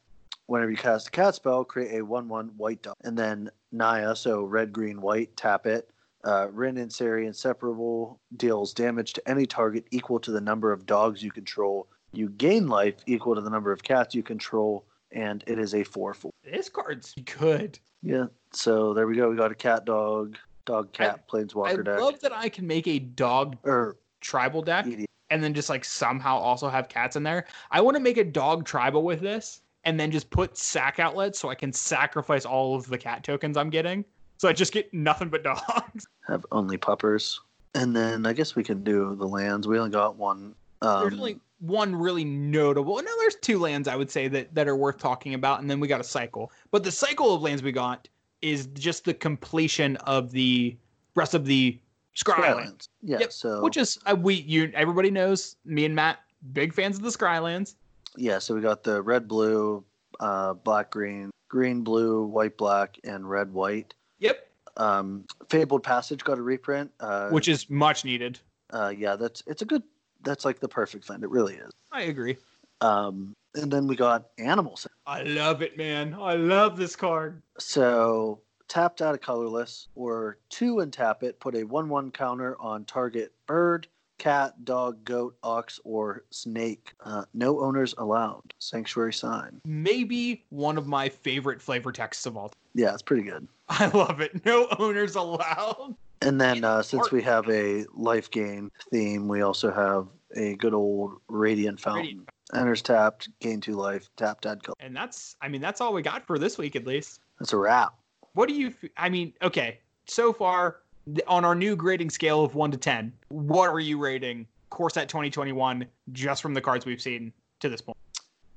Speaker 4: Whenever you cast a cat spell, create a one one white dog. And then Naya, so red green white, tap it. Uh, Rin and Sari inseparable deals damage to any target equal to the number of dogs you control. You gain life equal to the number of cats you control, and it is a four four.
Speaker 3: This card's good.
Speaker 4: Yeah. So there we go. We got a cat dog, dog cat,
Speaker 3: I
Speaker 4: planeswalker deck.
Speaker 3: love that I can make a dog
Speaker 4: or
Speaker 3: tribal deck
Speaker 4: Idiot.
Speaker 3: and then just like somehow also have cats in there. I want to make a dog tribal with this and then just put sack outlets so I can sacrifice all of the cat tokens I'm getting. So I just get nothing but dogs. [LAUGHS]
Speaker 4: have only puppers. And then I guess we can do the lands. We only got one.
Speaker 3: there's
Speaker 4: Um,
Speaker 3: only one really notable. No, there's two lands I would say that that are worth talking about, and then we got a cycle. But the cycle of lands we got is just the completion of the rest of the Scry
Speaker 4: Sky
Speaker 3: land,
Speaker 4: lands. Yeah.
Speaker 3: Yep,
Speaker 4: So
Speaker 3: which is uh, we you everybody knows me and Matt big fans of the Scry lands.
Speaker 4: yeah. So we got the red, blue, uh, black, green, green, blue, white, black, and red, white.
Speaker 3: Yep,
Speaker 4: Um, Fabled Passage got a reprint. Uh,
Speaker 3: which is much needed.
Speaker 4: uh, yeah, that's it's a good. That's like the perfect land. It really is.
Speaker 3: I agree.
Speaker 4: Um, and then we got Animal Sa-
Speaker 3: I love it, man. I love this card.
Speaker 4: So tapped out of colorless or two and tap it, put a one one counter on target bird, cat, dog, goat, ox, or snake. Uh, no owners allowed. Sanctuary sign.
Speaker 3: Maybe one of my favorite flavor texts of all. time. [LAUGHS]
Speaker 4: Yeah, it's pretty good.
Speaker 3: I love it. No owners allowed.
Speaker 4: And then uh, since we have a life gain theme, we also have a good old radiant fountain.
Speaker 3: Radiant
Speaker 4: Enters tapped, gain two life, tapped, add color.
Speaker 3: And that's, I mean, that's all we got for this week at least.
Speaker 4: That's a wrap.
Speaker 3: What do you, f- I mean, okay, so far th- on our new grading scale of 1 to 10, what are you rating Corset 2021 just from the cards we've seen to this point?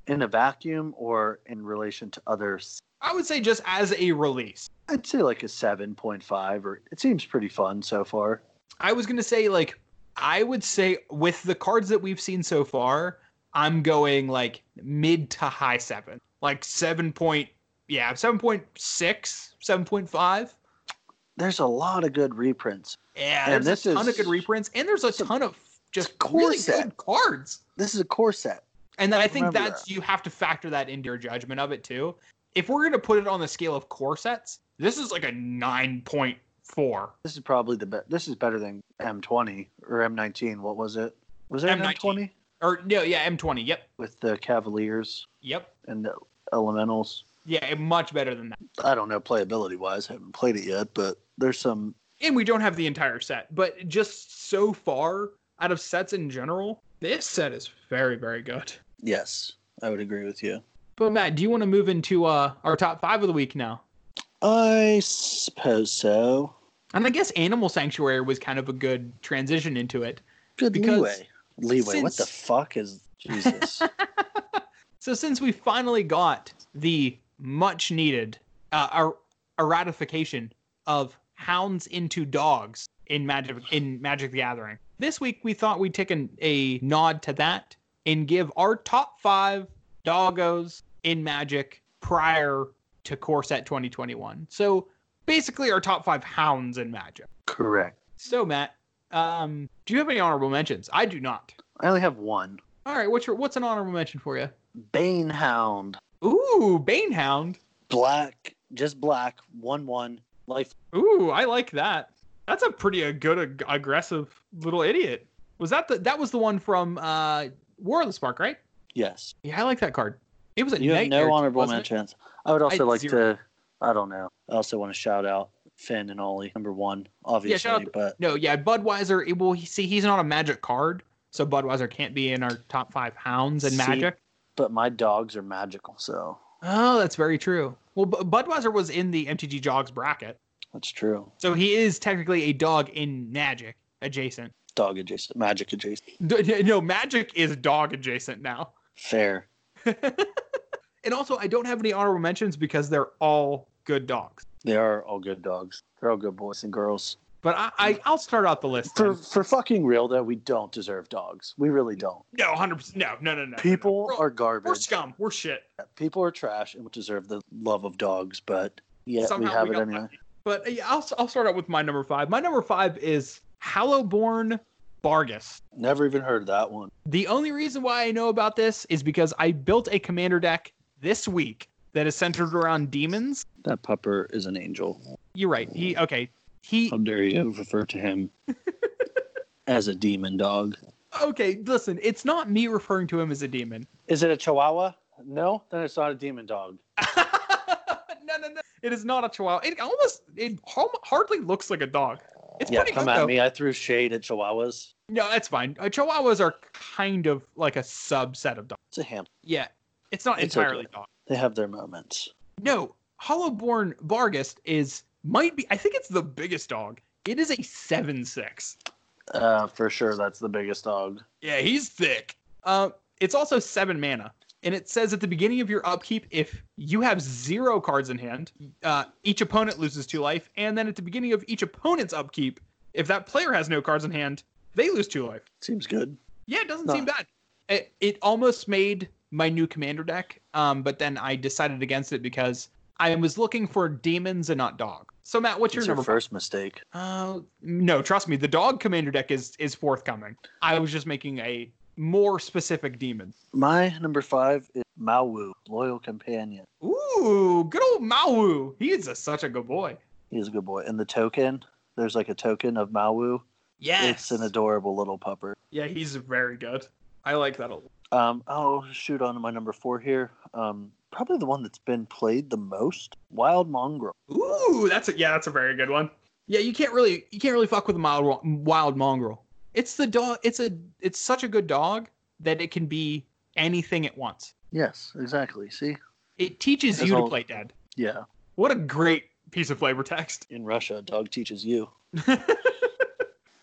Speaker 4: In a vacuum or in relation to others,
Speaker 3: I would say just as a release.
Speaker 4: I'd say like a 7.5 or it seems pretty fun so far.
Speaker 3: I was going to say, like, I would say with the cards that we've seen so far, I'm going like mid to high seven, like seven point, yeah, 7.6, 7.5.
Speaker 4: There's a lot of good reprints.
Speaker 3: Yeah,
Speaker 4: And
Speaker 3: there's
Speaker 4: this
Speaker 3: a ton
Speaker 4: is-
Speaker 3: of good reprints, and there's a ton of just
Speaker 4: it's a core
Speaker 3: really good
Speaker 4: set.
Speaker 3: cards.
Speaker 4: This is a core set.
Speaker 3: And I think
Speaker 4: remember
Speaker 3: that's you have to factor that into your judgment of it too. If we're gonna put it on the scale of core sets, this is like a nine point four.
Speaker 4: This is probably the best. This is better than M20 or M19. What was it? Was it
Speaker 3: M19.
Speaker 4: M20
Speaker 3: Or no, yeah, M twenty. Yep,
Speaker 4: with the Cavaliers
Speaker 3: yep,
Speaker 4: and the Elementals?
Speaker 3: yeah, and much better than that.
Speaker 4: I don't know playability wise. Haven't played it yet, but there's some.
Speaker 3: And we don't have the entire set, but just so far out of sets in general, this set is very very good.
Speaker 4: Yes, I would agree with you.
Speaker 3: But Matt, do you want to move into uh, our top five of the week now?
Speaker 4: I suppose so.
Speaker 3: And I guess Animal Sanctuary was kind of a good transition into it.
Speaker 4: Good
Speaker 3: Because
Speaker 4: leeway. Leeway. what the
Speaker 3: since- [LAUGHS]
Speaker 4: fuck is Jesus?
Speaker 3: So since we finally got the much needed uh, er- a ratification of hounds into dogs in Magic in Magic the Gathering, this week we thought we'd take an, a nod to that and give our top five doggos in Magic prior to Core Set 2021. So basically, our top five hounds in Magic.
Speaker 4: Correct.
Speaker 3: So Matt, um, do you have any honorable mentions? I do not.
Speaker 4: I only have one.
Speaker 3: All right, what's your what's an honorable mention for you?
Speaker 4: Banehound.
Speaker 3: Ooh, Banehound.
Speaker 4: Black. Just black. One one. Life.
Speaker 3: Ooh, I like that. That's a pretty a good ag- aggressive little idiot. Was that the that was the one from uh War of the Spark, right?
Speaker 4: Yes.
Speaker 3: Yeah, I like that card. It was a
Speaker 4: You have
Speaker 3: nightmare,
Speaker 4: no honorable
Speaker 3: wasn't it?
Speaker 4: mentions. I would also
Speaker 3: I-
Speaker 4: like
Speaker 3: zero.
Speaker 4: to I don't know. I also want to shout out Finn and Ollie, number one, obviously.
Speaker 3: shout out-
Speaker 4: but
Speaker 3: No, yeah, Budweiser. It, well, he- see, he's not a Magic card, so Budweiser can't be in our top five hounds in
Speaker 4: See?
Speaker 3: Magic.
Speaker 4: but my dogs are magical, so
Speaker 3: Oh, that's very true. Well, Bu- Budweiser was in the MTG Jogs bracket,
Speaker 4: that's true.
Speaker 3: so he is technically a dog in Magic adjacent.
Speaker 4: Dog adjacent magic adjacent.
Speaker 3: D- no, Magic is dog adjacent now.
Speaker 4: Fair.
Speaker 3: And also, I don't have any honorable mentions because they're all good dogs.
Speaker 4: They are all good dogs. They're all good boys and girls.
Speaker 3: But I, I I'll start out the list.
Speaker 4: For
Speaker 3: then.
Speaker 4: for fucking real though, we don't deserve dogs. We really don't.
Speaker 3: no, hundred percent. No, no, no, no. no, no.
Speaker 4: People
Speaker 3: We're-
Speaker 4: are
Speaker 3: we're
Speaker 4: garbage.
Speaker 3: scum. We're shit.
Speaker 4: People are trash and deserve the love of dogs, but yeah, we
Speaker 3: Somehow
Speaker 4: have
Speaker 3: we
Speaker 4: it
Speaker 3: got
Speaker 4: anyway.
Speaker 3: But uh, yeah, I'll I'll start out with my number five. My number five is Hallowborn Bargus.
Speaker 4: Never even heard of that one.
Speaker 3: The only reason why I know about this is because I built a commander deck this week that is centered around demons.
Speaker 4: That pupper is an angel.
Speaker 3: You're right. He okay. He
Speaker 4: [LAUGHS] How dare you refer to him [LAUGHS] as a demon dog?
Speaker 3: okay. Listen, it's not me referring to him as a demon.
Speaker 4: Is it a chihuahua? No, then it's not a demon dog.
Speaker 3: [LAUGHS] no, no, no. It is not a chihuahua. It almost, it hom- hardly looks like a dog. It's
Speaker 4: yeah,
Speaker 3: pretty
Speaker 4: come
Speaker 3: good,
Speaker 4: at
Speaker 3: though.
Speaker 4: me. I threw shade at chihuahuas.
Speaker 3: No, that's fine. Uh, chihuahuas are kind of like a subset of dogs.
Speaker 4: It's a ham.
Speaker 3: Yeah, it's not
Speaker 4: It's
Speaker 3: entirely
Speaker 4: okay.
Speaker 3: dog.
Speaker 4: They have their moments.
Speaker 3: No, Hollowborn Bargast is might be. I think it's the biggest dog. It is a seven six.
Speaker 4: Uh, for sure, that's the biggest dog.
Speaker 3: Yeah, he's thick. Uh, it's also seven mana, and it says at the beginning of your upkeep, if you have zero cards in hand, uh, each opponent loses two life, and then at the beginning of each opponent's upkeep, if that player has no cards in hand, they lose two life.
Speaker 4: Seems good.
Speaker 3: Yeah, it doesn't
Speaker 4: Huh.
Speaker 3: seem bad. It, it almost made my new commander deck, um, but then I decided against it because I was looking for demons and not dog. So Matt, what's
Speaker 4: It's
Speaker 3: your
Speaker 4: your,
Speaker 3: number?
Speaker 4: first mistake.
Speaker 3: Uh, no, trust me, the dog commander deck is is forthcoming. I was just making a more specific demon.
Speaker 4: My number five is Mawu, loyal companion.
Speaker 3: Ooh, good old Mawu. He is a, such a good boy.
Speaker 4: He's a good boy. And the token, there's like a token of Mawu. It's an adorable little pupper.
Speaker 3: yeah, he's very good. I like that a lot.
Speaker 4: Um, I'll shoot on to my number four here. Um, probably the one that's been played the most, Wild Mongrel.
Speaker 3: Ooh, that's a yeah, that's a very good one. Yeah, you can't really you can't really fuck with a mild, wild mongrel. It's the dog. It's a it's such a good dog that it can be anything it wants.
Speaker 4: Yes, exactly. See,
Speaker 3: It teaches
Speaker 4: That's
Speaker 3: you to
Speaker 4: all-
Speaker 3: play dead.
Speaker 4: yeah,
Speaker 3: What a great piece of flavor text.
Speaker 4: in Russia, a dog teaches you.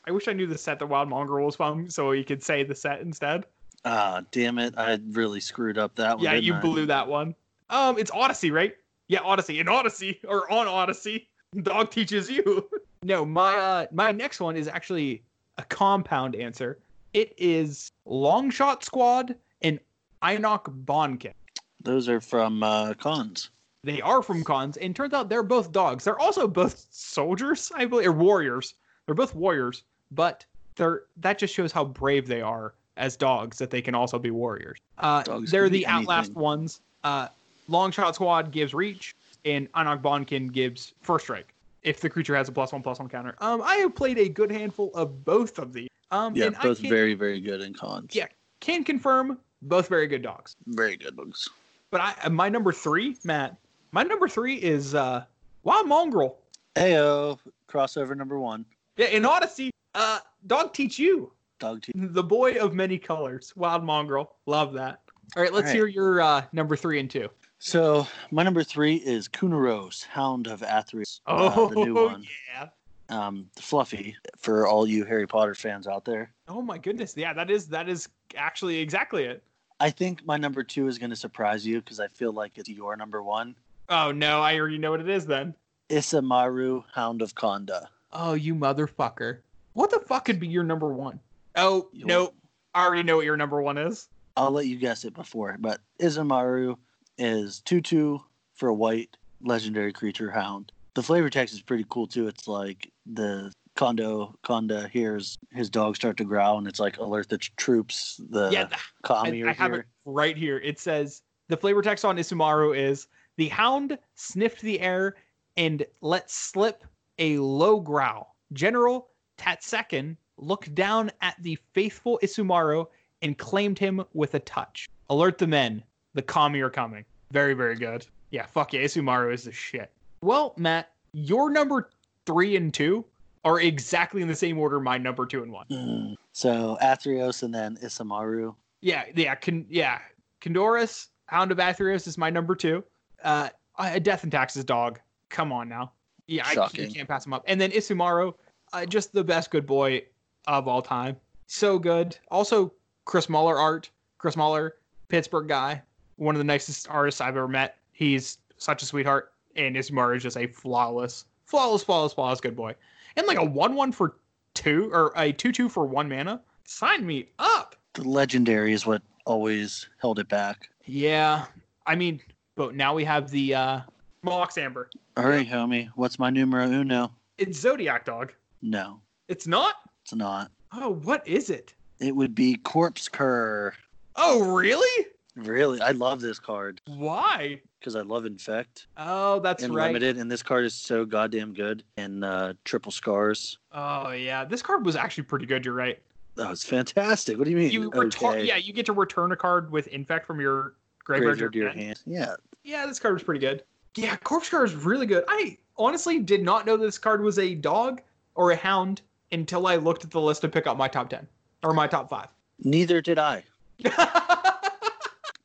Speaker 3: I wish I knew the set that Wild Mongrel was from, so you could say the set instead.
Speaker 4: Ah, damn it! I really screwed up that one.
Speaker 3: yeah,
Speaker 4: didn't
Speaker 3: you
Speaker 4: I?
Speaker 3: blew that one. Um, it's Odyssey, right? Yeah, Odyssey. In Odyssey [LAUGHS] or on Odyssey, dog teaches you. no, my uh, my next one is actually a compound answer. It is Long Shot Squad and Enoch Bonkin.
Speaker 4: Those are from uh, cons.
Speaker 3: They are from cons, and turns out they're both dogs. They're also both soldiers, I believe, or warriors. They're both warriors, but they're that just shows how brave they are as dogs that they can also be warriors. Uh,
Speaker 4: Dogs
Speaker 3: they're
Speaker 4: can be
Speaker 3: the outlast
Speaker 4: anything.
Speaker 3: ones. Uh, long shot squad gives reach, and Anok Bonkin gives first strike if the creature has a plus one plus one counter. Um, I have played a good handful of both of these. Um,
Speaker 4: Yeah,
Speaker 3: and I
Speaker 4: both
Speaker 3: can,
Speaker 4: very, very good in cons.
Speaker 3: Yeah. can confirm both very good dogs.
Speaker 4: Very good ones.
Speaker 3: But I uh, my number three, Matt. My number three is uh Wild Mongrel.
Speaker 4: Ayo, crossover number one.
Speaker 3: Yeah, in Odyssey, uh Dog Teach You.
Speaker 4: Dog team.
Speaker 3: The boy of many colors. Wild Mongrel. Love that. All right, let's
Speaker 4: All right.
Speaker 3: hear your uh number three and two.
Speaker 4: So my number three is Kunaros, Hound of Athreus.
Speaker 3: Oh [LAUGHS]
Speaker 4: uh, the new one.
Speaker 3: yeah.
Speaker 4: Um, fluffy for all you Harry Potter fans out there.
Speaker 3: Oh my goodness. Yeah, that is that is actually exactly it.
Speaker 4: I think my number two is going to surprise you because I feel like it's your number one.
Speaker 3: Oh no, I already know what it is then.
Speaker 4: Isamaru, Hound of Conda.
Speaker 3: Oh, you motherfucker. What the fuck could be your number one? Oh,
Speaker 4: You'll-
Speaker 3: no. I already know what your number one is.
Speaker 4: I'll let you guess it before, but Isamaru is 2 2 for a white legendary creature hound. The flavor text is pretty cool too. It's like the Kondo Konda hears his dog start to growl and it's like alert the tr- troops, the
Speaker 3: yeah,
Speaker 4: kami
Speaker 3: I,
Speaker 4: are
Speaker 3: I have it
Speaker 4: here.
Speaker 3: right here. It says the flavor text on Isumaru is the hound sniffed the air and let slip a low growl. General Tatsekin looked down at the faithful Isumaru and claimed him with a touch. Alert the men. The kami are coming. Very, very good. Yeah, fuck yeah. Isumaru is the shit. Well, Matt, your number three and two are exactly in the same order my number two and one.
Speaker 4: Mm. So Athreos and then Isamaru.
Speaker 3: Yeah, yeah, can yeah. Condorus, Hound of Athreus is my number two. Uh, a Death and Taxes dog. Come on now. Yeah, I, you
Speaker 4: Shocking.
Speaker 3: can't pass him up. And then Isumaru, uh, just the best good boy of all time. So good. Also, Chris Muller art. Chris Muller, Pittsburgh guy, one of the nicest artists I've ever met. He's such a sweetheart, and Isumaru is just a flawless, flawless, flawless, flawless good boy. And like a one-one for two or a two-two for one mana. Sign me up.
Speaker 4: The legendary is what always held it back.
Speaker 3: Yeah, I mean, but now we have the uh Mox Amber.
Speaker 4: All right, homie, what's my numero uno?
Speaker 3: It's Zodiac Dog.
Speaker 4: No,
Speaker 3: It's not.
Speaker 4: it's not.
Speaker 3: Oh, what is it?
Speaker 4: It would be Corpse Cur.
Speaker 3: Oh, really?
Speaker 4: Really, I love this card
Speaker 3: Why?
Speaker 4: because I love Infect.
Speaker 3: Oh, that's
Speaker 4: and
Speaker 3: right.
Speaker 4: limited, and this card is so goddamn good. And uh, triple scars.
Speaker 3: Oh, yeah. This card was actually pretty good. You're right.
Speaker 4: That was fantastic. What do you mean?
Speaker 3: You retar- yeah, you get to return a card with infect from your graveyard.
Speaker 4: graveyard
Speaker 3: to
Speaker 4: to your
Speaker 3: hand.
Speaker 4: hand. Yeah,
Speaker 3: Yeah, this card was pretty good. Yeah, Corpse Guard is really good. I honestly did not know this card was a dog or a hound until I looked at the list to pick up my top ten or my top five. [LAUGHS]
Speaker 4: neither did I.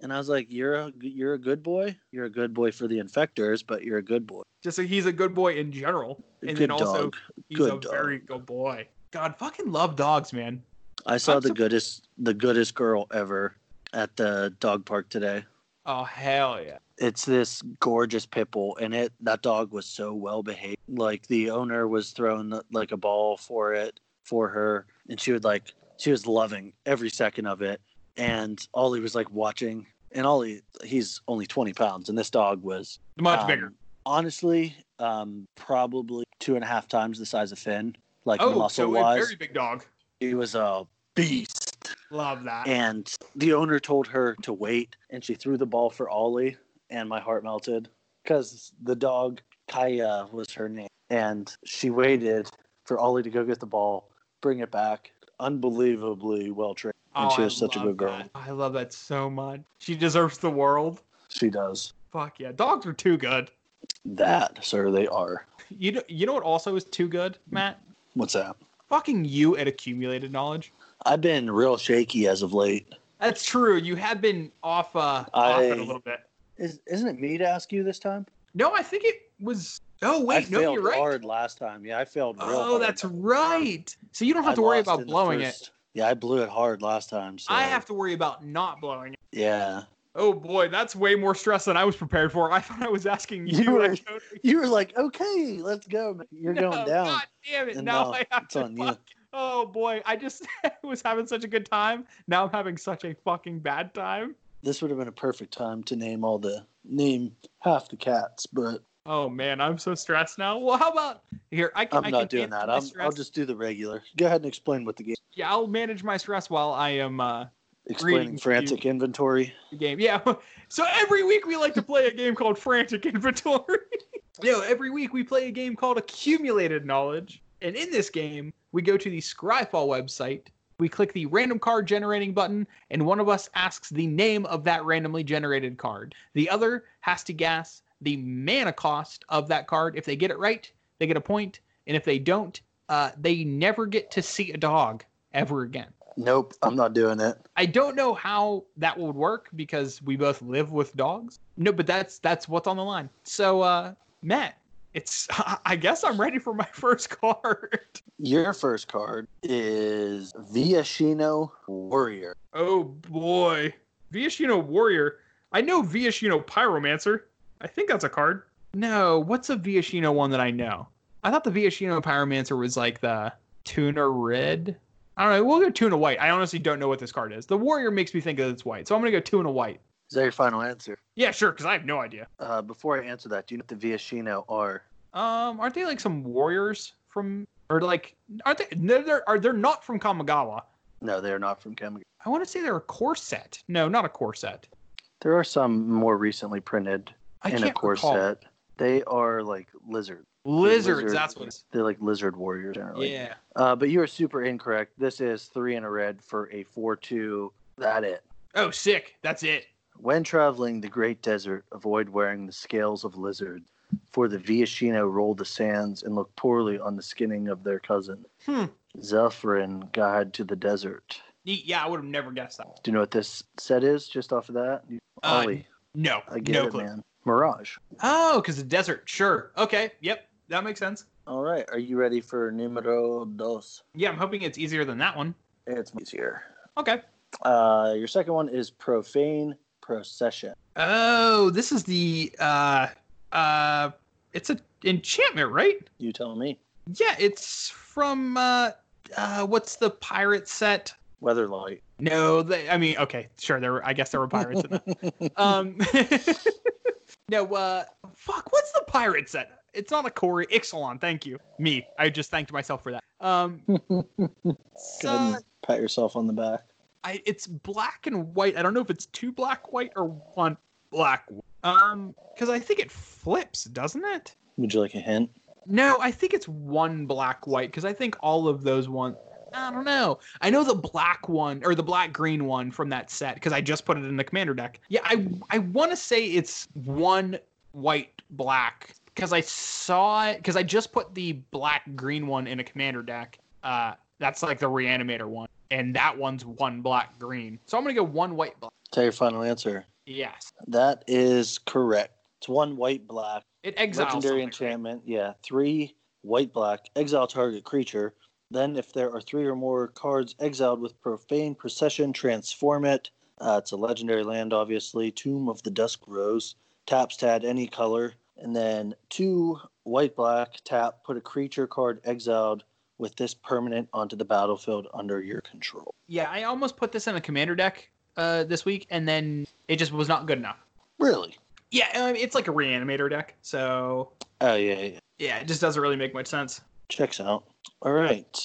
Speaker 4: And I was like, "You're a you're a good boy. You're a good boy for the infectors, but you're a good boy.
Speaker 3: just like he's a good boy in general, and
Speaker 4: good
Speaker 3: then also
Speaker 4: dog.
Speaker 3: he's
Speaker 4: Good
Speaker 3: a
Speaker 4: dog.
Speaker 3: very good boy. God, fucking love dogs, man.
Speaker 4: I saw
Speaker 3: I'm
Speaker 4: the
Speaker 3: sup-
Speaker 4: goodest the goodest girl ever at the dog park today.
Speaker 3: Oh hell yeah.
Speaker 4: It's this gorgeous pit bull, and it that dog was so well behaved. Like the owner was throwing like a ball for it for her, and she would like she was loving every second of it. And Ollie was like watching, and Ollie he's only twenty pounds, and this dog was
Speaker 3: Much
Speaker 4: um,
Speaker 3: bigger.
Speaker 4: Honestly, um, probably two and a half times the size of Finn, like
Speaker 3: Oh,
Speaker 4: muscle
Speaker 3: so a
Speaker 4: wise.
Speaker 3: very big dog.
Speaker 4: He was a beast
Speaker 3: Love that.
Speaker 4: and the owner told her to wait and she threw the ball for ollie and my heart melted because the dog kaya was her name and she waited for ollie to go get the ball bring it back unbelievably well trained and she
Speaker 3: Oh, I
Speaker 4: was such a
Speaker 3: love
Speaker 4: good girl.
Speaker 3: that. I love that so much. She deserves the world.
Speaker 4: she does
Speaker 3: Fuck yeah, dogs are too good.
Speaker 4: that sir they are
Speaker 3: You know, you know what also is too good, Matt?
Speaker 4: what's that
Speaker 3: Fucking you at accumulated knowledge.
Speaker 4: i've been real shaky as of late
Speaker 3: That's true. You have been off, uh, off
Speaker 4: I-
Speaker 3: it a little bit.
Speaker 4: Is, isn't it me to ask you this time
Speaker 3: No, I think it was. Oh wait,
Speaker 4: i
Speaker 3: no,
Speaker 4: failed
Speaker 3: you're right.
Speaker 4: hard last time yeah i failed real
Speaker 3: Oh,
Speaker 4: hard.
Speaker 3: that's right. So you don't have to worry about blowing it.
Speaker 4: yeah i blew it hard last time so
Speaker 3: I have to worry about not blowing it.
Speaker 4: yeah
Speaker 3: Oh boy, that's way more stress than I was prepared for. I thought I was asking you. [LAUGHS]
Speaker 4: You were-
Speaker 3: I totally-
Speaker 4: You were like, okay, let's go. man. You're
Speaker 3: No,
Speaker 4: going down.
Speaker 3: God damn it!
Speaker 4: And
Speaker 3: Now
Speaker 4: now
Speaker 3: I have
Speaker 4: it's
Speaker 3: to.
Speaker 4: on you.
Speaker 3: fuck- Oh boy, I just [LAUGHS] was having such a good time. Now I'm having such a fucking bad time.
Speaker 4: This would have been a perfect time to name all the name half the cats, but
Speaker 3: Oh man, I'm so stressed now. Well, how about here? I can,
Speaker 4: I'm
Speaker 3: I
Speaker 4: not
Speaker 3: can
Speaker 4: doing
Speaker 3: manage
Speaker 4: that.
Speaker 3: my
Speaker 4: I'm,
Speaker 3: stress.
Speaker 4: I'll just do the regular. Go ahead and explain what the game.
Speaker 3: yeah, I'll manage my stress while I am uh,
Speaker 4: Explaining
Speaker 3: Reading
Speaker 4: frantic inventory.
Speaker 3: the game. Yeah. [LAUGHS] So every week we like to play a game called Frantic Inventory. [LAUGHS] no, every week we play a game called Accumulated Knowledge. And in this game, we go to the Scryfall website, we click the random card generating button, and one of us asks the name of that randomly generated card. The other has to guess the mana cost of that card. If they get it right, they get a point, And if they don't, uh, they never get to see a dog ever again.
Speaker 4: Nope, I'm not doing it.
Speaker 3: I don't know how that would work because we both live with dogs. No, but that's that's what's on the line. So, uh, Matt, it's [LAUGHS] I guess I'm ready for my [LAUGHS] first card.
Speaker 4: Your first card is Viashino Warrior.
Speaker 3: Oh boy, Viashino Warrior. I know Viashino Pyromancer. I think that's a card. No, what's a Viashino one that I know? I thought the Viashino Pyromancer was like the tuna red. I don't know. We'll go tuna white. I honestly don't know what this card is. The warrior makes me think that it's white, so I'm gonna go tuna white.
Speaker 4: Is that your final answer?
Speaker 3: Yeah, sure, because I have no idea.
Speaker 4: Uh, before I answer that, do you know what the Viashino are?
Speaker 3: Um, aren't they like some warriors from or like aren't they? No, they're are they're not from Kamigawa.
Speaker 4: No, they are not from Kamigawa.
Speaker 3: I want to say they're a corset. No, not a corset.
Speaker 4: There are some more recently printed
Speaker 3: I
Speaker 4: in
Speaker 3: can't
Speaker 4: a corset.
Speaker 3: recall.
Speaker 4: They are like lizards.
Speaker 3: Lizards.
Speaker 4: Lizard.
Speaker 3: That's what. It's,
Speaker 4: They're like lizard warriors generally.
Speaker 3: yeah.
Speaker 4: Uh, but you are super incorrect. This is three in a red for a four-two. That it.
Speaker 3: Oh, sick. That's it.
Speaker 4: When traveling the great desert, avoid wearing the scales of lizard, for the Viashino roll the sands and look poorly on the skinning of their cousin.
Speaker 3: Hmm.
Speaker 4: Zelphirin, guide to the desert.
Speaker 3: Neat. Yeah, I would have never guessed that.
Speaker 4: Do you know what this set is? Just off of that,
Speaker 3: Uh,
Speaker 4: Ollie.
Speaker 3: No.
Speaker 4: I get
Speaker 3: no
Speaker 4: it,
Speaker 3: clue.
Speaker 4: man. Mirage.
Speaker 3: Oh, because the desert. Sure. Okay. Yep. That makes sense.
Speaker 4: All right. Are you ready for numero dos?
Speaker 3: Yeah, I'm hoping it's easier than that one.
Speaker 4: It's easier.
Speaker 3: Okay.
Speaker 4: Uh, your second one is profane procession.
Speaker 3: Oh, this is the uh uh. It's a enchantment, right?
Speaker 4: You tell me.
Speaker 3: Yeah, it's from uh, uh what's the pirate set?
Speaker 4: [LAUGHS] Weatherlight.
Speaker 3: No, they, I mean, okay, sure. There were, I guess there were pirates in
Speaker 4: [LAUGHS]
Speaker 3: that. Um, [LAUGHS] no, uh, fuck, what's the pirate set? It's not a Corey Ixalan. Thank you, me. I just thanked myself for that. Um,
Speaker 4: Go ahead
Speaker 3: so
Speaker 4: and pat yourself on the back.
Speaker 3: I, it's black and white. I don't know if it's two black white or one black. Um, because I think it flips, doesn't it?
Speaker 4: Would you like a hint?
Speaker 3: No, I think it's one black white because I think all of those one. I don't know. I know the black one or the black green one from that set because I just put it in the commander deck. Yeah, I I want to say it's one white black because I saw it because I just put the black green one in a commander deck. Uh, that's like the reanimator one, and that one's one black green. So I'm gonna go one white black.
Speaker 4: Tell your final answer.
Speaker 3: Yes,
Speaker 4: That is correct. It's one white black
Speaker 3: it exiles.
Speaker 4: legendary
Speaker 3: something, right?
Speaker 4: enchantment. Yeah, three white black exile target creature. Then, if there are three or more cards exiled with profane procession, transform it. Uh, it's a legendary land, obviously. Tomb of the Dusk Rose taps to add any color, and then two white black tap. Put a creature card exiled with this permanent onto the battlefield under your control.
Speaker 3: Yeah, I almost put this in a commander deck uh, this week, and then it just was not good enough.
Speaker 4: Really?
Speaker 3: Yeah, um, it's like a reanimator deck, so
Speaker 4: Oh yeah, yeah.
Speaker 3: yeah, it just doesn't really make much sense.
Speaker 4: Checks out. All right,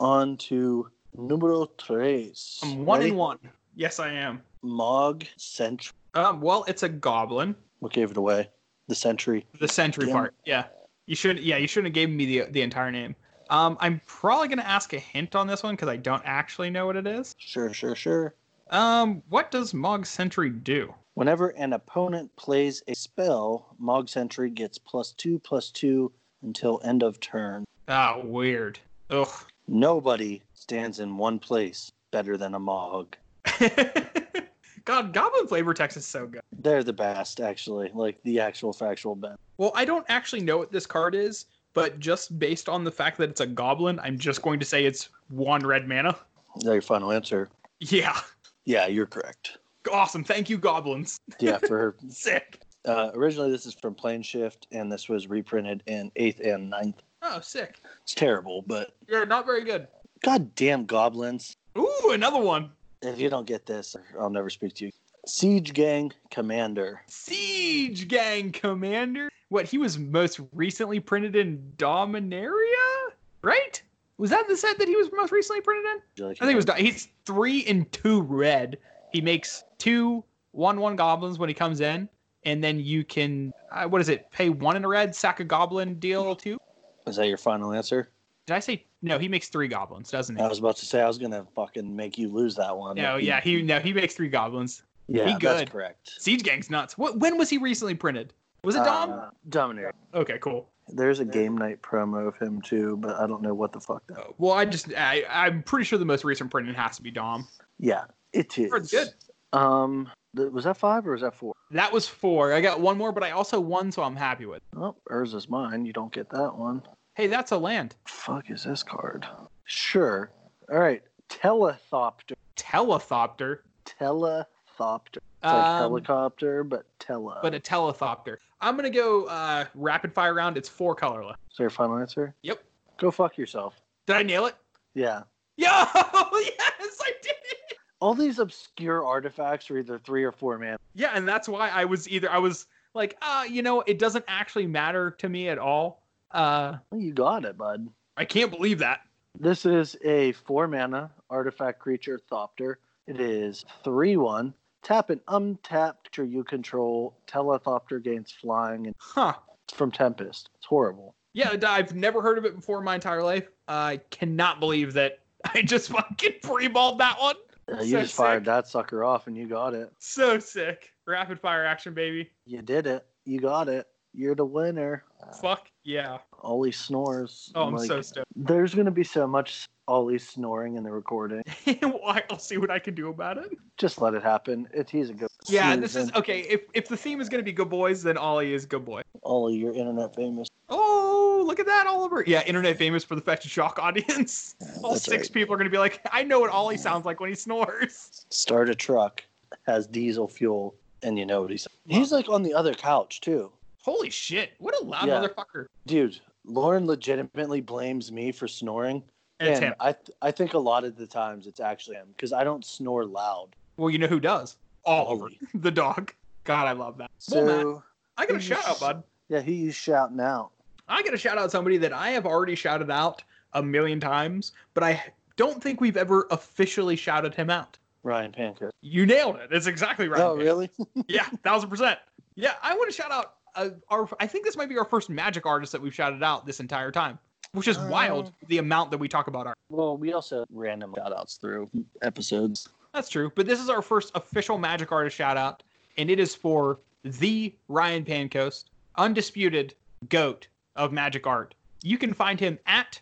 Speaker 4: on to numero tres.
Speaker 3: I'm one
Speaker 4: Ready?
Speaker 3: in one. Yes, I am.
Speaker 4: Mog Sentry.
Speaker 3: Um, well, it's a goblin.
Speaker 4: What gave it away? The Sentry.
Speaker 3: The sentry
Speaker 4: Damn.
Speaker 3: part. Yeah, you should. Yeah, you shouldn't have given me the the entire name. Um, I'm probably gonna ask a hint on this one because I don't actually know what it is.
Speaker 4: Sure, sure, sure.
Speaker 3: Um, what does Mog Sentry do?
Speaker 4: Whenever an opponent plays a spell, Mog Sentry gets plus two, plus two until end of turn.
Speaker 3: Ah, weird. Ugh. [LAUGHS]
Speaker 4: Nobody stands in one place better than a Mog.
Speaker 3: God, goblin flavor text is so good.
Speaker 4: They're the best, actually. Like the actual factual best.
Speaker 3: Well, I don't actually know what this card is, but just based on the fact that it's a goblin, I'm just going to say it's one red mana. [LAUGHS]
Speaker 4: Is that your final answer?
Speaker 3: Yeah.
Speaker 4: Yeah, you're correct.
Speaker 3: Awesome. Thank you, goblins. [LAUGHS]
Speaker 4: Yeah, for
Speaker 3: Sick.
Speaker 4: uh, originally this is from Plane Shift, and this was reprinted in eighth and ninth.
Speaker 3: Oh, sick.
Speaker 4: It's terrible, but
Speaker 3: Yeah, not very good.
Speaker 4: Goddamn goblins.
Speaker 3: Ooh, another one.
Speaker 4: If you don't get this, I'll never speak to you. Siege Gang Commander.
Speaker 3: Siege Gang Commander. What he was most recently printed in Dominaria, right? Was that the set that he was most recently printed in?
Speaker 4: Would you like
Speaker 3: I think it was. Dom- He's three and two red. He makes two one one goblins when he comes in, and then you can uh, what is it? Pay one in a red, sack a goblin, deal two.
Speaker 4: Is that your final answer?
Speaker 3: Did I say no? He makes three goblins, doesn't he?
Speaker 4: I was about to say I was gonna fucking make you lose that one.
Speaker 3: no,
Speaker 4: If you-
Speaker 3: Oh, yeah, he no he makes three goblins.
Speaker 4: yeah,
Speaker 3: he good.
Speaker 4: that's correct.
Speaker 3: Siege Gang's nuts. What? When was he recently printed? Was it Dom?
Speaker 4: Uh, Dominator.
Speaker 3: okay, cool.
Speaker 4: There's a game night promo of him too, but I don't know what the fuck that.
Speaker 3: Uh, well, I just I I'm pretty sure the most recent printing has to be Dom.
Speaker 4: Yeah, it is.
Speaker 3: Pretty good.
Speaker 4: Um, th- was that five or was that four?
Speaker 3: That was four. I got one more, but I also won, so I'm happy with. it.
Speaker 4: Oh, Urza's mine. You don't get that one.
Speaker 3: Hey, that's a land.
Speaker 4: Fuck is this card? Sure. All right. Telethopter.
Speaker 3: Telethopter.
Speaker 4: Telethopter. It's like
Speaker 3: Um,
Speaker 4: helicopter, but tele.
Speaker 3: but a telethopter. I'm gonna go uh, rapid fire round. It's four colorless.
Speaker 4: is there a final answer?
Speaker 3: Yep.
Speaker 4: Go fuck yourself.
Speaker 3: Did I nail it? [LAUGHS]
Speaker 4: Yeah.
Speaker 3: Yo, yes, I did it.
Speaker 4: All these obscure artifacts are either three or four man.
Speaker 3: Yeah, and that's why I was either I was like, uh, you know, it doesn't actually matter to me at all. Uh,
Speaker 4: Well, You got it, bud.
Speaker 3: I can't believe that.
Speaker 4: This is a four mana artifact creature, Thopter. It is 3 1. Tap an untapped creature you control. Telethopter gains flying and
Speaker 3: Huh.
Speaker 4: it's from Tempest. It's horrible.
Speaker 3: Yeah, I've never heard of it before in my entire life. I cannot believe that [LAUGHS] I just fucking pre-balled that one.
Speaker 4: Uh, you
Speaker 3: So
Speaker 4: just fired
Speaker 3: sick.
Speaker 4: that sucker off and you got it.
Speaker 3: So sick. Rapid fire action, baby.
Speaker 4: You did it. You got it. You're the winner.
Speaker 3: Fuck yeah.
Speaker 4: Ollie snores.
Speaker 3: Oh, I'm
Speaker 4: Like,
Speaker 3: so stoked. [LAUGHS]
Speaker 4: There's going to be so much Ollie snoring in the recording.
Speaker 3: I'll see what I can do about it.
Speaker 4: Just let it happen. It, he's a good.
Speaker 3: Yeah,
Speaker 4: he's
Speaker 3: this is
Speaker 4: an-
Speaker 3: okay. If if the theme is gonna be good boys, then Ollie is good boy.
Speaker 4: Ollie, you're internet famous.
Speaker 3: Oh, look at that, Oliver. Yeah, internet famous for the fetch and shock audience.
Speaker 4: [LAUGHS]
Speaker 3: All
Speaker 4: That's
Speaker 3: six
Speaker 4: right.
Speaker 3: people are gonna be like, I know what Ollie sounds like when he snores.
Speaker 4: Start a truck, has diesel fuel, and you know what he's. He's like on the other couch too.
Speaker 3: Holy shit, what a loud
Speaker 4: Yeah.
Speaker 3: motherfucker.
Speaker 4: Dude, Lauren legitimately blames me for snoring.
Speaker 3: And it's
Speaker 4: and
Speaker 3: him.
Speaker 4: I th- I think a lot of the times it's actually him because I don't snore loud.
Speaker 3: Well, you know who does? Oliver,
Speaker 4: Ollie.
Speaker 3: the dog. God, I love that.
Speaker 4: So
Speaker 3: well, Matt, I got a
Speaker 4: who's-
Speaker 3: shout out, bud.
Speaker 4: yeah, who you shouting out?
Speaker 3: I got to shout out somebody that I have already shouted out a million times, but I don't think we've ever officially shouted him out.
Speaker 4: Ryan Pancook.
Speaker 3: You nailed it. It's exactly right.
Speaker 4: oh, really?
Speaker 3: yeah, thousand percent. Yeah, I want to shout out uh, our. I think this might be our first magic artist that we've shouted out this entire time, which is wild. The amount that we talk about art.
Speaker 4: well, we also random shout outs through episodes.
Speaker 3: That's true. But this is our first official magic artist shout out, and it is for the Ryan Pancoast, undisputed goat of magic art. You can find him at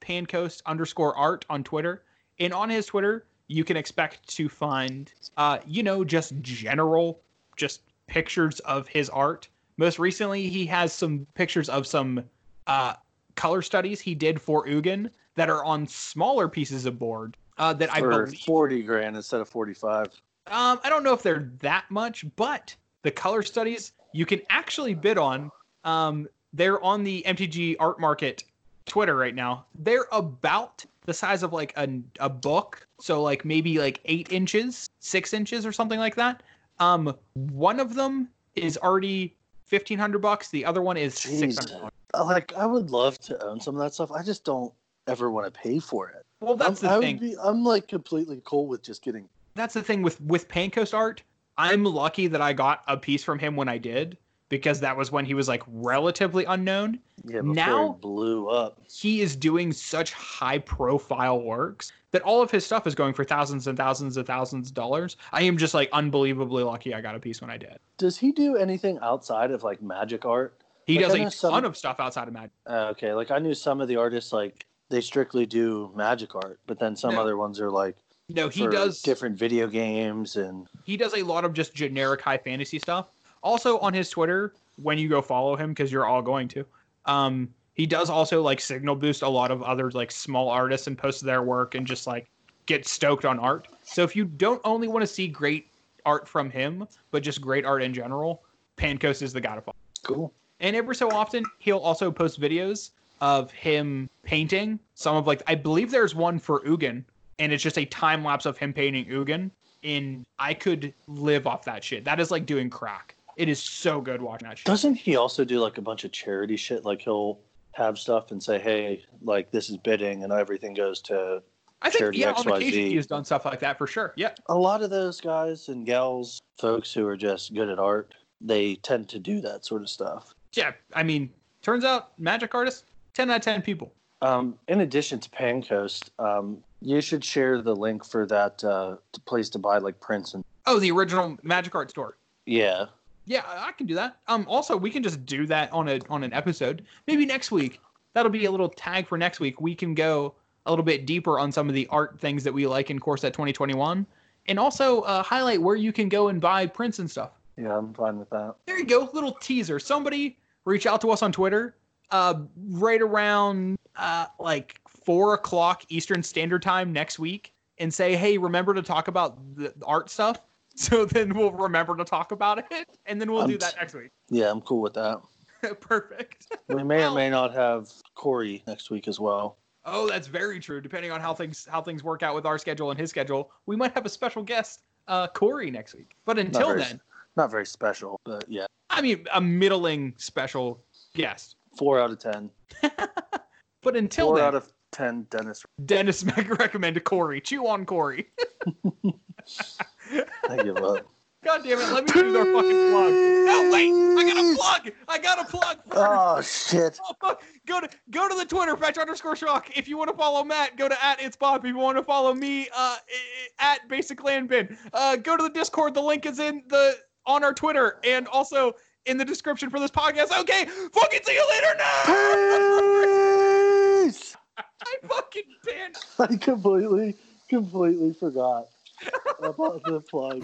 Speaker 3: rpancoast underscore art on Twitter, and on his Twitter you can expect to find, uh, you know, just general, just pictures of his art. Most recently, he has some pictures of some uh, color studies he did for Ugin that are on smaller pieces of board uh, that I
Speaker 4: for
Speaker 3: believe
Speaker 4: forty grand instead of forty five.
Speaker 3: um, I don't know if they're that much, but the color studies you can actually bid on. Um, they're on the MTG Art Market Twitter right now. They're about the size of like a, a book, so like maybe like eight inches, six inches, or something like that. Um, one of them is already fifteen hundred bucks. The other one is six
Speaker 4: Jesus.
Speaker 3: hundred. dollars.
Speaker 4: I Like I would love to own some of that stuff. I just don't ever want to pay for it.
Speaker 3: Well, that's
Speaker 4: I'm,
Speaker 3: the
Speaker 4: I
Speaker 3: thing.
Speaker 4: Would be, I'm like completely cool with just getting.
Speaker 3: that's the thing with with Pancoast art. I'm lucky that I got a piece from him when I did because that was when he was like relatively unknown.
Speaker 4: Yeah, before
Speaker 3: Now-
Speaker 4: it blew up.
Speaker 3: He is doing such high profile works that all of his stuff is going for thousands and thousands and thousands of dollars. I am just like unbelievably lucky I got a piece when I did.
Speaker 4: Does he do anything outside of like magic art?
Speaker 3: He
Speaker 4: Like,
Speaker 3: does
Speaker 4: I know
Speaker 3: a
Speaker 4: some-
Speaker 3: ton of stuff outside of Magic.
Speaker 4: Uh, okay, like I knew some of the artists like they strictly do magic art, but then some
Speaker 3: No.
Speaker 4: other ones are like
Speaker 3: No, he
Speaker 4: for
Speaker 3: does
Speaker 4: different video games and
Speaker 3: he does a lot of just generic high fantasy stuff. Also on his Twitter, when you go follow him, because you're all going to, um, he does also like signal boost a lot of other like small artists and post their work and just like get stoked on art. So if you don't only want to see great art from him, but just great art in general, Pancos is the guy to follow.
Speaker 4: cool.
Speaker 3: And every so often, he'll also post videos of him painting some of like I believe there's one for Ugin, and it's just a time lapse of him painting Ugin. And I could live off that shit. That is like doing crack. It is so good watching that shit.
Speaker 4: Doesn't he also do like a bunch of charity shit? Like he'll have stuff and say, "Hey, like this is bidding," and everything goes to
Speaker 3: I think
Speaker 4: Charity
Speaker 3: yeah, on
Speaker 4: XYZ.
Speaker 3: occasion he has done stuff like that for sure. Yeah,
Speaker 4: a lot of those guys and gals, folks who are just good at art. They tend to do that sort of stuff.
Speaker 3: yeah. I mean, turns out magic artists, ten out of ten people.
Speaker 4: Um, in addition to Pancoast, um, you should share the link for that uh, to place to buy like prints and
Speaker 3: Oh, the original magic art store.
Speaker 4: yeah.
Speaker 3: Yeah, I I can do that. Um, also we can just do that on a on an episode. Maybe next week. That'll be a little tag for next week. We can go a little bit deeper on some of the art things that we like in Corset 2021, and also uh, highlight where you can go and buy prints and stuff.
Speaker 4: Yeah, I'm fine with that.
Speaker 3: There you go, little teaser. Somebody reach out to us on Twitter. Uh, right around uh, like four o'clock Eastern Standard Time next week, and say, hey, remember to talk about the the art stuff. [LAUGHS] So then we'll remember to talk about it, and then we'll
Speaker 4: I'm
Speaker 3: do that
Speaker 4: t-
Speaker 3: next week.
Speaker 4: Yeah, I'm cool with that.
Speaker 3: Perfect.
Speaker 4: We may or may not have Corey next week as well.
Speaker 3: Oh, that's very true. Depending on how things how things work out with our schedule and his schedule, we might have a special guest, uh, Corey, next week. But until
Speaker 4: very-
Speaker 3: then,
Speaker 4: Not very special, but yeah,
Speaker 3: I mean, a middling special guest.
Speaker 4: four out of ten.
Speaker 3: But until
Speaker 4: four
Speaker 3: then,
Speaker 4: out of ten, Dennis.
Speaker 3: Dennis [LAUGHS] Meg recommended Corey. Chew on Corey. [LAUGHS]
Speaker 4: I give up.
Speaker 3: God damn it! Let me do their fucking plug. No, wait. I got a plug. I got a plug. First.
Speaker 4: oh
Speaker 3: [LAUGHS]
Speaker 4: shit!
Speaker 3: Oh, fuck. Go to go to the Twitter, Fetch underscore shock. If you want to follow Matt, go to at it's Bob. If you want to follow me, uh, i- i- at basic land bin. Uh, go to the Discord. The link is in the on our Twitter and also in the description for this podcast. Okay, fucking see you later. No,
Speaker 4: Peace!
Speaker 3: I fucking banned.
Speaker 4: I completely,
Speaker 3: [LAUGHS]
Speaker 4: completely forgot about the plug.